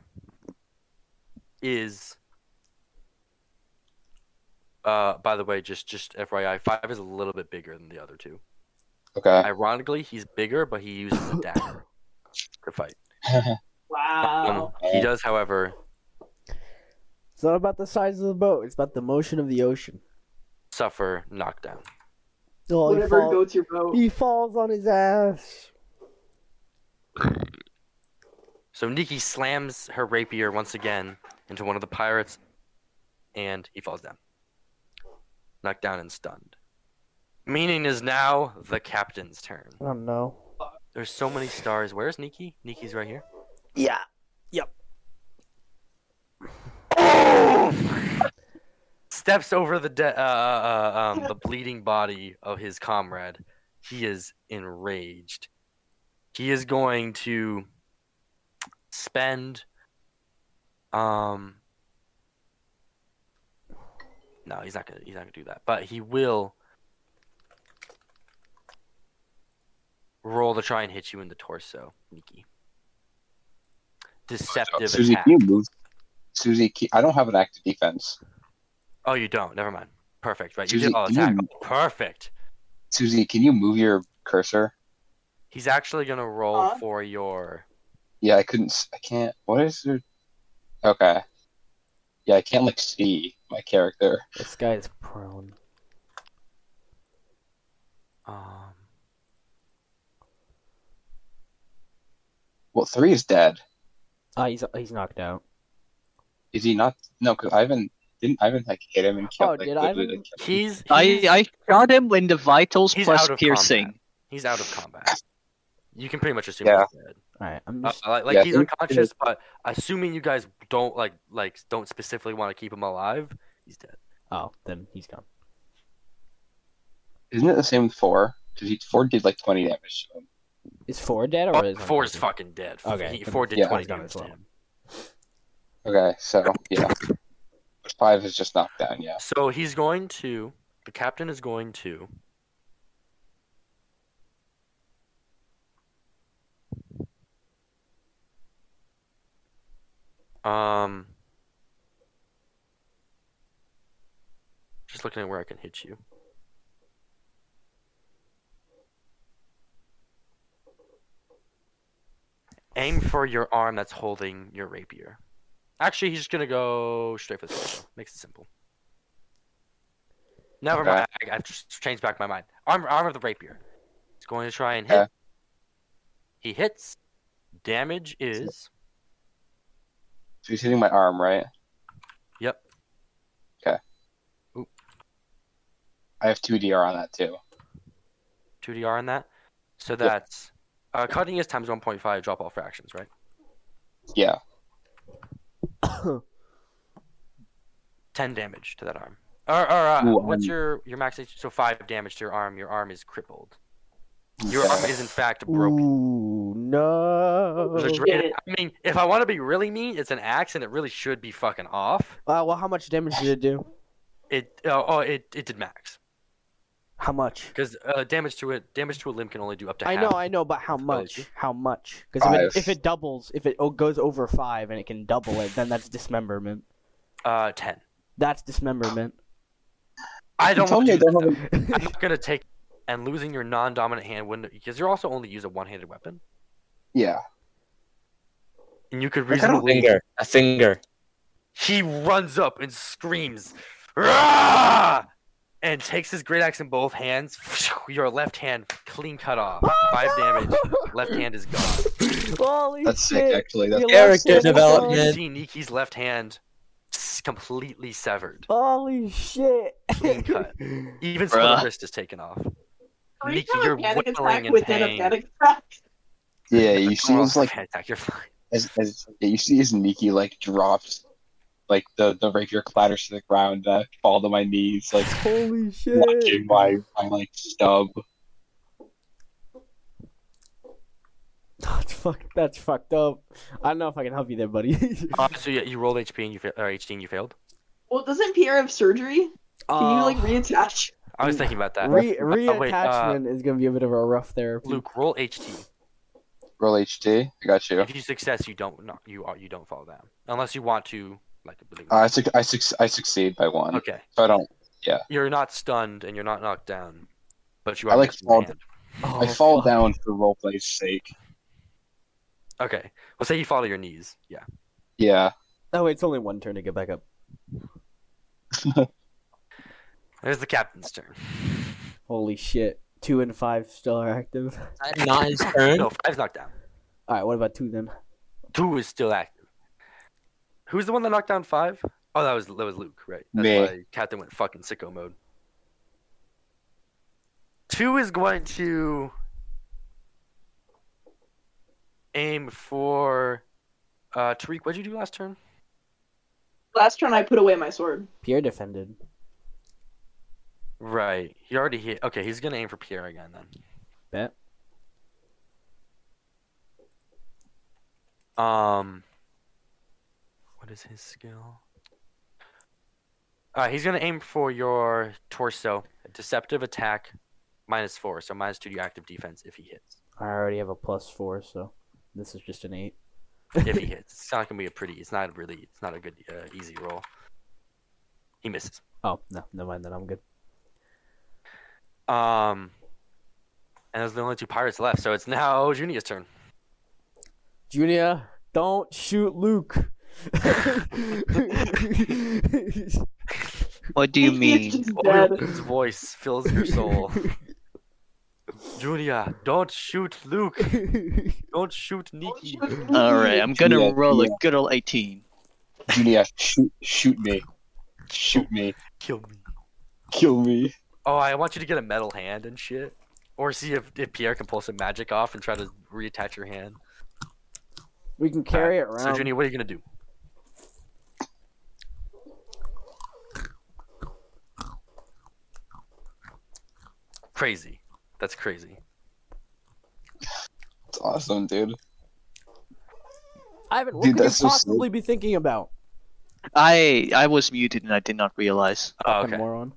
Speaker 2: is uh by the way, just just FYI, five is a little bit bigger than the other two.
Speaker 6: Okay.
Speaker 2: Ironically, he's bigger, but he uses a dagger to fight.
Speaker 5: Wow.
Speaker 2: Um, he does, however,
Speaker 4: It's not about the size of the boat. It's about the motion of the ocean.
Speaker 2: suffer knockdown.
Speaker 4: Oh, he,
Speaker 5: Whatever
Speaker 4: fall-
Speaker 5: goes your boat.
Speaker 4: he falls on his ass.
Speaker 2: So Nikki slams her rapier once again into one of the pirates, and he falls down. Knocked down and stunned. Meaning is now the captain's turn.
Speaker 4: I don't know.
Speaker 2: There's so many stars. Where's Nikki? Nikki's right here.
Speaker 4: Yeah.
Speaker 2: Steps over the de- uh, uh, uh, um, the bleeding body of his comrade. He is enraged. He is going to spend. Um. No, he's not gonna. He's not gonna do that. But he will roll to try and hit you in the torso, Nikki. Deceptive
Speaker 6: Susie,
Speaker 2: attack.
Speaker 6: can you move? Susie, can- I don't have an active defense.
Speaker 2: Oh, you don't. Never mind. Perfect. Right. You
Speaker 6: Susie,
Speaker 2: did all
Speaker 6: do you-
Speaker 2: attack. Perfect.
Speaker 6: Susie, can you move your cursor?
Speaker 2: He's actually gonna roll
Speaker 5: Huh?
Speaker 2: for your.
Speaker 6: Yeah, I couldn't. s- I can't. What is there? Okay. Yeah, I can't like see my character.
Speaker 4: This guy is prone.
Speaker 2: Um,
Speaker 6: Well, three is dead.
Speaker 4: Ah, he's he's knocked out.
Speaker 6: Is he not? No, because Ivan didn't. Ivan like hit him and killed.
Speaker 4: Oh,
Speaker 6: like,
Speaker 4: did
Speaker 6: literally,
Speaker 4: Ivan?
Speaker 6: like, killed him.
Speaker 2: he's, he's
Speaker 1: I I shot him in the vitals
Speaker 2: He's
Speaker 1: plus
Speaker 2: out of
Speaker 1: piercing.
Speaker 2: combat. he's out of combat. You can pretty much assume
Speaker 6: Yeah.
Speaker 2: he's dead.
Speaker 4: All right, I'm
Speaker 2: Uh,
Speaker 4: just
Speaker 2: like like
Speaker 6: Yeah,
Speaker 2: he's
Speaker 6: I think-
Speaker 2: unconscious, but assuming you guys don't like like don't specifically want to keep him alive, he's dead.
Speaker 4: oh, then he's gone.
Speaker 6: Isn't it the same with four? Because he four did like twenty damage to him.
Speaker 4: Is four dead or
Speaker 2: Oh,
Speaker 4: is
Speaker 2: four is
Speaker 4: unconscious?
Speaker 2: fucking dead.
Speaker 4: Okay,
Speaker 2: He-
Speaker 4: then
Speaker 2: four did
Speaker 6: yeah.
Speaker 2: twenty
Speaker 4: He's gone
Speaker 2: damage.
Speaker 4: as well.
Speaker 2: to him.
Speaker 6: Okay, so yeah, but five is just knocked down. Yeah.
Speaker 2: So he's going to. The captain is going to. Um. Just looking at where I can hit you. Aim for your arm that's holding your rapier. Actually, he's just gonna go straight for the torso. Makes it simple. Never
Speaker 6: Okay.
Speaker 2: mind. I, I've just changed back my mind. Arm, arm of the rapier. He's going to try and hit.
Speaker 6: Okay.
Speaker 2: He hits. Damage is.
Speaker 6: So he's hitting my arm, right?
Speaker 2: Yep.
Speaker 6: I have two DR on that too.
Speaker 2: 2DR on that. So
Speaker 6: Yeah.
Speaker 2: that's uh, cutting is times 1.5 drop all fractions, right?
Speaker 6: Yeah.
Speaker 2: 10 damage to that arm. Or, or uh,
Speaker 6: Ooh,
Speaker 2: what's
Speaker 6: um,
Speaker 2: your your max HP? So 5 damage to your arm. Your arm is crippled. Your
Speaker 6: Okay.
Speaker 2: arm is in fact broken.
Speaker 4: Ooh no!
Speaker 2: There's a
Speaker 5: shit.
Speaker 2: great- I mean, if I want to be really mean, it's an axe and it really should be fucking off.
Speaker 4: Uh, well, how much damage did it do?
Speaker 2: It uh, oh it it did max
Speaker 4: How much?
Speaker 2: because uh, damage to it damage to a limb can only do up to
Speaker 4: I
Speaker 2: half.
Speaker 4: know, I know, but how much?
Speaker 2: Exposure.
Speaker 4: How much? Because if it,
Speaker 6: Five.
Speaker 4: if it doubles, if it o- goes over five and it can double it, then that's dismemberment.
Speaker 2: Uh, 10.
Speaker 4: That's dismemberment.
Speaker 2: I
Speaker 6: You
Speaker 2: don't
Speaker 6: told
Speaker 2: want
Speaker 6: me
Speaker 2: to
Speaker 6: I
Speaker 2: do
Speaker 6: don't
Speaker 2: that,
Speaker 6: have.
Speaker 2: though. I'm not gonna take and losing your non-dominant hand wouldn't because you're also only use a one-handed weapon
Speaker 6: Yeah.
Speaker 2: and you could
Speaker 3: A
Speaker 6: I don't
Speaker 2: reasonably
Speaker 3: finger. A finger.
Speaker 2: He runs up and screams, "Rah!" and takes his great axe in both hands. Your left hand clean cut off. Five damage. Left hand is gone.
Speaker 4: Holy
Speaker 6: That's sick.
Speaker 4: shit!
Speaker 6: Actually, that's
Speaker 4: You
Speaker 3: Character
Speaker 4: lost it.
Speaker 2: You
Speaker 3: development.
Speaker 2: see Niki's left hand s- completely severed.
Speaker 4: Holy shit!
Speaker 2: Clean cut. Even some of
Speaker 1: Bruh.
Speaker 2: the wrist is taken off.
Speaker 5: Are you
Speaker 2: Nikki,
Speaker 5: gonna
Speaker 2: you're
Speaker 5: panic
Speaker 2: whittling
Speaker 5: attack
Speaker 2: and
Speaker 5: within a
Speaker 2: pain.
Speaker 5: panic attack?
Speaker 6: yeah. You see,
Speaker 2: Well,
Speaker 6: his like
Speaker 2: panic attack, You're fine.
Speaker 6: as as yeah, you see his Nikki like drops, like the the rapier clatters to the ground. And I fall to my knees, like
Speaker 4: Holy shit!
Speaker 6: watching my my like stub.
Speaker 4: That's fucked. That's fucked up. I don't know if I can help you there, buddy.
Speaker 2: Uh, so yeah, you rolled HP and you fa- or HD and you failed.
Speaker 5: Well, doesn't Pierre have surgery? Can you
Speaker 1: Oh.
Speaker 5: like reattach?
Speaker 2: I was thinking about that.
Speaker 4: Re-
Speaker 2: Oh, wait, uh,
Speaker 4: reattachment is gonna be a bit of a rough therapy.
Speaker 2: Luke, roll HT.
Speaker 6: roll HD. I got you.
Speaker 2: If you success, you don't not, you are you don't fall down unless you want to like. believe-
Speaker 6: Uh, I, suc I, suc I succeed by one.
Speaker 2: okay,
Speaker 6: So I don't.
Speaker 2: you're not stunned and you're not knocked down, but you
Speaker 6: I
Speaker 2: are
Speaker 6: like
Speaker 2: missing a
Speaker 6: fall-
Speaker 2: hand.
Speaker 6: I fall down for roleplay's sake.
Speaker 2: Okay, well say you fall to your knees. Yeah,
Speaker 6: Yeah.
Speaker 4: Oh, it's only one turn to get back up.
Speaker 2: there's the captain's turn.
Speaker 4: Holy shit. Two and five still are active.
Speaker 3: Not his turn.
Speaker 2: No, five's knocked down.
Speaker 4: Alright, what about two then?
Speaker 2: Two is still active. Who's the one that knocked down five? Oh, that was that was Luke, right? That's
Speaker 6: Me.
Speaker 2: why Captain went fucking sicko mode. Two is going to aim for uh Tariq. What'd you do last turn?
Speaker 5: Last turn, I put away my sword.
Speaker 4: Pierre defended.
Speaker 2: Right, he already hit. Okay, he's gonna aim for Pierre again then.
Speaker 4: Bet.
Speaker 2: Um, what is his skill? Uh, he's gonna aim for your torso. Deceptive attack, minus four, so minus two to your active defense if he hits.
Speaker 4: I already have a plus four, so this is just an eight.
Speaker 2: If he hits, it's not gonna be a pretty. It's not really. It's not a good uh, easy roll. He misses.
Speaker 4: Oh, no, never mind then, I'm good.
Speaker 2: Um, and those are the only two pirates left. So it's now Junior's turn.
Speaker 4: Junia, don't shoot Luke.
Speaker 1: What do you
Speaker 5: He's
Speaker 1: mean?
Speaker 5: just dead.
Speaker 2: His voice fills your soul. Junia, don't shoot Luke. Don't shoot Nikki.
Speaker 1: All right, I'm gonna
Speaker 6: Yeah,
Speaker 1: roll
Speaker 6: yeah.
Speaker 1: a good old 18.
Speaker 6: Junia, shoot, shoot me. Shoot me.
Speaker 2: Kill me.
Speaker 6: Kill me.
Speaker 2: Oh, I want you to get a metal hand and shit. Or see if, if Pierre can pull some magic off and try to reattach your hand.
Speaker 4: we can carry it around.
Speaker 2: So, Junia, what are you going to do? Crazy. That's crazy.
Speaker 6: It's awesome, dude.
Speaker 4: Ivan, what
Speaker 6: Dude,
Speaker 4: could you
Speaker 6: that's so sick.
Speaker 4: possibly be thinking about?
Speaker 1: I I was muted and I did not realize.
Speaker 2: Oh,
Speaker 4: Fucking
Speaker 2: okay.
Speaker 4: moron.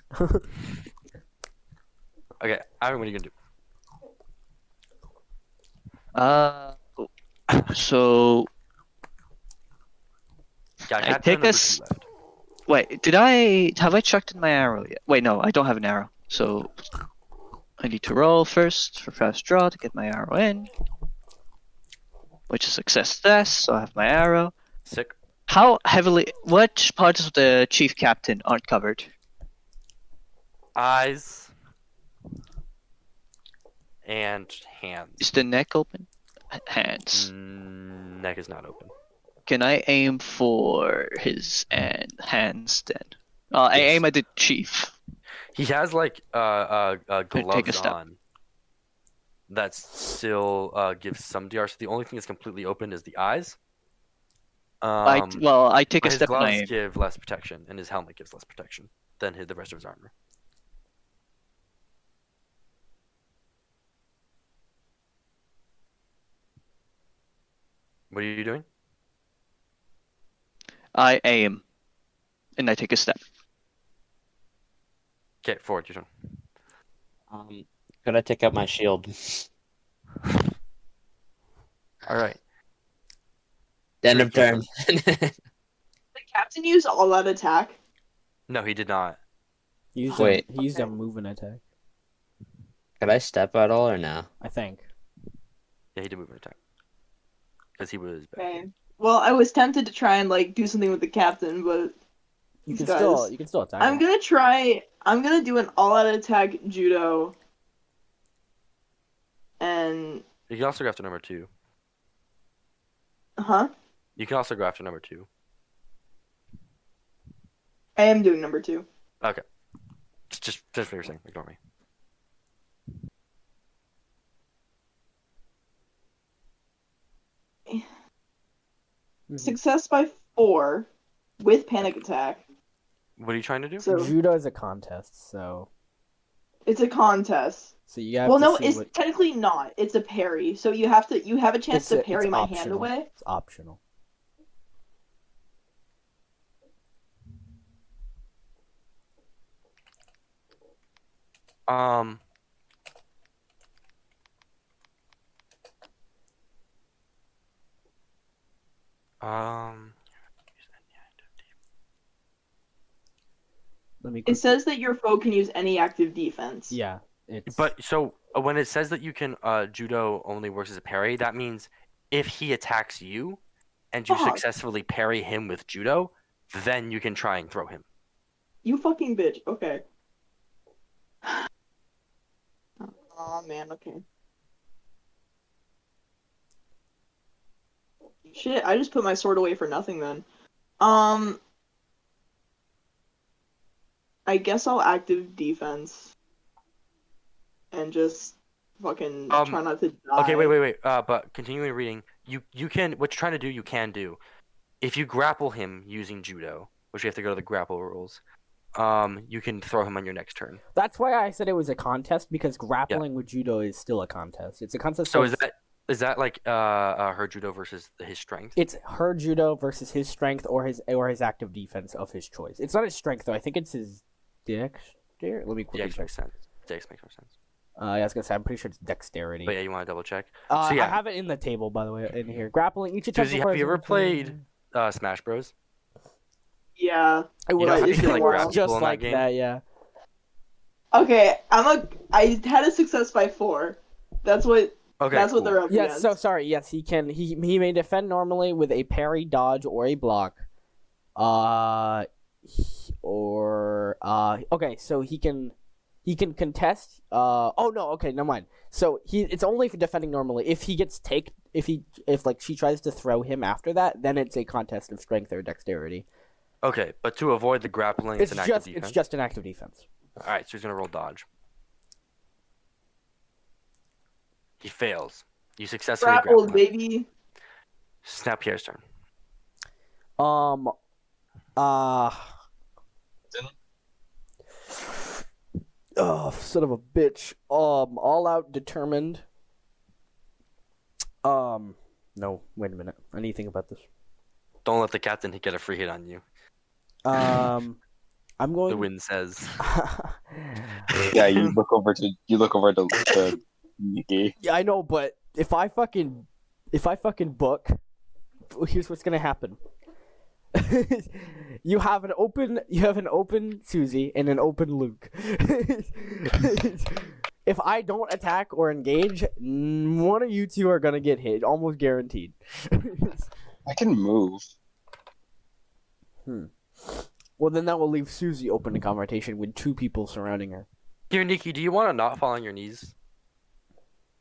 Speaker 2: Okay, Ivan, what are you going to do?
Speaker 1: Uh, so
Speaker 2: Yeah,
Speaker 1: I
Speaker 2: Captain
Speaker 1: take
Speaker 2: and number
Speaker 1: this-
Speaker 2: two left.
Speaker 1: wait, did I have I chucked in my arrow yet? Wait, no, I don't have an arrow. So I need to roll first for fast draw to get my arrow in, which is success. This, so I have my arrow.
Speaker 2: Sick.
Speaker 1: How heavily? What parts of the chief captain aren't covered?
Speaker 2: Eyes. And hands.
Speaker 1: Is the neck open? H- Hands.
Speaker 2: Mm, Neck is not open.
Speaker 1: Can I aim for his and hands then? Uh, I
Speaker 2: Yes.
Speaker 1: aim at the chief.
Speaker 2: He has like uh, uh, uh
Speaker 1: take a
Speaker 2: gloves
Speaker 1: step.
Speaker 2: on. That still uh, gives some DR. So the only thing that's completely open is the eyes. Um,
Speaker 1: I t- well, I take a
Speaker 2: his
Speaker 1: step and I
Speaker 2: gloves
Speaker 1: aim.
Speaker 2: give less protection, and his helmet gives less protection than his, the rest of his armor. What are you doing?
Speaker 1: I aim, and I take a step.
Speaker 2: Okay, forward your turn.
Speaker 3: Um, could I take out my shield?
Speaker 2: All right.
Speaker 3: End of turn.
Speaker 5: Did the captain use all out attack?
Speaker 2: No, he did not.
Speaker 4: He used
Speaker 3: Wait.
Speaker 4: A, he used a
Speaker 5: Okay.
Speaker 4: move and attack,
Speaker 3: could I step at all or no?
Speaker 4: I think.
Speaker 2: Yeah, he did move an attack because he was. back.
Speaker 5: Okay. Well, I was tempted to try and like do something with the captain, but
Speaker 4: You can
Speaker 5: Guys.
Speaker 4: still you can still attack.
Speaker 5: I'm
Speaker 4: him.
Speaker 5: gonna try. I'm gonna do an all-out attack judo. And
Speaker 2: You can also go after number two.
Speaker 5: huh?
Speaker 2: You can also go after number two.
Speaker 5: I am doing number two.
Speaker 2: Just, just, just what you're saying. Ignore me.
Speaker 4: Mhm.
Speaker 5: Success by four, with panic attack.
Speaker 2: What are you trying to do?
Speaker 5: So
Speaker 4: Judo is a contest, so
Speaker 5: it's a contest.
Speaker 4: so you have
Speaker 5: well,
Speaker 4: to
Speaker 5: no,
Speaker 4: see
Speaker 5: it's
Speaker 4: what
Speaker 5: technically not. It's a parry. So you have to. You have a chance
Speaker 4: It's a-
Speaker 5: to
Speaker 4: it's
Speaker 5: parry my hand
Speaker 4: optional.
Speaker 5: away.
Speaker 4: It's optional.
Speaker 2: Um. Um.
Speaker 4: Let me.
Speaker 5: It says that your foe can use any active defense.
Speaker 4: Mm-hmm. Yeah, it's
Speaker 2: But so uh, when it says that you can uh, judo only works as a parry, that means if he attacks you and you
Speaker 5: Fuck.
Speaker 2: successfully parry him with judo, then you can try and throw him.
Speaker 5: You fucking bitch. Okay. Oh man, okay. Shit, I just put my sword away for nothing then. Um I guess I'll active defense and just fucking
Speaker 2: Um,
Speaker 5: try not to die.
Speaker 2: Okay, wait, wait, wait. Uh, but continuing reading, you you can what you're trying to do, you can do. If you grapple him using judo, which you have to go to the grapple rules, um, you can throw him on your next turn.
Speaker 4: that's why I said it was a contest because grappling with judo is still a contest. It's a contest.
Speaker 2: So
Speaker 4: of-
Speaker 2: is that is that like uh, uh her judo versus his strength?
Speaker 4: It's her judo versus his strength or his or his active defense of his choice. It's not his strength though. I think it's his dexterity. Let me
Speaker 2: Yeah,
Speaker 4: quickly
Speaker 2: makes
Speaker 4: check.
Speaker 2: sense. Dex makes more sense.
Speaker 4: Uh, yeah, I was gonna say I'm pretty sure it's dexterity.
Speaker 2: But yeah, you want to double check.
Speaker 4: Uh,
Speaker 2: so yeah.
Speaker 4: I have it in the table by the way in here. Grappling each attack.
Speaker 2: Susie, have you
Speaker 4: requires-
Speaker 2: ever played uh, Smash Bros?
Speaker 5: Yeah.
Speaker 4: It
Speaker 2: You
Speaker 4: was,
Speaker 2: know how
Speaker 5: you
Speaker 4: it
Speaker 5: can, like,
Speaker 4: was
Speaker 5: grapple
Speaker 4: just
Speaker 2: in that
Speaker 4: like
Speaker 2: game?
Speaker 4: that. Yeah.
Speaker 5: Okay, I'm a I had a success by four. That's what
Speaker 2: Okay,
Speaker 5: that's what
Speaker 2: cool.
Speaker 5: they're up
Speaker 4: Yes.
Speaker 5: against.
Speaker 4: So sorry. Yes, he can. He he may defend normally with a parry, dodge, or a block. Uh, he- or uh. Okay, so he can he can contest. Uh. Oh no. Okay. Never mind. So he it's only for defending normally. If he gets take if he if like she tries to throw him after that, then it's a contest of strength or dexterity.
Speaker 2: Okay, but to avoid the grappling, it's,
Speaker 4: It's,
Speaker 2: an active
Speaker 4: just
Speaker 2: defense.
Speaker 4: it's just an active defense.
Speaker 2: All right, so he's gonna roll dodge. He fails. You successfully grapple.
Speaker 5: Grappled, baby.
Speaker 2: Snap Pierre's turn.
Speaker 4: Um. Uh. Oh, son of a bitch. Um, all out determined. Um, no, wait a minute. I need to think about this.
Speaker 2: Don't let the captain get a free hit on you.
Speaker 4: Um, I'm
Speaker 2: The
Speaker 4: going.
Speaker 2: wind says.
Speaker 8: Yeah, you look over to you look over to, to Nikki.
Speaker 4: yeah, I know, but if I fucking, if I fucking book, here's what's gonna happen. you have an open, you have an open Susie and an open Luke. if I don't attack or engage, n- one of you two are gonna get hit, almost guaranteed.
Speaker 8: I can move.
Speaker 4: Well, then that will leave Susie open to confrontation with two people surrounding her.
Speaker 2: Here, Nikki, do you want to not fall on your knees?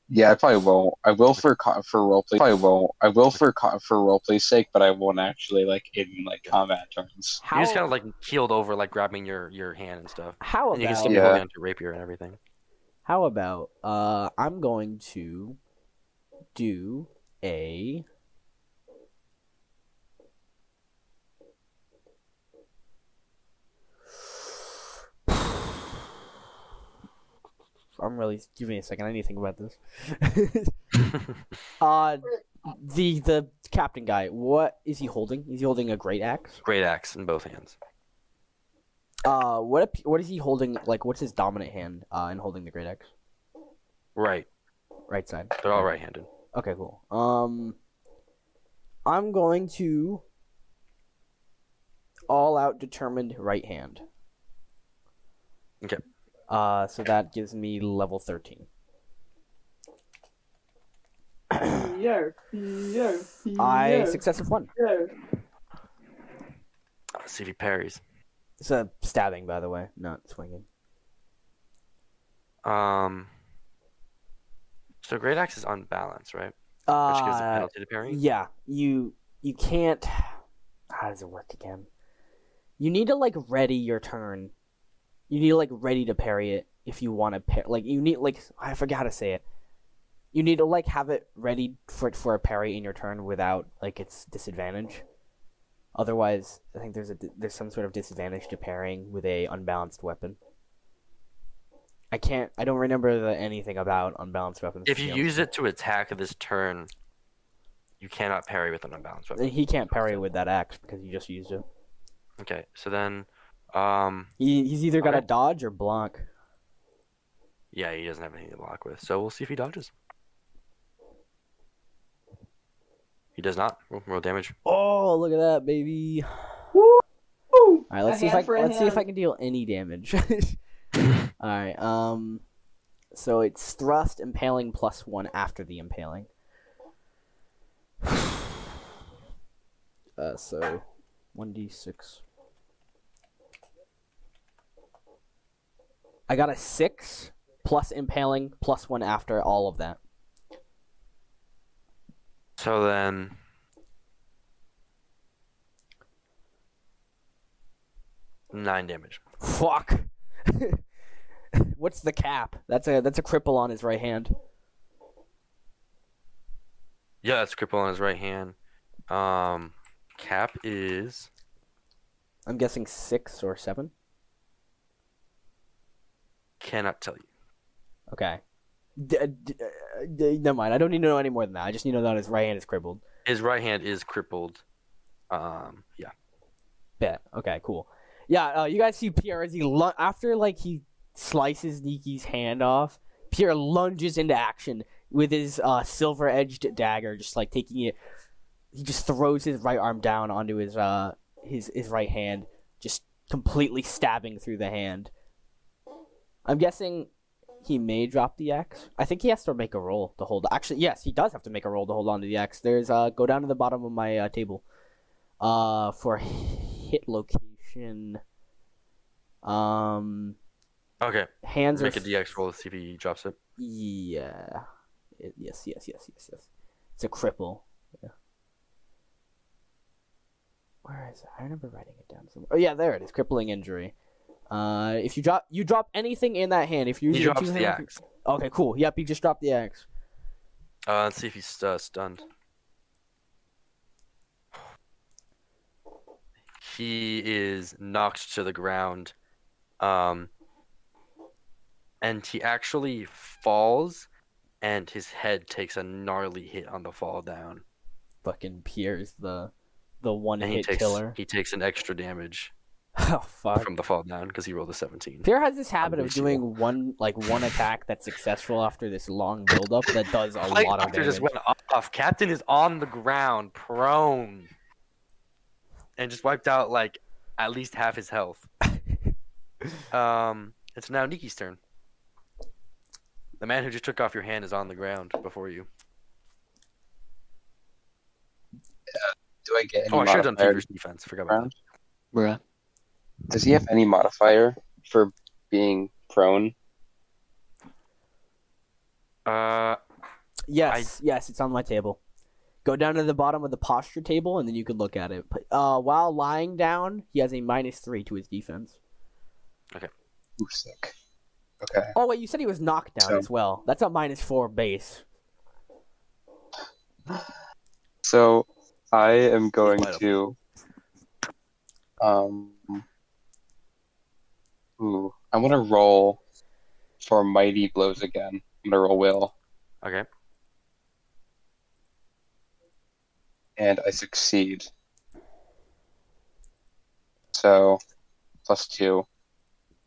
Speaker 8: Yeah, I probably won't. I will for co- for roleplay. I won't. I will for co- for roleplay's sake, but I won't actually like in like combat turns.
Speaker 4: How?
Speaker 2: You just kind of like healed over, like grabbing your your hand and stuff.
Speaker 4: how
Speaker 2: And you can
Speaker 4: about?
Speaker 2: see me
Speaker 8: Yeah.
Speaker 2: holding onto rapier and everything.
Speaker 4: How about? Uh, I'm going to do a. I'm really give me a second. I need to think about this. uh, the the captain guy. What is he holding? Is he holding a great axe?
Speaker 2: Great axe in both hands.
Speaker 4: Uh, what ap- what is he holding? Like, what's his dominant hand? Uh, in holding the great axe,
Speaker 2: Right,
Speaker 4: right side.
Speaker 2: they're all right-handed.
Speaker 4: Okay, cool. Um, I'm going to all out determined right hand.
Speaker 2: Okay.
Speaker 4: Uh, so that gives me level thirteen.
Speaker 5: Yeah, yeah,
Speaker 4: I
Speaker 5: yeah,
Speaker 4: successive one.
Speaker 5: yeah.
Speaker 2: Uh, see if he parries.
Speaker 4: It's a stabbing, by the way, not swinging.
Speaker 2: Um. So great axe is on balance, right? Which gives a
Speaker 4: Uh,
Speaker 2: penalty to parrying.
Speaker 4: Yeah, you you can't. How does it work again? You need to like ready your turn. You need to like ready to parry it if you want to parry. Like you need like I forgot how to say it. You need to like have it ready for for a parry in your turn without like its disadvantage. Otherwise, I think there's a di- there's some sort of disadvantage to parrying with a unbalanced weapon. I can't. I don't remember the, anything about unbalanced weapons.
Speaker 2: If
Speaker 4: to be
Speaker 2: you
Speaker 4: honest.
Speaker 2: use it to attack this turn, you cannot parry with an unbalanced weapon.
Speaker 4: he can't parry with that axe because you just used it.
Speaker 2: Okay, so then, um,
Speaker 4: He, he's either got a
Speaker 2: Alright.
Speaker 4: dodge or block.
Speaker 2: yeah, he doesn't have anything to block with. So we'll see if he dodges. He does not. Roll, roll damage.
Speaker 4: Oh, look at that, baby!
Speaker 5: Woo! All
Speaker 4: All right, let's
Speaker 5: A
Speaker 4: see if
Speaker 5: hand
Speaker 4: I
Speaker 5: for a
Speaker 4: let's see if I
Speaker 5: hand.
Speaker 4: can deal any damage. All right, um, so it's thrust, impaling, plus one after the impaling. Uh, so one d six. I got a six plus impaling plus one after all of that.
Speaker 2: So then, nine damage.
Speaker 4: Fuck. What's the cap? That's a that's a cripple on his right hand.
Speaker 2: Yeah, that's cripple on his right hand. Um, cap is
Speaker 4: I'm guessing six or seven.
Speaker 2: cannot tell you.
Speaker 4: Okay. D- d- uh, d- never mind. I don't need to know any more than that. I just need to know that his right hand is crippled.
Speaker 2: His right hand is crippled. Um, yeah.
Speaker 4: Bet. Okay. Cool. Yeah. Uh, you guys see Pierre as he lu- after like he slices Niki's hand off. Pierre lunges into action with his uh, silver-edged dagger, just like taking it. He just throws his right arm down onto his uh his his right hand, just completely stabbing through the hand. I'm guessing he may drop the axe. I think he has to make a roll to hold. Actually, yes, he does have to make a roll to hold on to the axe. There's uh, go down to the bottom of my uh, table, uh, for hit location. Um,
Speaker 2: Okay,
Speaker 4: hands
Speaker 2: make
Speaker 4: are
Speaker 2: a DX roll to see if he drops it.
Speaker 4: yeah. It- yes, yes, yes, yes, yes. It's a cripple. Yeah. Where is it? I remember writing it down somewhere. Oh yeah, there it is. Crippling injury. Uh, if you drop you drop anything in that hand, if you
Speaker 2: He
Speaker 4: use your
Speaker 2: drops
Speaker 4: two
Speaker 2: the
Speaker 4: hands-
Speaker 2: axe.
Speaker 4: Okay, cool. Yep, you just dropped the axe.
Speaker 2: Uh, let's see if he's uh, stunned. He is knocked to the ground. Um, and he actually falls, and his head takes a gnarly hit on the fall down.
Speaker 4: Fucking Pierre's the the one
Speaker 2: And he
Speaker 4: hit
Speaker 2: takes
Speaker 4: killer.
Speaker 2: he takes an extra damage
Speaker 4: Oh fuck.
Speaker 2: from the fall down because he rolled a 17.
Speaker 4: Pierre has this habit of
Speaker 2: Unreasonable.
Speaker 4: doing one like one attack that's successful after this long buildup that does a
Speaker 2: Flight
Speaker 4: lot of
Speaker 2: doctor
Speaker 4: damage.
Speaker 2: just went off. Captain is on the ground, prone, and just wiped out like at least half his health. um, it's now Niki's turn. The man who just took off your hand is on the ground before you.
Speaker 6: Do I get any
Speaker 2: Oh, I should have done
Speaker 6: modifier?
Speaker 2: Peter's defense. Forgot about that.
Speaker 1: Bruh.
Speaker 6: Does he have any modifier for being prone?
Speaker 2: Uh,
Speaker 4: Yes, yes, it's on my table. Go down to the bottom of the posture table, and then you can look at it. But, uh, while lying down, he has a minus three to his defense.
Speaker 6: Ooh, sick. Okay.
Speaker 4: Oh wait, you said he was knocked down
Speaker 6: So-
Speaker 4: as well. That's a minus four base.
Speaker 6: So I am going
Speaker 2: Light up.
Speaker 6: to um Ooh, I'm gonna roll for mighty blows again. I'm gonna roll will.
Speaker 2: Uh, okay.
Speaker 6: and I succeed. So, plus two.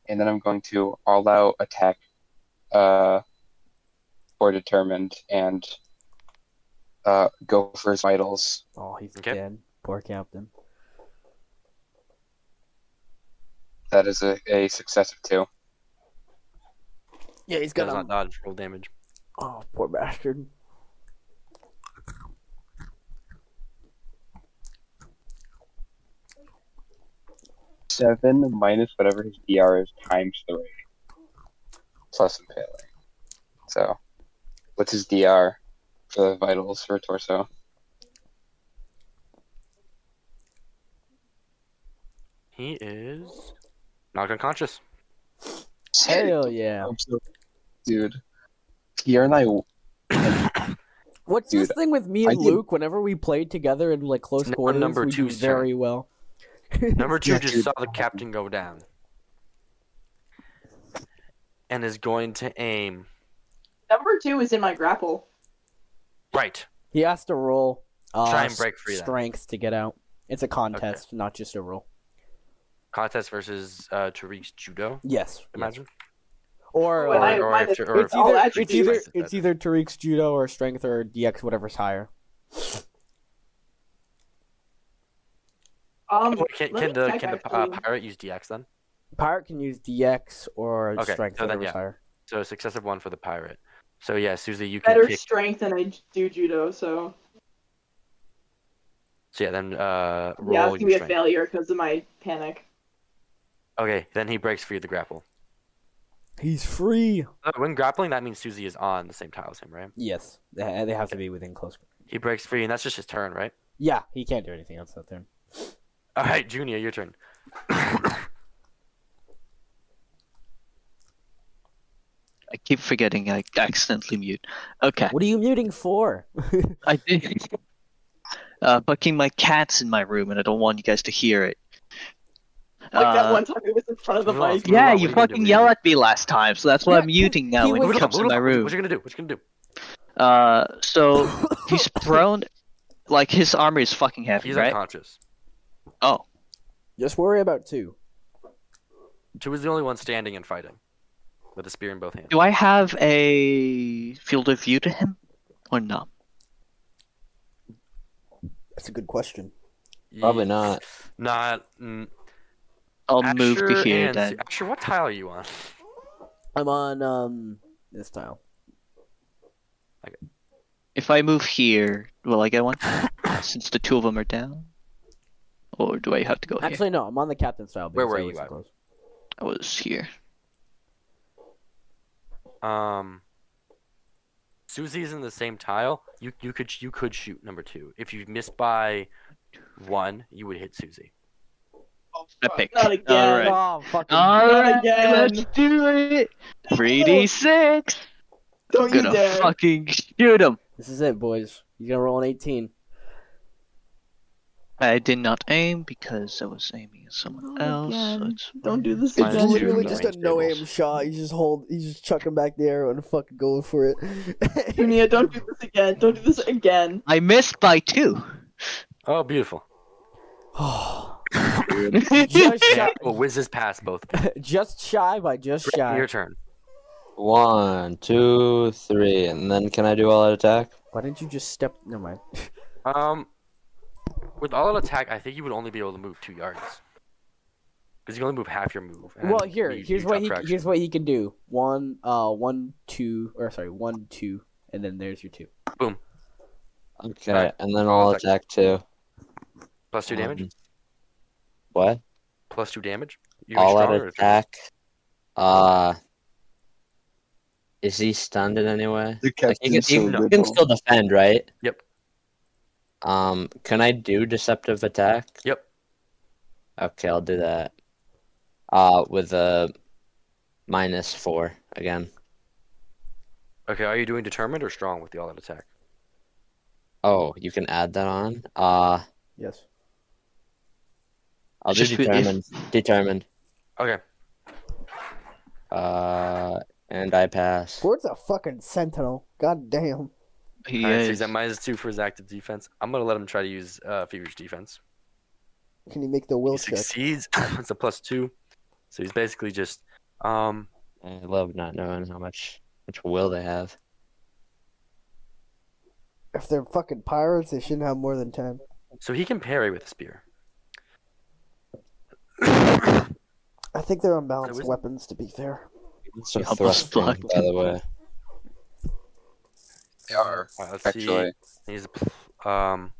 Speaker 6: And then I'm going to all out attack uh, for determined and uh, go for his vitals.
Speaker 4: Oh, he's
Speaker 2: Okay.
Speaker 4: dead. Poor captain.
Speaker 6: That is a, a success of two.
Speaker 4: Yeah, he's
Speaker 2: Does not dodge. Roll damage.
Speaker 4: Oh, poor bastard.
Speaker 6: Seven minus whatever his DR is times three. Plus impaling. So, what's his DR for the vitals for torso?
Speaker 2: He is knocked unconscious.
Speaker 4: Hell Oh, yeah.
Speaker 6: I'm so- dude. Pierre and I,
Speaker 4: What's this
Speaker 6: Dude,
Speaker 4: thing with me
Speaker 6: I
Speaker 4: and
Speaker 6: did-
Speaker 4: Luke? Whenever we played together in like close
Speaker 2: It's now
Speaker 4: quarters,
Speaker 2: number
Speaker 4: we do
Speaker 2: two's turn.
Speaker 4: very well.
Speaker 2: Number two
Speaker 6: Yeah,
Speaker 2: just
Speaker 6: dude.
Speaker 2: saw the captain go down. And is going to aim.
Speaker 5: Number two is in my grapple.
Speaker 2: Right.
Speaker 4: He has to roll. Uh,
Speaker 2: Try and break free then.
Speaker 4: Strength to get out. It's a contest, not just a roll.
Speaker 2: Contest versus uh, Tariq's judo,
Speaker 4: Yes.
Speaker 2: I imagine.
Speaker 4: Or,
Speaker 5: Well,
Speaker 4: or-
Speaker 5: I-
Speaker 2: or
Speaker 5: mine
Speaker 2: if
Speaker 5: is-
Speaker 2: you- or
Speaker 4: it's
Speaker 2: if
Speaker 5: all
Speaker 4: either, it's
Speaker 5: attributes.
Speaker 4: either it's either Tariq's judo or strength or DX, whatever's higher.
Speaker 5: Um,
Speaker 2: Wait, can
Speaker 5: let
Speaker 2: can
Speaker 5: me
Speaker 2: the
Speaker 5: check,
Speaker 2: can the uh,
Speaker 5: actually.
Speaker 2: pirate use DX then?
Speaker 4: Pirate can use DX or
Speaker 2: Okay,
Speaker 4: strength,
Speaker 2: so then,
Speaker 4: whatever's
Speaker 2: yeah.
Speaker 4: higher.
Speaker 2: So successive one for the pirate. So yeah, Susie, you can
Speaker 5: better
Speaker 2: kick.
Speaker 5: strength than I do judo, so
Speaker 2: So yeah, then uh, roll
Speaker 5: yeah, it's
Speaker 2: your
Speaker 5: gonna be a
Speaker 2: strength.
Speaker 5: failure because of my panic.
Speaker 2: Okay, then he breaks free of the grapple.
Speaker 4: He's free.
Speaker 2: Uh, When grappling, that means Susie is on the same tile as him, right?
Speaker 4: Yes, they they have to be within close.
Speaker 2: He breaks free, and that's just his turn, right?
Speaker 4: Yeah, he can't do anything else out there.
Speaker 2: All right, Junior, your turn.
Speaker 1: I keep forgetting I accidentally mute. Okay,
Speaker 4: What are you muting for?
Speaker 1: I did. Uh, fucking my cat's in my room, and I don't want you guys to hear it.
Speaker 5: Like that
Speaker 1: Uh,
Speaker 5: one time it was in front of the
Speaker 2: move on,
Speaker 5: mic.
Speaker 2: move
Speaker 1: Yeah,
Speaker 2: on, what are
Speaker 1: you
Speaker 2: you gonna do?
Speaker 1: fucking
Speaker 2: What are you
Speaker 1: yell
Speaker 2: gonna
Speaker 1: at me last time, so that's why I'm muting now
Speaker 4: he
Speaker 1: when
Speaker 4: was-
Speaker 1: he
Speaker 2: Move it
Speaker 1: comes
Speaker 2: on,
Speaker 1: in
Speaker 2: move it
Speaker 1: my
Speaker 2: on.
Speaker 1: room.
Speaker 2: What you gonna do? What you gonna do?
Speaker 1: Uh, so he's prone. Like his armor is fucking heavy,
Speaker 2: He's
Speaker 1: right?
Speaker 2: unconscious.
Speaker 1: Oh,
Speaker 4: Just worry about two.
Speaker 2: Two is the only one standing and fighting, with a spear in both hands.
Speaker 1: do I have a field of view to him, or no?
Speaker 4: That's a good question.
Speaker 3: Probably not.
Speaker 2: Not. Mm,
Speaker 1: I'll move to
Speaker 2: Asher
Speaker 1: here
Speaker 2: and-
Speaker 1: then.
Speaker 2: Asher, what tile are you on?
Speaker 4: I'm on um this tile.
Speaker 1: If I move here, will I get one? Since the two of them are down, or do I have to go here?
Speaker 4: Actually, no, I'm on the captain's tile.
Speaker 2: Where
Speaker 4: because
Speaker 2: were
Speaker 4: I
Speaker 2: you,
Speaker 4: wasn't
Speaker 2: Ivan?
Speaker 4: close.
Speaker 1: I was here.
Speaker 2: Um, Susie's in the same tile. You you could you could shoot number two. If you miss by one, you would hit Susie.
Speaker 5: Oh, fuck,
Speaker 1: Epic.
Speaker 5: Not again.
Speaker 1: Alright.
Speaker 4: Oh, fucking.
Speaker 1: Alright,
Speaker 5: again.
Speaker 1: let's do it. Three d six.
Speaker 5: Don't you
Speaker 1: Gonna
Speaker 5: dare.
Speaker 1: fucking shoot him.
Speaker 4: This is it, boys. He's gonna roll an 18.
Speaker 1: I did not aim because I was aiming at someone else. So it's
Speaker 5: Don't do this
Speaker 1: Minus
Speaker 5: again.
Speaker 1: two,
Speaker 9: literally
Speaker 1: no
Speaker 9: just
Speaker 1: range
Speaker 9: a no aim
Speaker 1: tables.
Speaker 9: shot. You just hold, you just chuck him back there and fucking going for it.
Speaker 5: Junia, don't do this again. Don't do this again.
Speaker 1: I missed by two.
Speaker 2: Oh, beautiful.
Speaker 4: just,
Speaker 2: Yeah,
Speaker 4: shy,
Speaker 2: well, whizzes past both. of
Speaker 4: just shy by just
Speaker 2: you.
Speaker 4: shy.
Speaker 2: Your turn.
Speaker 3: One, two, three, and then can I do all out attack?
Speaker 4: Why didn't you just step? Never mind.
Speaker 2: Um, with all out attack, I think you would only be able to move two yards. Because you can only move half your move. and
Speaker 4: Well, here,
Speaker 2: you-
Speaker 4: here's
Speaker 2: you
Speaker 4: what
Speaker 2: drop
Speaker 4: he
Speaker 2: traction.
Speaker 4: here's what he can do. One, uh, one, two, or sorry, one, two, and then there's your two.
Speaker 3: Okay,
Speaker 2: Alright.
Speaker 3: and then I'll
Speaker 2: One second.
Speaker 3: attack too.
Speaker 2: Plus two damage.
Speaker 3: Um, what?
Speaker 2: Plus two damage. You
Speaker 3: all out
Speaker 2: stronger or-
Speaker 3: attack. Uh, is he stunned in any way?
Speaker 8: The
Speaker 3: Like he can,
Speaker 8: captain's
Speaker 3: he,
Speaker 8: so
Speaker 3: he can
Speaker 8: liberal.
Speaker 3: still defend, right?
Speaker 2: Yep.
Speaker 3: Um, can I do deceptive attack?
Speaker 2: Yep.
Speaker 3: Okay, I'll do that. Uh, with a minus four again.
Speaker 2: Okay, are you doing determined or strong with the all out attack?
Speaker 3: Oh, you can add that on. Uh,
Speaker 4: Yes.
Speaker 3: I'll do
Speaker 1: Just with- if-
Speaker 3: determined. Determined.
Speaker 2: Okay.
Speaker 3: Uh, and I pass.
Speaker 9: Ford's a fucking sentinel. God damn.
Speaker 1: He
Speaker 2: Alright, so
Speaker 1: is.
Speaker 2: he's at minus two for his active defense. I'm gonna let him try to use uh, feverish defense.
Speaker 9: Can you make the
Speaker 2: He
Speaker 9: will check?
Speaker 2: succeeds. it's a plus two, so he's basically just um.
Speaker 3: I love not knowing how much much will they have.
Speaker 9: If they're fucking pirates, they shouldn't have more than ten.
Speaker 2: So he can parry with a spear.
Speaker 9: I think they're
Speaker 2: So
Speaker 9: unbalanced
Speaker 2: is-
Speaker 9: weapons, to be fair.
Speaker 3: So
Speaker 1: Yeah, almost
Speaker 3: thrusting,
Speaker 1: blocked.
Speaker 3: by the way.
Speaker 6: They are
Speaker 2: Alright, let's
Speaker 6: actually.
Speaker 2: see. He's a pl- um.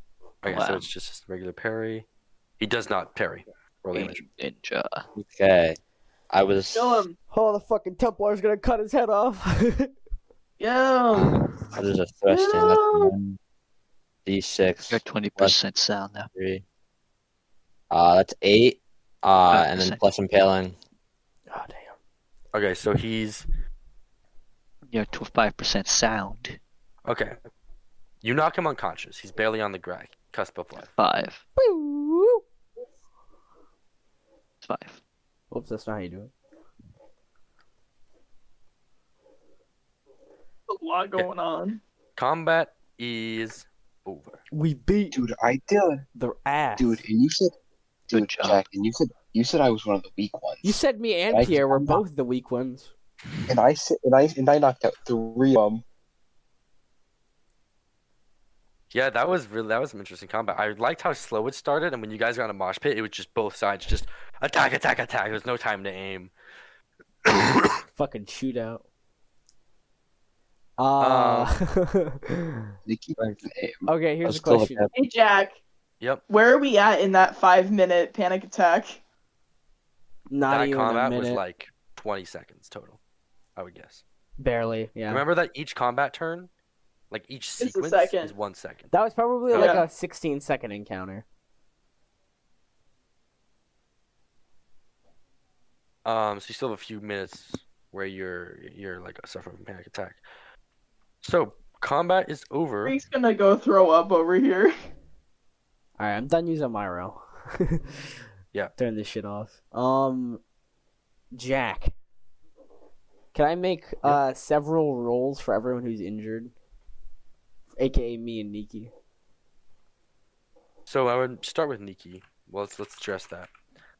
Speaker 2: Okay, so
Speaker 1: Wow.
Speaker 2: it's just a regular parry. He does not parry. Roll damage.
Speaker 1: Ninja.
Speaker 3: Okay. I was
Speaker 5: Kill him.
Speaker 9: Oh, the fucking Templar's gonna cut his head off.
Speaker 5: Yeah.
Speaker 3: I was a thrust in. That's one D6.
Speaker 1: You're twenty percent sound now.
Speaker 3: Three. Uh, that's eight. Uh, and then
Speaker 1: Nice.
Speaker 3: plus impaling.
Speaker 9: oh, damn.
Speaker 2: Okay, so he's
Speaker 1: You're five percent sound.
Speaker 2: okay. You knock him unconscious. He's barely on the gra- cusp of life.
Speaker 1: Five.
Speaker 9: Woo!
Speaker 1: Five.
Speaker 4: Oops, that's not how you do it.
Speaker 5: A lot going on.
Speaker 2: Combat is over.
Speaker 4: We beat
Speaker 8: Dude, I did.
Speaker 4: their ass.
Speaker 6: Dude, and you said,
Speaker 1: Good
Speaker 6: dude,
Speaker 1: job.
Speaker 6: Jack, and you said, you said I was one of the weak ones.
Speaker 4: You said me and
Speaker 6: I-
Speaker 4: Pierre were
Speaker 6: I'm not-
Speaker 4: both the weak ones.
Speaker 6: and I said, and I, and I knocked out three of them.
Speaker 2: Yeah, that was really that was some interesting combat. I liked how slow it started, and when you guys got in a mosh pit, it was just both sides just attack, attack, attack. There was no time to aim.
Speaker 4: Uh, Fucking shootout.
Speaker 2: Um,
Speaker 4: Uh,
Speaker 8: They keep saying,
Speaker 4: okay,
Speaker 3: I
Speaker 4: here's
Speaker 3: was
Speaker 4: a
Speaker 3: still
Speaker 4: question.
Speaker 3: up.
Speaker 5: Hey Jack,
Speaker 2: Yep,
Speaker 5: where are we at in that five minute panic attack?
Speaker 4: Not
Speaker 2: that
Speaker 4: even a
Speaker 2: combat
Speaker 4: minute.
Speaker 2: was like 20 seconds total, I would guess.
Speaker 4: Barely, yeah.
Speaker 2: Remember that each combat turn, like each
Speaker 5: a
Speaker 2: sequence,
Speaker 5: second.
Speaker 2: is one second.
Speaker 4: That was probably
Speaker 2: Oh, Yeah.
Speaker 4: like a 16 second encounter.
Speaker 2: Um, so you still have a few minutes where you're you're like suffering from panic attack. So combat is over.
Speaker 5: Freak's gonna go throw up over here.
Speaker 4: All right, I'm done using Myro.
Speaker 2: Yeah.
Speaker 4: Turn this shit off. Um, Jack, can I make uh several rolls for everyone who's injured, aka me and Nikki?
Speaker 2: So I would start with Nikki. Well, let's let's address that.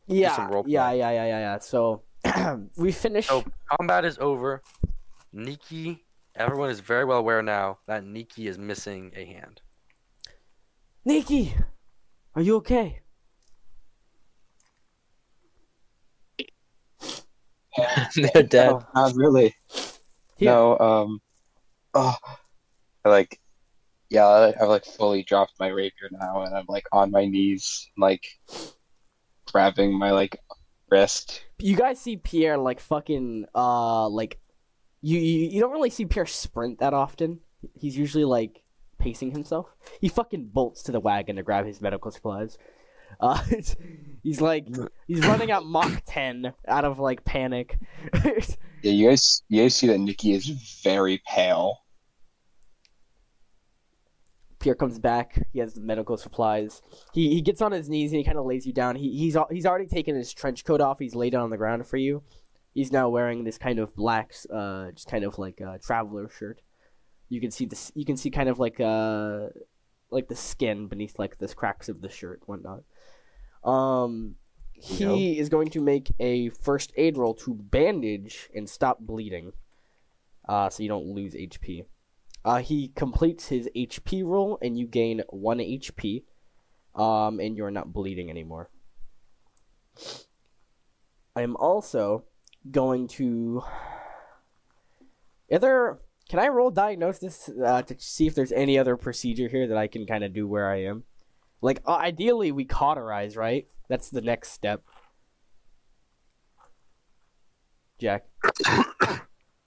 Speaker 4: Yeah,
Speaker 2: some role
Speaker 4: yeah,
Speaker 2: play.
Speaker 4: yeah, yeah, yeah, yeah. So we finish.
Speaker 2: So combat is over. Nikki, everyone is very well aware now that Nikki is missing a hand.
Speaker 4: Nikki, are you okay?
Speaker 3: They're dead.
Speaker 6: No, not really.
Speaker 4: Here.
Speaker 6: No, um, oh, I like, yeah, I- I've like fully dropped my rapier now, and I'm like on my knees, like grabbing my like wrist.
Speaker 4: you guys see Pierre like fucking uh like you you, you don't really see Pierre sprint that often. He's usually like pacing himself. He fucking bolts to the wagon to grab his medical supplies. Uh, it's- he's like he's running at Mach ten out of like panic.
Speaker 6: Yeah, you guys, you guys see that Nikki is very pale.
Speaker 4: Pierre comes back. He has the medical supplies. He he gets on his knees and he kind of lays you down. He he's al- he's already taken his trench coat off. He's laid it on the ground for you. He's now wearing this kind of black, uh, just kind of like a traveler shirt. You can see this. You can see kind of like uh, like the skin beneath like the cracks of the shirt, and whatnot. Um, he is going to make a first aid roll to bandage and stop bleeding, uh, so you don't lose HP. Uh, he completes his HP roll, and you gain one HP. Um, and you're not bleeding anymore. I'm also going to. Either can I roll diagnose this uh, to see if there's any other procedure here that I can kind of do where I am? Like uh, ideally, we cauterize, right? That's the next step. Jack.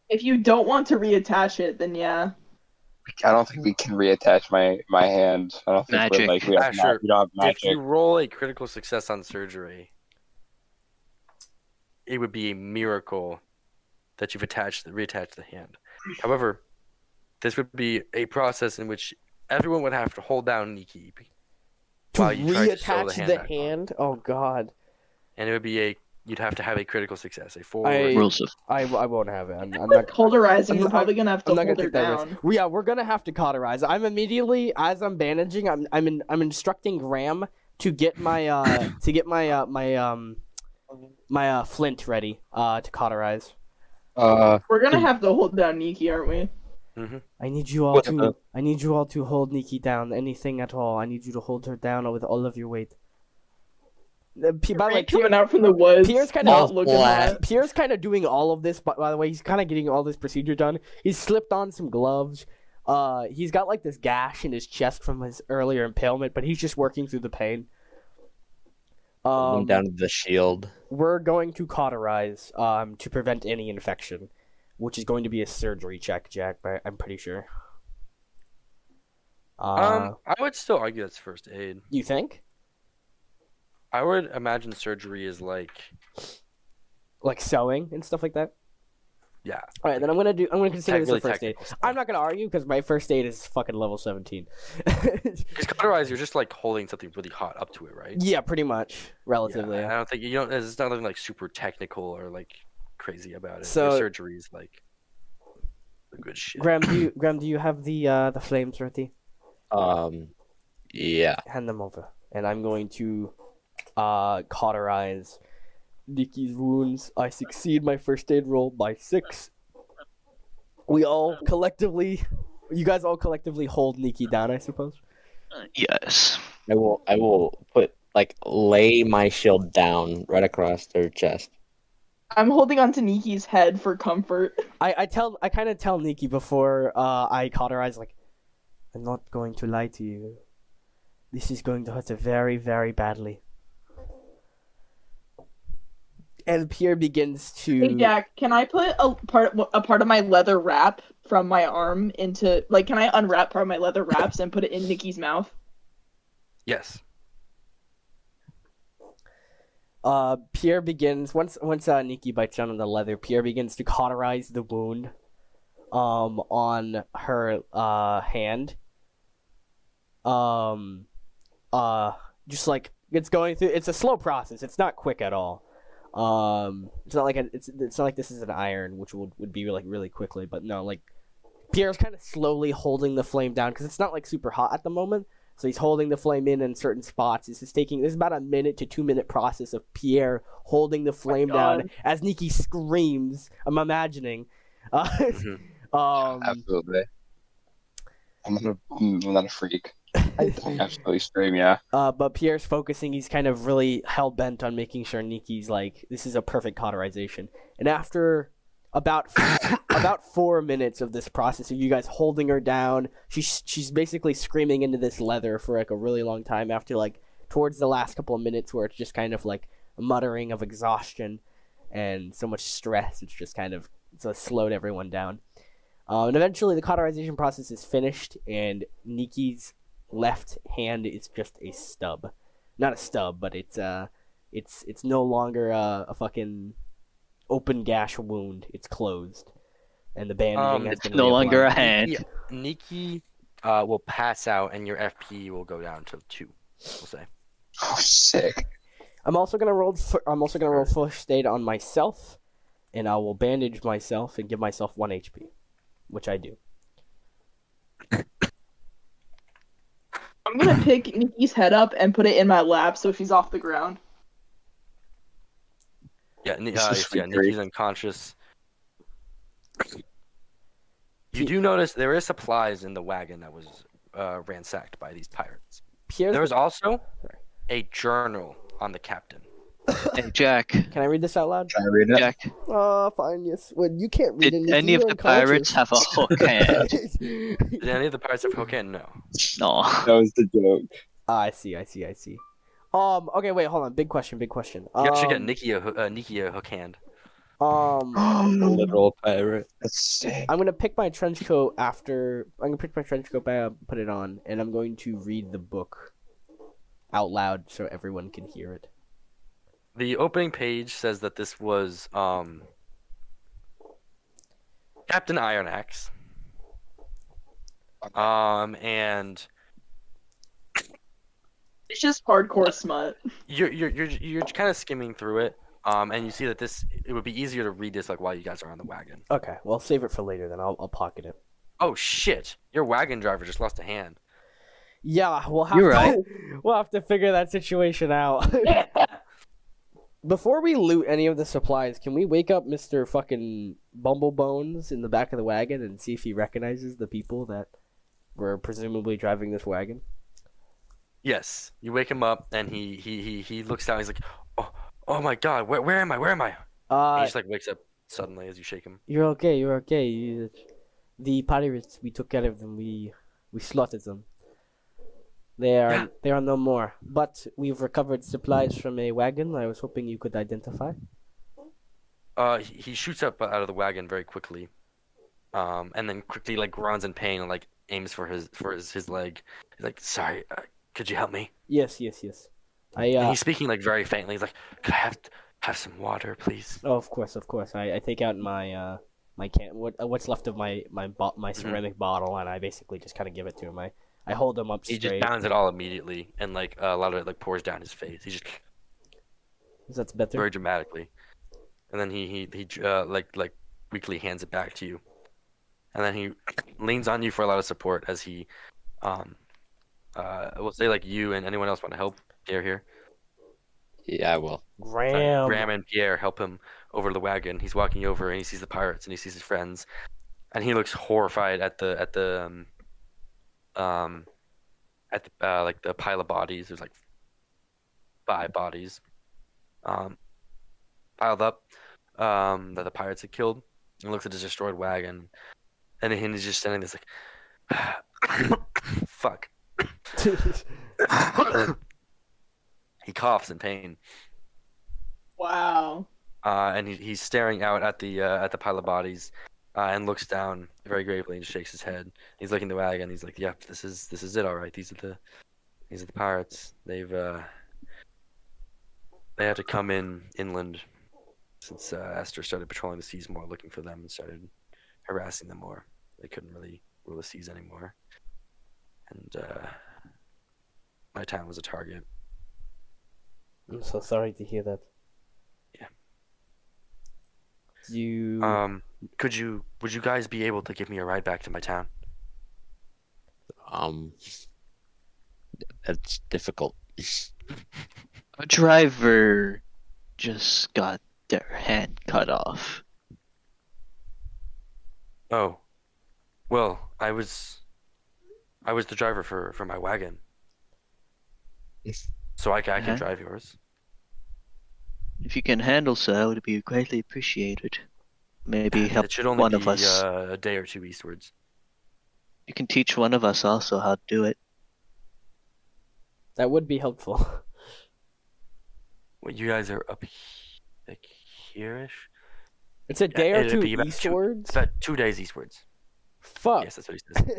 Speaker 5: If you don't want to reattach it, then yeah.
Speaker 6: I don't think we can reattach my my hand. I don't think
Speaker 1: Magic.
Speaker 6: we're like we have,
Speaker 2: Ah,
Speaker 6: ma-
Speaker 2: sure.
Speaker 6: we don't have
Speaker 2: If you
Speaker 6: magic.
Speaker 2: roll a critical success on surgery, it would be a miracle that you've attached reattached the hand. However, this would be a process in which everyone would have to hold down Nikki,
Speaker 4: To
Speaker 2: Wow, you tried to sew
Speaker 4: reattach
Speaker 2: the hand
Speaker 4: the
Speaker 2: back on.
Speaker 4: hand? Oh God.
Speaker 2: and it would be a you'd have to have a critical success, a four.
Speaker 4: I-
Speaker 1: Rules of
Speaker 4: I, I won't have it. I'm, I'm
Speaker 5: Like
Speaker 4: not.
Speaker 5: cauterizing,
Speaker 4: I'm
Speaker 5: you're
Speaker 4: not-
Speaker 5: probably gonna have to
Speaker 4: I'm not
Speaker 5: hold
Speaker 4: gonna
Speaker 5: her
Speaker 4: take that
Speaker 5: down.
Speaker 4: risk. We are, we're gonna have to cauterize. I'm immediately as I'm bandaging. I'm I'm in, I'm instructing Graham to get my uh to get my uh my um my uh flint ready uh to cauterize.
Speaker 6: Uh,
Speaker 5: We're gonna
Speaker 4: Hmm.
Speaker 5: have to hold down Nikki, aren't we?
Speaker 4: I need you all
Speaker 6: What
Speaker 4: to
Speaker 6: the-
Speaker 4: I need you all to hold Nikki down. Anything at all. I need you to hold her down with all of your weight. Uh, P- by the way,
Speaker 5: Right, coming out from the woods.
Speaker 4: Pierre's kind
Speaker 5: not
Speaker 4: of
Speaker 3: Oh,
Speaker 5: looking
Speaker 3: black.
Speaker 5: at.
Speaker 4: Pierre's kind of doing all of this, but by the way, he's kind of getting all this procedure done. He's slipped on some gloves. Uh, he's got like this gash in his chest from his earlier impalement, but he's just working through the pain.
Speaker 3: Hold
Speaker 4: Um,
Speaker 3: them down to the shield.
Speaker 4: we're going to cauterize um to prevent any infection, which is going to be a surgery check, Jack. But I'm pretty sure. Uh,
Speaker 2: um, I would still argue that's first aid.
Speaker 4: you think
Speaker 2: I would imagine surgery is like
Speaker 4: like sewing and stuff like that?
Speaker 2: yeah.
Speaker 4: All right, then I'm gonna do. I'm gonna consider this a
Speaker 2: really
Speaker 4: first aid.
Speaker 2: technical stuff.
Speaker 4: I'm not gonna argue because my first aid is fucking level 17.
Speaker 2: Because cauterize, you're just like holding something really hot up to it, right?
Speaker 4: yeah, pretty much, relatively.
Speaker 2: I don't think you don't. It's nothing like super technical or like crazy about it.
Speaker 4: So-
Speaker 2: Your surgery is like the good shit.
Speaker 4: Graham, do you, Graham, do you have the uh, the flames ready?
Speaker 3: Um, yeah.
Speaker 4: Hand them over, and I'm going to uh, cauterize Nikki's wounds. I succeed my first aid roll by six. We all collectively, you guys all collectively hold Nikki down, I suppose.
Speaker 1: Yes.
Speaker 3: I will. I will put like lay my shield down right across their chest.
Speaker 5: I'm holding on to Niki's head for comfort.
Speaker 4: I, I tell I kind of tell Nikki before uh, I caught her eyes like, I'm not going to lie to you. This is going to hurt her very very badly. And Pierre begins to.
Speaker 5: Hey Jack, can I put a part a part of my leather wrap from my arm into like can I unwrap part of my leather wraps and put it in Nikki's mouth?
Speaker 2: Yes.
Speaker 4: Uh, Pierre begins once once uh, Nikki bites down on the leather. Pierre begins to cauterize the wound, um, on her uh hand. Um, uh, just like it's going through. It's a slow process. It's not quick at all. Um, it's not like a, it's it's not like this is an iron, which would would be like really quickly. But no, like Pierre's kind of slowly holding the flame down because it's not like super hot at the moment. So he's holding the flame in in certain spots. This is taking this is about a minute to two minute process of Pierre holding the flame down
Speaker 5: God.
Speaker 4: as Nikki screams. I'm imagining. Uh,
Speaker 2: Mm-hmm.
Speaker 4: um,
Speaker 6: Absolutely. I'm not a, I'm not a freak. I absolutely scream, yeah.
Speaker 4: uh, but Pierre's focusing. He's kind of really hell bent on making sure Nikki's like this is a perfect cauterization. And after about about four minutes of this process of you guys holding her down, she's she's basically screaming into this leather for like a really long time. After like towards the last couple of minutes, where it's just kind of like muttering of exhaustion and so much stress, it's just kind of so it slowed everyone down. Uh, and eventually, the cauterization process is finished, and Nikki's left hand is just a stub, not a stub, but it's uh, it's it's no longer uh, a fucking open gash wound. It's closed, and the bandaging
Speaker 2: Um,
Speaker 4: has
Speaker 2: it's
Speaker 1: It's
Speaker 4: been
Speaker 1: no longer a
Speaker 4: reapplied.
Speaker 1: hand.
Speaker 2: Nikki, Nikki uh, will pass out, and your FP will go down to two. We'll say.
Speaker 6: Oh, sick.
Speaker 4: I'm also gonna roll. Th- I'm also gonna roll first aid on myself, and I will bandage myself and give myself one HP, which I do.
Speaker 5: I'm gonna pick Nikki's head up and put it in my lap so she's off the ground.
Speaker 2: Yeah, Ni-
Speaker 6: This
Speaker 2: uh,
Speaker 6: is
Speaker 2: yeah
Speaker 6: sweet
Speaker 2: Nikki's
Speaker 6: grief.
Speaker 2: unconscious. You do notice there is supplies in the wagon that was uh, ransacked by these pirates.
Speaker 4: Pierre,
Speaker 2: There was also a journal on the captain.
Speaker 1: Hey, Jack.
Speaker 4: can I read this out loud?
Speaker 6: Can I read it?
Speaker 1: Jack.
Speaker 9: Oh, fine. Yes. When you can't read
Speaker 1: Did
Speaker 9: it, Nikki,
Speaker 1: any of
Speaker 9: you're
Speaker 1: the pirates
Speaker 9: unconscious.
Speaker 1: have a hook hand?
Speaker 2: Did any of the pirates have cocaine? No.
Speaker 1: No.
Speaker 6: That was the joke.
Speaker 4: Ah, I see. I see. I see. Um. Okay. Wait. Hold on. Big question. Big question.
Speaker 2: You actually get
Speaker 4: Um,
Speaker 2: Nikki a, hoo- uh, Nikki a hook hand.
Speaker 4: Um.
Speaker 3: Literal pirate.
Speaker 6: That's sick.
Speaker 4: I'm gonna pick my trench coat after I'm gonna pick my trench coat back up, put it on, and I'm going to read the book out loud so everyone can hear it.
Speaker 2: The opening page says that this was um, Captain Iron Axe. Um, and
Speaker 5: It's just hardcore smut.
Speaker 2: you're you're you're you're kind of skimming through it, um, and you see that this it would be easier to read this like while you guys are on the wagon.
Speaker 4: Okay, well save it for later then. I'll I'll pocket it.
Speaker 2: Oh shit! Your wagon driver just lost a hand.
Speaker 4: Yeah, we'll have
Speaker 1: You're
Speaker 4: to
Speaker 1: right.
Speaker 4: we'll have to figure that situation out. Before we loot any of the supplies, can we wake up Mr. fucking Bumblebones in the back of the wagon and see if he recognizes the people that were presumably driving this wagon?
Speaker 2: Yes, you wake him up, and he he he he looks down. He's like, oh oh my god, where where am I? Where am I?
Speaker 4: Uh,
Speaker 2: And he just like wakes up suddenly as you shake him.
Speaker 4: You're okay. You're okay. You- The pirates, we took care of them. We we slaughtered them. They are they are no more. But we've recovered supplies from a wagon. I was hoping you could identify.
Speaker 2: Uh, he, he shoots up out of the wagon very quickly, um, and then quickly like runs in pain and like aims for his for his, his leg. He's like, sorry, uh, could you help me?
Speaker 4: Yes, yes, yes. I
Speaker 2: And
Speaker 4: uh,
Speaker 2: he's speaking like very faintly. He's like, could I have have some water, please?
Speaker 4: oh, of course, of course. I, I take out my uh my can what uh, what's left of my my bo-
Speaker 2: Mm-hmm.
Speaker 4: my ceramic bottle, and I basically just kind of give it to him. I I hold him up
Speaker 2: He
Speaker 4: straight.
Speaker 2: just downs it all immediately, and like uh, a lot of it like pours down his face. He just
Speaker 4: That's better.
Speaker 2: very dramatically, and then he he he uh, like like weakly hands it back to you, and then he leans on you for a lot of support as he, um, uh, we'll say like you and anyone else want to help Pierre here.
Speaker 3: Yeah, I will.
Speaker 2: Uh,
Speaker 4: Graham.
Speaker 2: Graham and Pierre help him over to the wagon. He's walking over and he sees the pirates and he sees his friends, and he looks horrified at the at the um, um at the, uh, like the pile of bodies. There's like five bodies, um, piled up um, that the pirates had killed. And looks at his destroyed wagon, and then he's just standing there, it's like, fuck. he coughs in pain,
Speaker 5: Wow.
Speaker 2: uh, and he, he's staring out at the uh, at the pile of bodies, uh, and looks down very gravely and shakes his head. He's looking at the wagon. He's like, "Yep, this is this is it. All right, these are the these are the pirates. They've uh, they had to come in inland since uh, Aster started patrolling the seas more, looking for them, and started harassing them more. They couldn't really rule the seas anymore, and uh, my town was a target.
Speaker 4: I'm so sorry to hear that.
Speaker 2: Yeah.
Speaker 4: You.
Speaker 2: Um, could you would you guys be able to give me a ride back to my town?"
Speaker 3: Um, that's difficult.
Speaker 1: A driver just got their hand cut off.
Speaker 2: Oh, well, I was, I was the driver for for my wagon, so I, ca- I
Speaker 1: Uh-huh.
Speaker 2: can drive yours.
Speaker 1: If you can handle so, it would be greatly appreciated. Maybe help
Speaker 2: It should only
Speaker 1: one
Speaker 2: be
Speaker 1: of us.
Speaker 2: Uh, a day or two eastwards.
Speaker 1: You can teach one of us also how to do it.
Speaker 4: That would be helpful.
Speaker 2: Wait, you guys are up, he- like here-ish.
Speaker 4: It's a day or
Speaker 2: it'd
Speaker 4: two
Speaker 2: be about two-
Speaker 4: eastwards.
Speaker 2: It's about two days eastwards.
Speaker 4: Fuck.
Speaker 2: Yes, that's what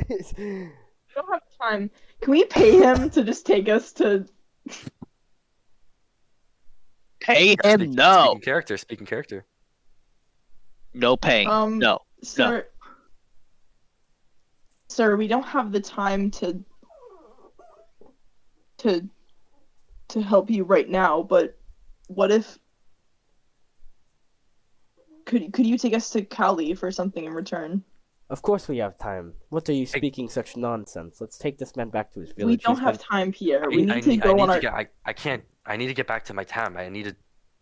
Speaker 2: he says.
Speaker 5: We don't have time. Can we pay him to just take us to?
Speaker 1: Pay
Speaker 2: Speak-
Speaker 1: him? No.
Speaker 2: Speaking character. Speaking character.
Speaker 1: No paying.
Speaker 5: Um,
Speaker 1: No.
Speaker 5: Sir, sir, we don't have the time to to to help you right now. But what if could could you take us to Cali for something in return?
Speaker 4: of course we have time. What are you speaking such nonsense? Let's take this man back to his village.
Speaker 5: we don't
Speaker 4: He's
Speaker 5: have
Speaker 4: been-
Speaker 5: time, Pierre.
Speaker 2: I-
Speaker 5: We need
Speaker 2: I
Speaker 5: to
Speaker 2: need, I
Speaker 5: go
Speaker 2: need
Speaker 5: on
Speaker 2: to
Speaker 5: our.
Speaker 2: get. I, I can't. I need to get back to my town. I need to.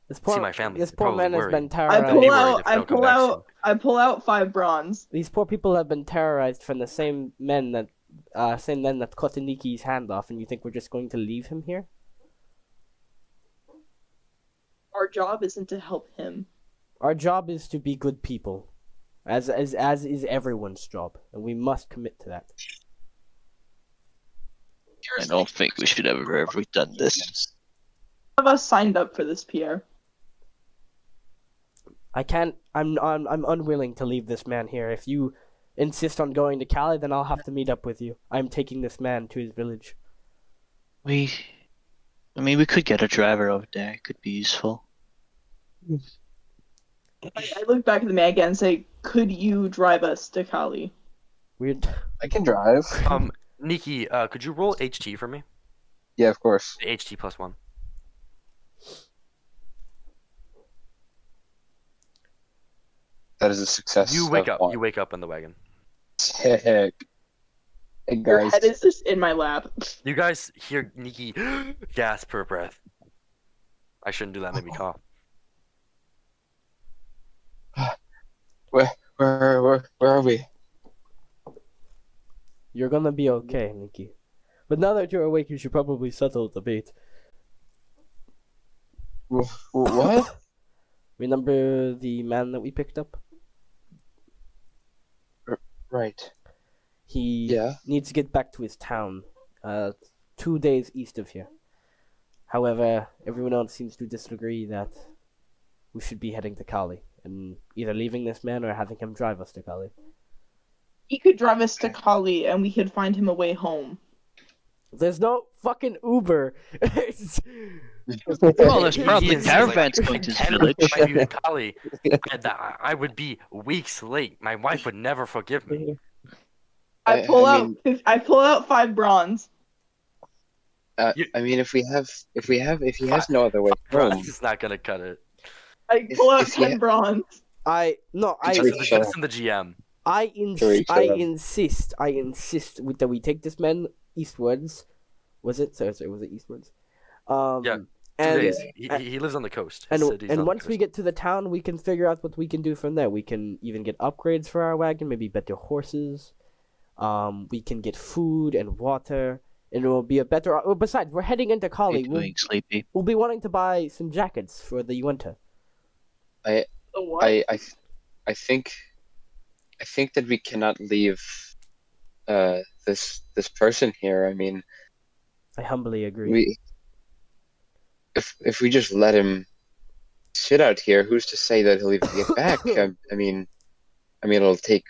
Speaker 4: This poor,
Speaker 2: See my family,
Speaker 4: This
Speaker 2: they're
Speaker 4: poor
Speaker 2: probably
Speaker 4: man has
Speaker 2: worried.
Speaker 4: been
Speaker 5: I
Speaker 4: terrorized.
Speaker 2: I'd be
Speaker 5: pull
Speaker 2: worried
Speaker 5: out.
Speaker 2: if
Speaker 5: I
Speaker 2: they'll come
Speaker 5: pull
Speaker 2: back
Speaker 5: out. I pull out five bronze.
Speaker 4: These poor people have been terrorized from the same men that, uh, same men that cut Iniki's hand off, and you think we're just going to leave him here?
Speaker 5: Our job isn't to help him.
Speaker 4: Our job is to be good people, as as as is everyone's job, and we must commit to that.
Speaker 1: I don't think we should ever have done this.
Speaker 5: None of us signed up for this, Pierre.
Speaker 4: I can't. I'm I'm I'm unwilling to leave this man here. If you insist on going to Cali, then I'll have to meet up with you. I'm taking this man to his village.
Speaker 1: We. I mean, we could get a driver over there. It could be useful.
Speaker 5: I, I look back at the man again and say, "Could you drive us to Kali?"
Speaker 4: We're
Speaker 6: I can drive.
Speaker 2: Um, Nikki, uh, could you roll HT for me?
Speaker 6: Yeah, of course.
Speaker 2: HT plus one.
Speaker 6: That is a success.
Speaker 2: You wake
Speaker 6: of
Speaker 2: up.
Speaker 6: one.
Speaker 2: You wake up in the wagon.
Speaker 6: Sick. Hey
Speaker 5: Your
Speaker 6: guys,
Speaker 5: head is just in my lap.
Speaker 2: You guys hear Nikki gasp her breath. I shouldn't do that. Maybe cough.
Speaker 6: where, where where are we?
Speaker 4: you're gonna be okay, Nikki. But now that you're awake, you should probably settle the debate.
Speaker 6: Wh- wh- What?
Speaker 4: Remember the man that we picked up?
Speaker 6: right.
Speaker 4: He
Speaker 6: Yeah.
Speaker 4: needs to get back to his town, uh, two days east of here. However, everyone else seems to disagree that we should be heading to Kali and either leaving this man or having him drive us to Kali.
Speaker 5: He could drive us to Kali, and we could find him a way home.
Speaker 4: There's no fucking Uber.
Speaker 1: Well, there's probably
Speaker 2: Yes,
Speaker 1: caravans
Speaker 2: like,
Speaker 1: going to this
Speaker 2: ten
Speaker 1: village.
Speaker 2: minutes might be with Kali, and I I would be weeks late. My wife would never forgive me.
Speaker 5: I
Speaker 6: I-
Speaker 5: pull
Speaker 6: I
Speaker 5: out. I pull out five bronze.
Speaker 6: Uh,
Speaker 2: You-
Speaker 6: I mean, if we have, if we have, if he has
Speaker 2: Fuck.
Speaker 6: no other way home,
Speaker 2: This is not gonna cut it.
Speaker 5: I
Speaker 6: If-
Speaker 5: pull out
Speaker 6: if we
Speaker 5: ten
Speaker 6: ha-
Speaker 5: bronze.
Speaker 4: I no, I
Speaker 6: It's
Speaker 2: That's in the,
Speaker 6: Rachel.
Speaker 2: that's in the GM.
Speaker 4: I ins-
Speaker 6: Sorry,
Speaker 4: I
Speaker 6: Sarah.
Speaker 4: insist, I insist with- that we take this man eastwards. Was it? Sorry, sorry, was it eastwards? Um,
Speaker 2: Yeah, Two
Speaker 4: and
Speaker 2: days. He, he- he lives on the coast. His
Speaker 4: and
Speaker 2: city's on
Speaker 4: and
Speaker 2: the
Speaker 4: once we
Speaker 2: coast.
Speaker 4: get to the town, we can figure out what we can do from there. We can even get upgrades for our wagon, maybe better horses. Um, we can get food and water, and it will be a better. oh, Besides, we're heading into Kali.
Speaker 1: He's
Speaker 4: We'll,
Speaker 1: doing sleepy.
Speaker 4: we'll be wanting to buy some jackets for the winter.
Speaker 5: The what?
Speaker 6: I, I, th- I think, I think that we cannot leave, uh, this this person here. I mean,
Speaker 4: I humbly agree.
Speaker 6: we, if if we just let him sit out here, who's to say that he'll even get back? I, I mean, I mean, it'll take,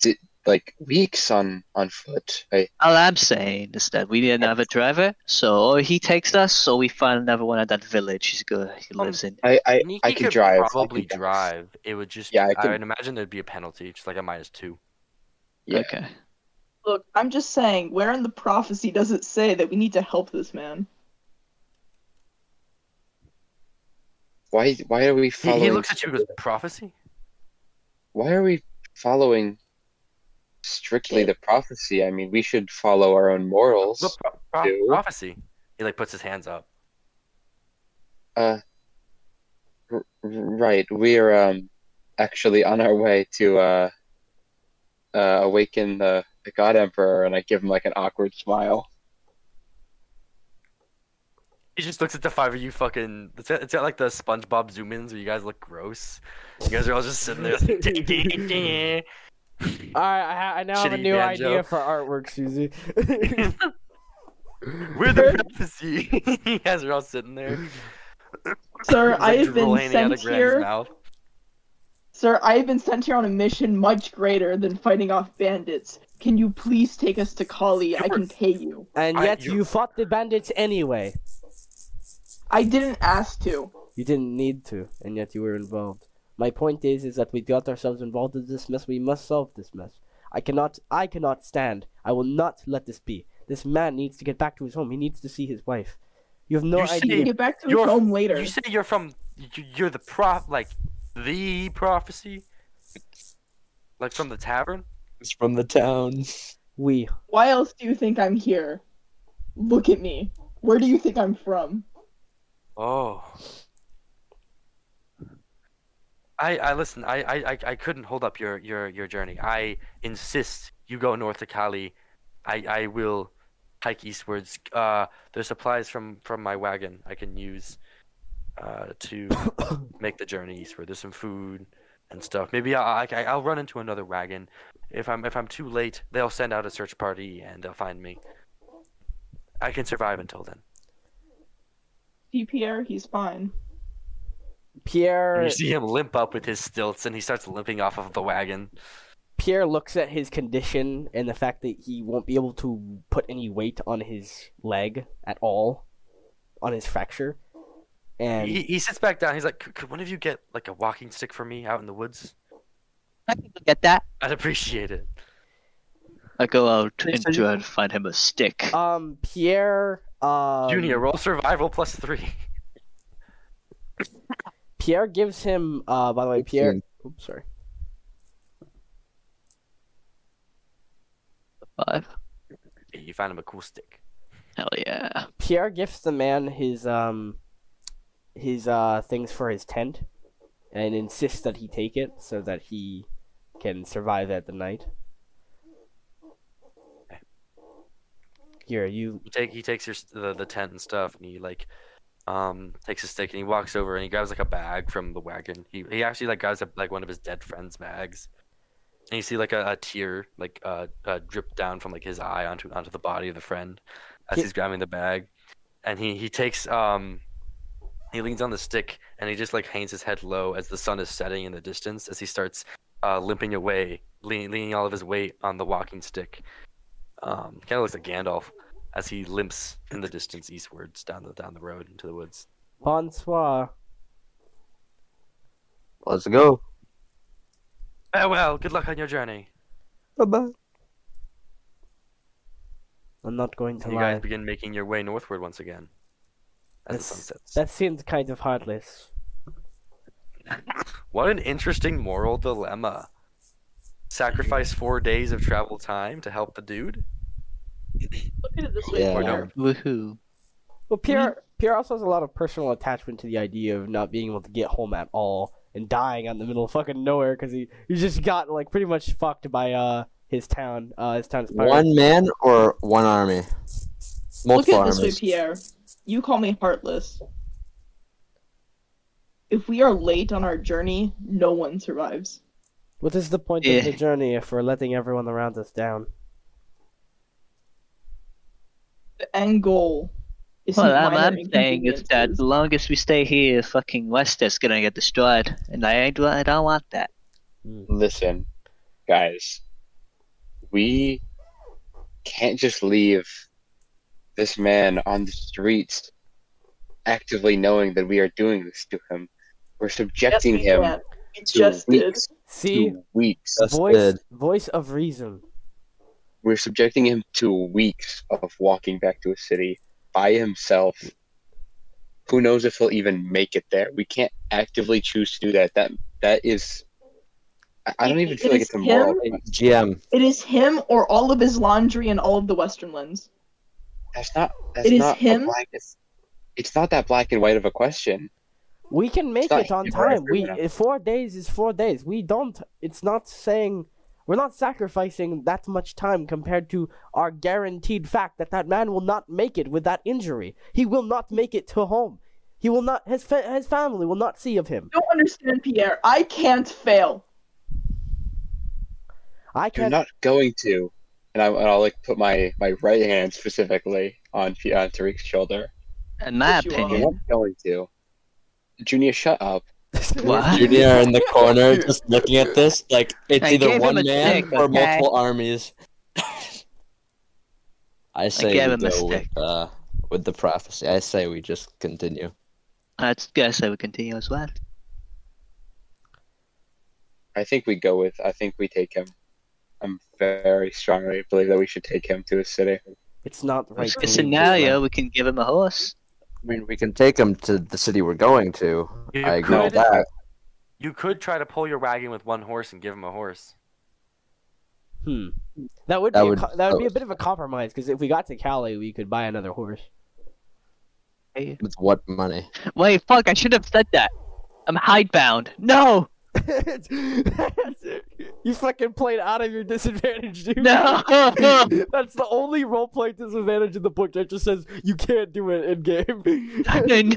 Speaker 6: di- like weeks on on foot. I
Speaker 1: All I'm saying is that we need another driver, so or he takes us, so we find another one at that village. He's good. He
Speaker 2: Um,
Speaker 1: lives in.
Speaker 6: I I,
Speaker 2: Nikki
Speaker 6: I can
Speaker 2: could
Speaker 6: drive. I
Speaker 2: Probably
Speaker 6: can
Speaker 2: drive. It would just.
Speaker 6: Yeah, I
Speaker 2: I,
Speaker 6: could-
Speaker 2: would imagine there'd be a penalty, just like a minus two.
Speaker 6: yeah.
Speaker 1: Okay.
Speaker 5: Look, I'm just saying, where in the prophecy does it say that we need to help this man?
Speaker 6: Why why are we
Speaker 2: He,
Speaker 6: following?
Speaker 2: he looks at you with prophecy.
Speaker 6: why are we following strictly the prophecy? I mean, we should follow our own morals.
Speaker 2: Look, pro- pro-
Speaker 6: do.
Speaker 2: prophecy. He like puts his hands up.
Speaker 6: R- right, we're um actually on our way to uh, uh awaken the, the God Emperor, and I give him like an awkward smile.
Speaker 2: He just looks at the five of you fucking. It's got, it's got like the SpongeBob zoom ins where you guys look gross. You guys are all just sitting there. Like,
Speaker 4: All right, I, ha- I now have a
Speaker 2: Shitty
Speaker 4: new
Speaker 2: banjo.
Speaker 4: idea for artwork, Susie.
Speaker 2: We're the prophecy. you guys are all sitting there.
Speaker 5: Sir,
Speaker 2: It's
Speaker 5: I
Speaker 2: like
Speaker 5: have been
Speaker 2: drooling out
Speaker 5: sent
Speaker 2: of Graham's
Speaker 5: here.
Speaker 2: mouth.
Speaker 5: Sir, I have been sent here on a mission much greater than fighting off bandits. Can you please take us to Kali? I can pay you.
Speaker 4: and
Speaker 2: I-
Speaker 4: yet
Speaker 2: you-
Speaker 4: you fought the bandits anyway.
Speaker 5: I didn't ask to.
Speaker 4: You didn't need to, and yet you were involved. My point is, is that we got ourselves involved in this mess. We must solve this mess. I cannot, I cannot stand. I will not let this be. This man needs to get back to his home. He needs to see his wife. You have no
Speaker 2: You
Speaker 4: idea.
Speaker 2: see-
Speaker 5: Get back to
Speaker 2: You're-
Speaker 5: your home later.
Speaker 2: You say you're from. you- You're the prof. Like the prophecy. Like from the tavern.
Speaker 3: It's from the town.
Speaker 4: We.
Speaker 5: Why else do you think I'm here? Look at me. Where do you think I'm from?
Speaker 2: Oh. I I listen. I I I- I couldn't hold up your your your journey. I insist you go north to Cali. I I will hike eastwards. Uh, there's supplies from from my wagon I can use uh to make the journey eastward. There's some food and stuff. Maybe I, I I'll run into another wagon. If I'm if I'm too late, they'll send out a search party and they'll find me. I can survive until then.
Speaker 5: See Pierre, he's fine.
Speaker 2: And
Speaker 4: Pierre.
Speaker 2: you see him limp up with his stilts, and he starts limping off of the wagon.
Speaker 4: Pierre looks at his condition and the fact that he won't be able to put any weight on his leg at all, on his fracture, and
Speaker 2: He, he sits back down. He's like, "Could could one of you get like a walking stick for me out in the woods?
Speaker 1: I can get that.
Speaker 2: I'd appreciate it."
Speaker 1: I go out
Speaker 9: Please,
Speaker 1: and try and find him a stick.
Speaker 4: um Pierre. Um,
Speaker 2: Junior, roll survival plus three.
Speaker 4: Pierre gives him. Uh, by the way, Pierre. Oops, sorry.
Speaker 1: Five.
Speaker 2: You find him a cool stick.
Speaker 1: Hell yeah.
Speaker 4: Pierre gifts the man his um his uh things for his tent and insists that he take it so that he can survive at the night. Here, you
Speaker 2: He take he takes your st- the, the tent and stuff, and he like um takes a stick and he walks over and he grabs like a bag from the wagon. He he actually like grabs a, like one of his dead friend's bags, and you see like a, a tear like uh, uh drip down from like his eye onto onto the body of the friend as
Speaker 4: Ki-
Speaker 2: he's grabbing the bag, and he he takes um. He leans on the stick and he just like hangs his head low as the sun is setting in the distance as he starts uh, limping away, leaning, leaning all of his weight on the walking stick. Um, kind of looks like Gandalf as he limps in the distance eastwards down the down the road into the woods.
Speaker 4: bonsoir.
Speaker 3: Let's go.
Speaker 2: Farewell. Good luck on your journey.
Speaker 9: Bye bye.
Speaker 4: I'm not going to
Speaker 2: And you
Speaker 4: lie.
Speaker 2: guys begin making your way northward once again as the sun
Speaker 4: That's-
Speaker 2: sets.
Speaker 4: That seems kind of heartless.
Speaker 2: What an interesting moral dilemma. Sacrifice four days of travel time to help the dude.
Speaker 5: Look at it this way,
Speaker 3: Yeah.
Speaker 5: Pierre.
Speaker 2: no.
Speaker 1: Woohoo.
Speaker 4: Well, Pierre Pierre also has a lot of personal attachment to the idea of not being able to get home at all and dying out in the middle of fucking nowhere because he, he just got like pretty much fucked by uh his town. Uh, his town is pirates.
Speaker 3: One man or one army?
Speaker 5: Look
Speaker 3: Multiple
Speaker 5: at it this way,
Speaker 3: armies.
Speaker 5: Pierre. You call me heartless. If we are late on our journey, no one survives.
Speaker 4: What is the point of the
Speaker 1: Yeah.
Speaker 4: journey if we're letting everyone around us down?
Speaker 5: The end goal is
Speaker 1: Well,
Speaker 5: minor
Speaker 1: I'm, I'm saying is that
Speaker 5: inconveniences.
Speaker 1: the longest we stay here, fucking Westeros gonna get destroyed, and I ain't, I don't want that.
Speaker 6: Listen, guys, we can't just leave this man on the streets actively knowing that we are doing this to him. We're
Speaker 5: Yes,
Speaker 6: subjecting
Speaker 5: we
Speaker 6: him
Speaker 5: can. We
Speaker 6: to
Speaker 5: just did.
Speaker 6: weeks,
Speaker 4: See,
Speaker 6: to weeks.
Speaker 3: That's
Speaker 4: voice,
Speaker 3: good.
Speaker 4: voice of reason.
Speaker 6: We're subjecting him to weeks of walking back to a city by himself. Who knows if he'll even make it there? We can't actively choose to do that. That that is, I, I don't even feel like it's a moral.
Speaker 3: GM.
Speaker 5: It is him or all of his laundry and all of the Western lands.
Speaker 6: That's not. That's
Speaker 5: It is
Speaker 6: not a
Speaker 5: him?
Speaker 6: black- it's, it's not that black and white of a question.
Speaker 4: We can make
Speaker 6: not
Speaker 4: it on
Speaker 6: him or
Speaker 4: time. We
Speaker 6: everyone
Speaker 4: four days is four days. We don't. It's not saying we're not sacrificing that much time compared to our guaranteed fact that that man will not make it with that injury. He will not make it to home. He will not. His fa- his family will not see of him.
Speaker 5: You don't understand, Pierre. I can't fail.
Speaker 4: I
Speaker 6: You're
Speaker 4: can
Speaker 6: not going to. And, I, and I'll like put my my right hand specifically on P- on Tariq's shoulder.
Speaker 1: In my
Speaker 5: Yes, you are.
Speaker 6: You're
Speaker 1: opinion,
Speaker 6: not going to. Junior, shut up.
Speaker 1: what?
Speaker 3: Junior in the corner, just looking at this. Like it's
Speaker 1: I gave
Speaker 3: either
Speaker 1: him
Speaker 3: one
Speaker 1: a
Speaker 3: man
Speaker 1: dick,
Speaker 3: or
Speaker 1: okay?
Speaker 3: multiple armies. I say
Speaker 1: gave him
Speaker 3: we
Speaker 1: a
Speaker 3: go with,
Speaker 1: stick.
Speaker 3: uh, with the prophecy. I say we just continue.
Speaker 1: I guess I would continue as well.
Speaker 6: I think we go with. I think we take him. I'm very strongly believe that we should take him to a city.
Speaker 4: It's not right.
Speaker 1: Worst
Speaker 4: to
Speaker 1: case
Speaker 4: leave this
Speaker 1: scenario,
Speaker 4: way.
Speaker 1: we can give him a horse.
Speaker 3: I mean, we can take him to the city we're going to.
Speaker 2: You
Speaker 3: I agree with
Speaker 2: could-
Speaker 3: that.
Speaker 2: You could try to pull your wagon with one horse and give him a horse.
Speaker 4: Hmm. That would
Speaker 3: That
Speaker 4: be
Speaker 3: would-
Speaker 4: a, co- that would be a
Speaker 3: that-
Speaker 4: bit of a compromise because if we got to Cali, we could buy another horse.
Speaker 3: With what money?
Speaker 1: Wait, fuck! I should have said that. I'm hidebound. No,
Speaker 4: you fucking played out of your disadvantage, dude.
Speaker 1: no.
Speaker 4: That's the only roleplay disadvantage in the book that just says you can't do it in game.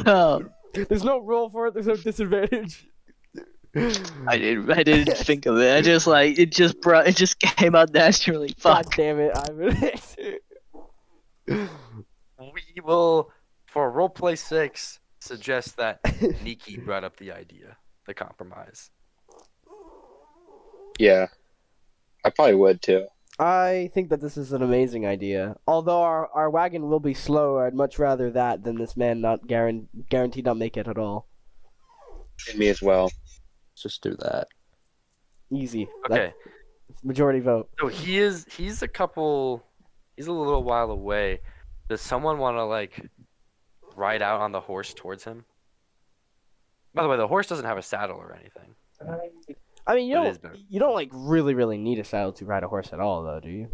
Speaker 1: no,
Speaker 4: there's no rule for it. There's no disadvantage.
Speaker 1: I didn't. I didn't think of it. I just like it. Just brought. It just came out naturally.
Speaker 4: God
Speaker 1: Fuck.
Speaker 4: damn it, Ivan.
Speaker 2: We will, for roleplay six, suggest that Nikki brought up the idea, the compromise.
Speaker 6: Yeah, I probably would too.
Speaker 4: I think that this is an amazing idea. Although our, our wagon will be slower, I'd much rather that than this man not guaran- guaranteed not make it at all.
Speaker 6: Me as well.
Speaker 3: Just do that.
Speaker 4: Easy.
Speaker 2: Okay.
Speaker 4: That's majority vote.
Speaker 2: So he is he's a couple he's a little while away. Does someone want to like ride out on the horse towards him? By the way, the horse doesn't have a saddle or anything.
Speaker 4: I mean, you
Speaker 2: It
Speaker 4: don't
Speaker 2: is better.
Speaker 4: you don't like really really need a saddle to ride a horse at all, though, do you?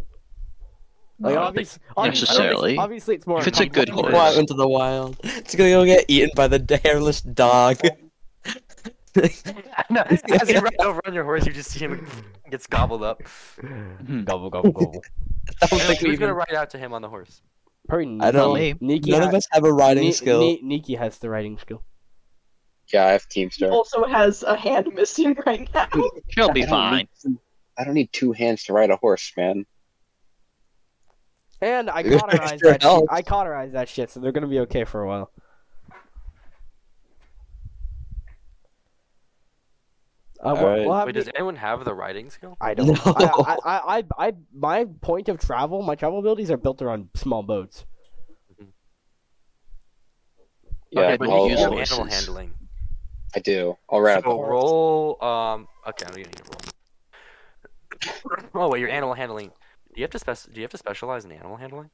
Speaker 4: Like
Speaker 1: No, I don't
Speaker 4: obvious-
Speaker 1: think
Speaker 4: obvious-
Speaker 1: necessarily.
Speaker 4: Obviously, it's more.
Speaker 1: If it's a good
Speaker 4: uncomfortable.
Speaker 1: horse.
Speaker 3: Go out into the wild. It's gonna go get eaten by the hairless dog.
Speaker 2: No, As you ride over on your horse, you just see him gets gobbled up.
Speaker 1: Hmm.
Speaker 4: Gobble gobble gobble.
Speaker 3: I don't
Speaker 2: Who's
Speaker 3: think we
Speaker 2: gonna
Speaker 3: even.
Speaker 2: ride out to him on the horse?
Speaker 4: Probably
Speaker 3: I don't-
Speaker 4: Nikki. Nikki
Speaker 3: None
Speaker 4: ha-
Speaker 3: of us have a riding
Speaker 4: Ni-
Speaker 3: skill.
Speaker 4: Ni- Nikki has the riding skill.
Speaker 6: Yeah, I have
Speaker 5: He
Speaker 6: Teamster.
Speaker 5: also has a hand missing right now.
Speaker 1: She'll be
Speaker 6: I don't
Speaker 1: fine.
Speaker 6: need two- I don't need two hands to ride a horse, man.
Speaker 4: And I
Speaker 3: Extra
Speaker 4: cauterized that. Shit.
Speaker 3: help.
Speaker 4: I cauterized that shit, so they're gonna be okay for a while. Uh, we'll-
Speaker 3: Alright.
Speaker 4: we'll have
Speaker 2: Wait,
Speaker 4: Ni-
Speaker 2: does anyone have the riding skill?
Speaker 4: I don't.
Speaker 3: No.
Speaker 4: I, I, I, I, I, my point of travel, my travel abilities are built around small boats.
Speaker 6: Yeah,
Speaker 1: Okay,
Speaker 2: but
Speaker 1: I'll-
Speaker 2: you use
Speaker 6: I'll,
Speaker 1: I'll-
Speaker 2: animal
Speaker 1: horses.
Speaker 2: handling.
Speaker 6: I do. I'll ride the
Speaker 2: So
Speaker 6: horse.
Speaker 2: roll. Um. Okay, I'm gonna need to roll. Oh wait, your animal handling. Do you have to spec? Do you have to specialize in animal handling?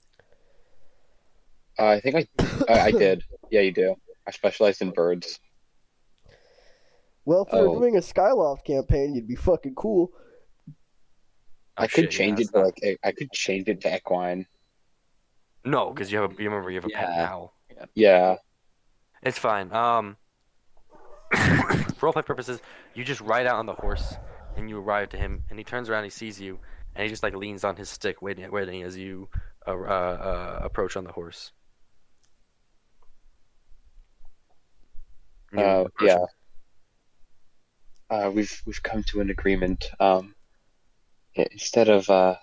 Speaker 6: Uh, I think I, I, I did. Yeah, you do. I specialized in birds.
Speaker 9: Well, if we were
Speaker 3: Oh.
Speaker 9: doing a Skyloft campaign, you'd be fucking cool.
Speaker 2: Oh,
Speaker 6: I
Speaker 2: shit,
Speaker 6: could
Speaker 2: yeah,
Speaker 6: change
Speaker 2: that's
Speaker 6: it to
Speaker 2: not-
Speaker 6: like I- I could change it to equine.
Speaker 2: No, because you have a you remember you have a pet
Speaker 3: Yeah.
Speaker 2: now.
Speaker 6: Yeah,
Speaker 2: It's fine. Um, for roleplay purposes, you just ride out on the horse and you arrive to him, and he turns around, he sees you, and he just like leans on his stick, waiting, waiting as you uh, uh, uh, approach on the horse. You
Speaker 6: Uh,
Speaker 2: approach
Speaker 6: yeah. Uh, we've we've come to an agreement. Um, i- instead of uh,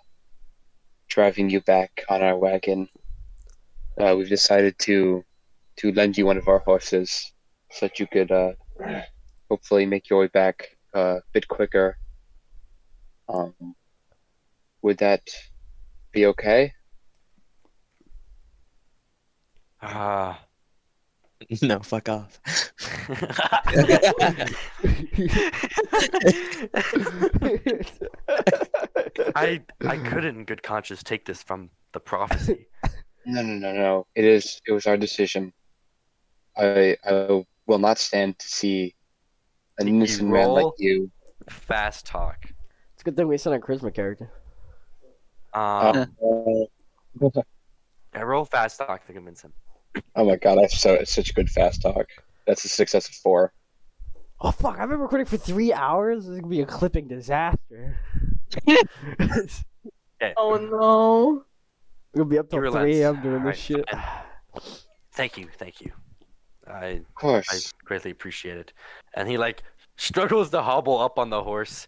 Speaker 6: driving you back on our wagon, uh, we've decided to to lend you one of our horses so that you could uh, hopefully make your way back uh, a bit quicker. Um, would that be okay?
Speaker 2: Ah.
Speaker 3: No, fuck off.
Speaker 2: I I couldn't in good conscience take this from the prophecy.
Speaker 6: No, no, no, no. It is. It was our decision. I I will not stand to see an
Speaker 2: You
Speaker 6: innocent man like
Speaker 2: roll?
Speaker 6: you.
Speaker 2: Fast talk.
Speaker 4: It's a good thing we sent our charisma character.
Speaker 3: Uh.
Speaker 6: Uh,
Speaker 2: Um,
Speaker 6: oh
Speaker 2: I roll fast talk to convince him.
Speaker 6: Oh my god, that's so it's such a good fast talk. That's a success of four.
Speaker 4: Oh fuck! I've been recording for three hours. This is gonna be a clipping disaster. it's
Speaker 2: Okay.
Speaker 5: Oh no.
Speaker 4: gonna be up till
Speaker 2: You relax.
Speaker 4: three a.m. doing
Speaker 2: Alright,
Speaker 4: this shit.
Speaker 2: Thank you, thank you. I
Speaker 6: Of
Speaker 2: I
Speaker 6: course.
Speaker 2: greatly appreciate it. And he like struggles to hobble up on the horse,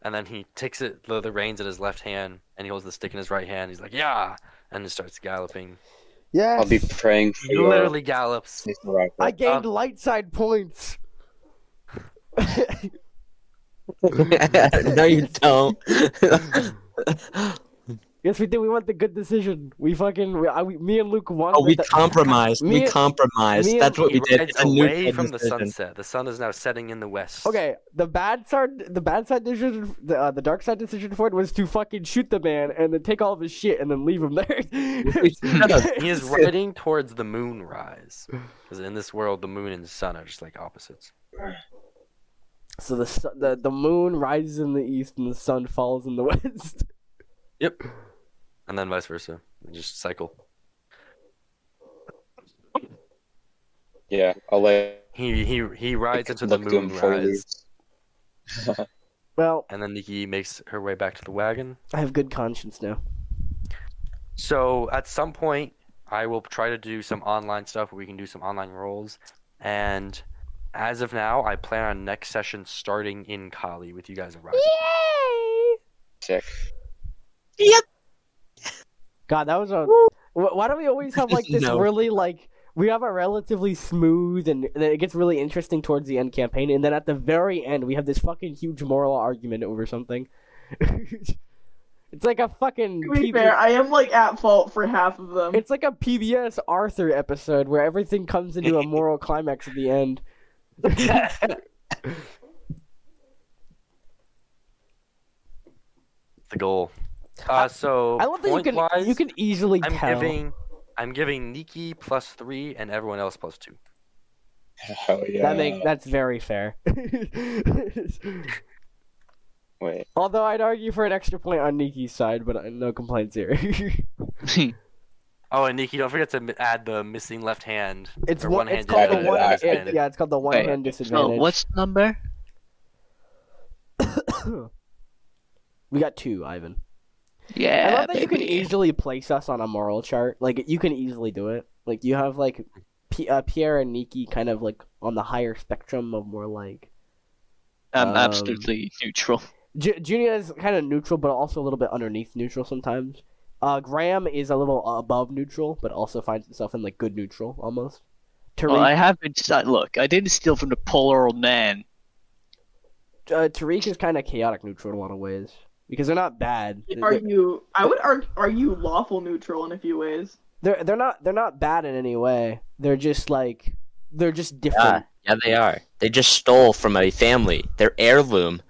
Speaker 2: and then he takes it the, the reins in his left hand, and he holds the stick in his right hand. He's like, "Yeah," and he starts galloping.
Speaker 9: Yes.
Speaker 6: I'll be praying for
Speaker 2: He
Speaker 6: you.
Speaker 2: literally gallops.
Speaker 6: Nathan Rocker.
Speaker 5: Uh,
Speaker 4: I gained light side points.
Speaker 3: no, you don't.
Speaker 4: Yes, we did. We went the good decision. We fucking, we, I, we, me and Luke won.
Speaker 3: oh, we
Speaker 4: the,
Speaker 3: compromised.
Speaker 4: Me
Speaker 3: We
Speaker 4: and-
Speaker 3: compromised.
Speaker 4: me and-
Speaker 3: That's what
Speaker 2: He
Speaker 3: we did.
Speaker 2: rides
Speaker 3: It's a
Speaker 2: away
Speaker 3: neutral
Speaker 2: from the
Speaker 3: decision.
Speaker 2: sunset. The sun is now setting in the west.
Speaker 4: okay. The bad side, the bad side decision, the uh, the dark side decision for it was to fucking shoot the man and then take all of his shit and then leave him there.
Speaker 2: He is riding towards the moon rise. Because in this world, the moon and the sun are just like opposites.
Speaker 4: So the, su- the the moon rises in the east and the sun falls in the west.
Speaker 2: And then vice versa. They just cycle.
Speaker 6: Yeah, I'll let
Speaker 2: He he he rides into the
Speaker 6: look to him
Speaker 2: moon
Speaker 6: before he
Speaker 2: rise.
Speaker 6: leaves.
Speaker 4: Well,
Speaker 2: And then Nikki makes her way back to the wagon.
Speaker 4: I have good conscience now.
Speaker 2: So at some point, I will try to do some online stuff where we can do some online rolls. And as of now, I plan on next session starting in Kali with you guys arriving.
Speaker 6: Sick.
Speaker 4: God, that was a. Wh- Why do we always have like this
Speaker 3: No.
Speaker 4: really like we have a relatively smooth and, and then it gets really interesting towards the end campaign, and then at the very end we have this fucking huge moral argument over something. it's like a fucking.
Speaker 5: To be
Speaker 4: PB
Speaker 5: fair, I am like at fault for half of them.
Speaker 4: It's like a PBS Arthur episode where everything comes into a moral climax at the end.
Speaker 2: The goal. Uh, so
Speaker 4: I love that you can
Speaker 2: point-wise-
Speaker 4: you can easily
Speaker 2: I'm
Speaker 4: tell.
Speaker 2: giving I'm giving Nikki plus three and everyone else plus two.
Speaker 6: Hell yeah.
Speaker 4: That make that's very fair.
Speaker 6: Wait.
Speaker 4: Although I'd argue for an extra point on Niki's side, but uh, no complaints here.
Speaker 2: Oh, and Nikki, don't forget to mi- add the missing left hand.
Speaker 4: it's
Speaker 2: or
Speaker 4: one.
Speaker 2: hand
Speaker 4: It's called the
Speaker 6: disadvantage.
Speaker 4: one.
Speaker 6: Yeah,
Speaker 4: It,
Speaker 2: disadvantage.
Speaker 4: yeah, it's called the one
Speaker 1: Wait, so
Speaker 4: hand disadvantage.
Speaker 1: what's the number?
Speaker 4: we got two, Ivan.
Speaker 1: Yeah.
Speaker 4: I love that you can
Speaker 1: baby.
Speaker 4: easily place us on a moral chart. Like you can easily do it. Like you have like P- uh, Pierre and Nikki kind of like on the higher spectrum of more like
Speaker 1: I'm
Speaker 4: um,
Speaker 1: absolutely neutral.
Speaker 4: Ju- Junior is kind of neutral, but also a little bit underneath neutral sometimes. Uh, Graham is a little above neutral, but also finds himself in like good neutral almost. Tariq,
Speaker 1: Well, I have been. st- Look, I didn't steal from the polar old man.
Speaker 4: uh, Tariq is kind of chaotic neutral in a lot of ways because they're not bad.
Speaker 5: Are
Speaker 4: They're,
Speaker 5: you? I would argue, are you lawful neutral in a few ways?
Speaker 4: they're they're not they're not bad in any way. They're just like they're just
Speaker 3: Yeah,
Speaker 4: different.
Speaker 3: yeah, they are. They just stole from a family. They're heirloom.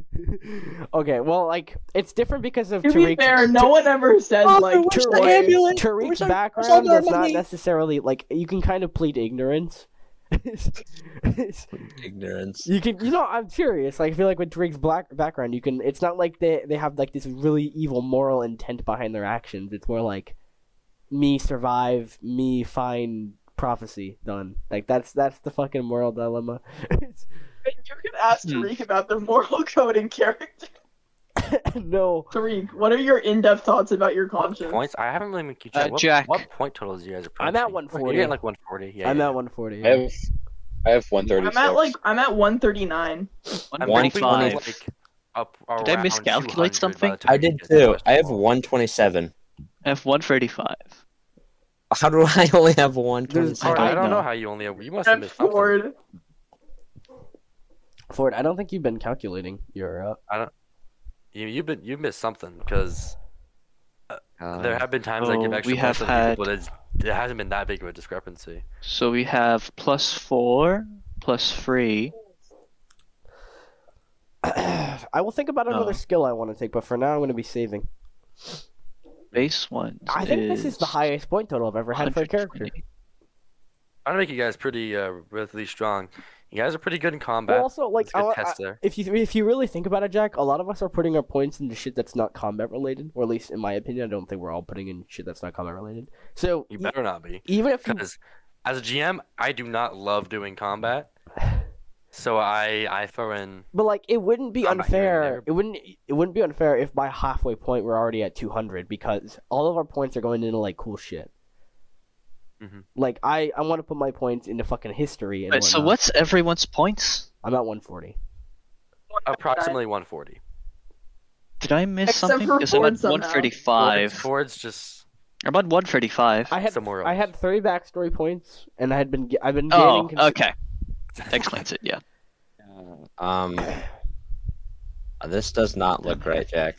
Speaker 4: okay, well, like it's different because of
Speaker 5: To be
Speaker 4: Tariq.
Speaker 5: fair, no one ever said like
Speaker 4: Tur-
Speaker 5: Troy.
Speaker 4: Tariq's
Speaker 3: Where's our- where's all
Speaker 4: background
Speaker 3: our
Speaker 4: is not
Speaker 3: money?
Speaker 4: necessarily like you can kind of plead ignorance.
Speaker 3: Ignorance.
Speaker 4: you can, you know, I'm serious. Like I feel like with Tariq's black background, you can. It's not like they they have like this really evil moral intent behind their actions. It's more like me survive, me find prophecy done. Like that's that's the fucking moral dilemma.
Speaker 5: You could ask
Speaker 1: Hmm.
Speaker 5: Tariq about the moral code in character.
Speaker 4: no.
Speaker 5: Tariq, what are your in-depth thoughts about your conscience?
Speaker 2: Points? I haven't really been keep
Speaker 1: Uh,
Speaker 2: track. what,
Speaker 1: Jack.
Speaker 2: what point totals you guys are
Speaker 4: I'm at
Speaker 2: approaching? You're
Speaker 4: 140.
Speaker 2: at like 140. Yeah,
Speaker 4: I'm
Speaker 2: yeah.
Speaker 4: at 140.
Speaker 6: I have I have one
Speaker 5: I'm
Speaker 6: thirty.
Speaker 5: at like I'm at 139.
Speaker 2: I'm thinking we're,
Speaker 1: 135.
Speaker 2: like, up
Speaker 1: Did I
Speaker 2: around
Speaker 1: miscalculate
Speaker 2: 200 by the
Speaker 1: something?
Speaker 2: time
Speaker 3: I
Speaker 2: you
Speaker 3: did
Speaker 2: get to
Speaker 3: too.
Speaker 2: West
Speaker 3: I have
Speaker 2: Wall.
Speaker 3: 127.
Speaker 1: I have 135.
Speaker 3: How do I only have
Speaker 2: Alright,
Speaker 4: There's-
Speaker 3: 127?
Speaker 2: I
Speaker 1: I
Speaker 2: don't
Speaker 1: know.
Speaker 2: know how you only have. You must have
Speaker 5: I'm
Speaker 2: missed something.
Speaker 5: bored.
Speaker 4: Ford, I don't think you've been calculating your. Uh,
Speaker 2: You, you've been you missed something because there
Speaker 3: Uh,
Speaker 2: have been times I
Speaker 1: so
Speaker 2: give extra
Speaker 1: Oh, we
Speaker 2: points
Speaker 1: have
Speaker 2: to people,
Speaker 1: had-
Speaker 2: but it's, it hasn't been that big of a discrepancy.
Speaker 1: So we have plus four, plus three.
Speaker 4: I will think about another
Speaker 1: Oh.
Speaker 4: skill I want to take, but for now I'm going to be saving.
Speaker 1: Base ones.
Speaker 4: I think this is the highest point total I've ever had for a character.
Speaker 1: 120.
Speaker 2: I'm gonna make you guys pretty uh, relatively strong. You guys are pretty good in combat.
Speaker 4: Well, also, like,
Speaker 2: It's a
Speaker 4: I,
Speaker 2: good
Speaker 4: wa- I,
Speaker 2: test there.
Speaker 4: if you if you really think about it, Jack, a lot of us are putting our points into shit that's not combat related, or at least in my opinion, I don't think we're all putting in shit that's not combat related. So
Speaker 2: You
Speaker 4: e-
Speaker 2: better not be,
Speaker 4: even if you,
Speaker 2: because as a GM, I do not love doing combat. So I I throw in.
Speaker 4: but like it wouldn't be
Speaker 2: I'm not hearing
Speaker 4: unfair.
Speaker 2: there.
Speaker 4: It wouldn't it wouldn't be unfair if by halfway point we're already at 200 because all of our points are going into like cool shit.
Speaker 2: Mhm.
Speaker 4: Like I I want to put my points into fucking history and
Speaker 1: Alright, so
Speaker 4: whatnot.
Speaker 1: what's everyone's points?
Speaker 4: I'm at 140.
Speaker 2: approximately 140.
Speaker 1: Did I miss
Speaker 5: Except
Speaker 1: something?
Speaker 5: for
Speaker 1: Because I'm
Speaker 5: Ford
Speaker 1: at
Speaker 5: somehow.
Speaker 1: 135.
Speaker 2: Ford's just
Speaker 1: I'm at 135.
Speaker 4: I had
Speaker 2: Somewhere
Speaker 4: I
Speaker 2: else.
Speaker 4: had three backstory points and I had been ge- I've been gaining
Speaker 1: Oh,
Speaker 4: consi-
Speaker 1: okay. That explains it, yeah.
Speaker 3: um, this does not look right, Jack.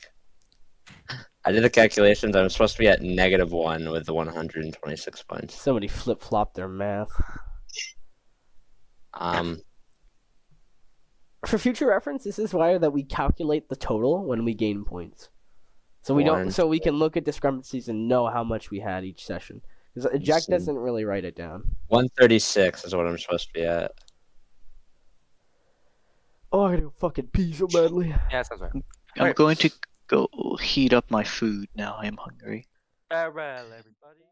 Speaker 3: I did the calculations. I'm supposed to be at negative one with the 126 points.
Speaker 4: Somebody flip flopped their math.
Speaker 3: Um,
Speaker 4: For future reference, this is why that we calculate the total when we gain points. So we
Speaker 3: One.
Speaker 4: don't. So we can look at discrepancies and know how much we had each session. 'Cause Jack
Speaker 3: Interesting.
Speaker 4: doesn't really write it down.
Speaker 3: 136 is what I'm supposed to be at.
Speaker 4: Oh, I gotta go fucking pee so badly.
Speaker 2: yeah, sounds right.
Speaker 1: I'm
Speaker 2: Alright.
Speaker 1: going to go heat up my food now. I'm hungry.
Speaker 2: Farewell, everybody.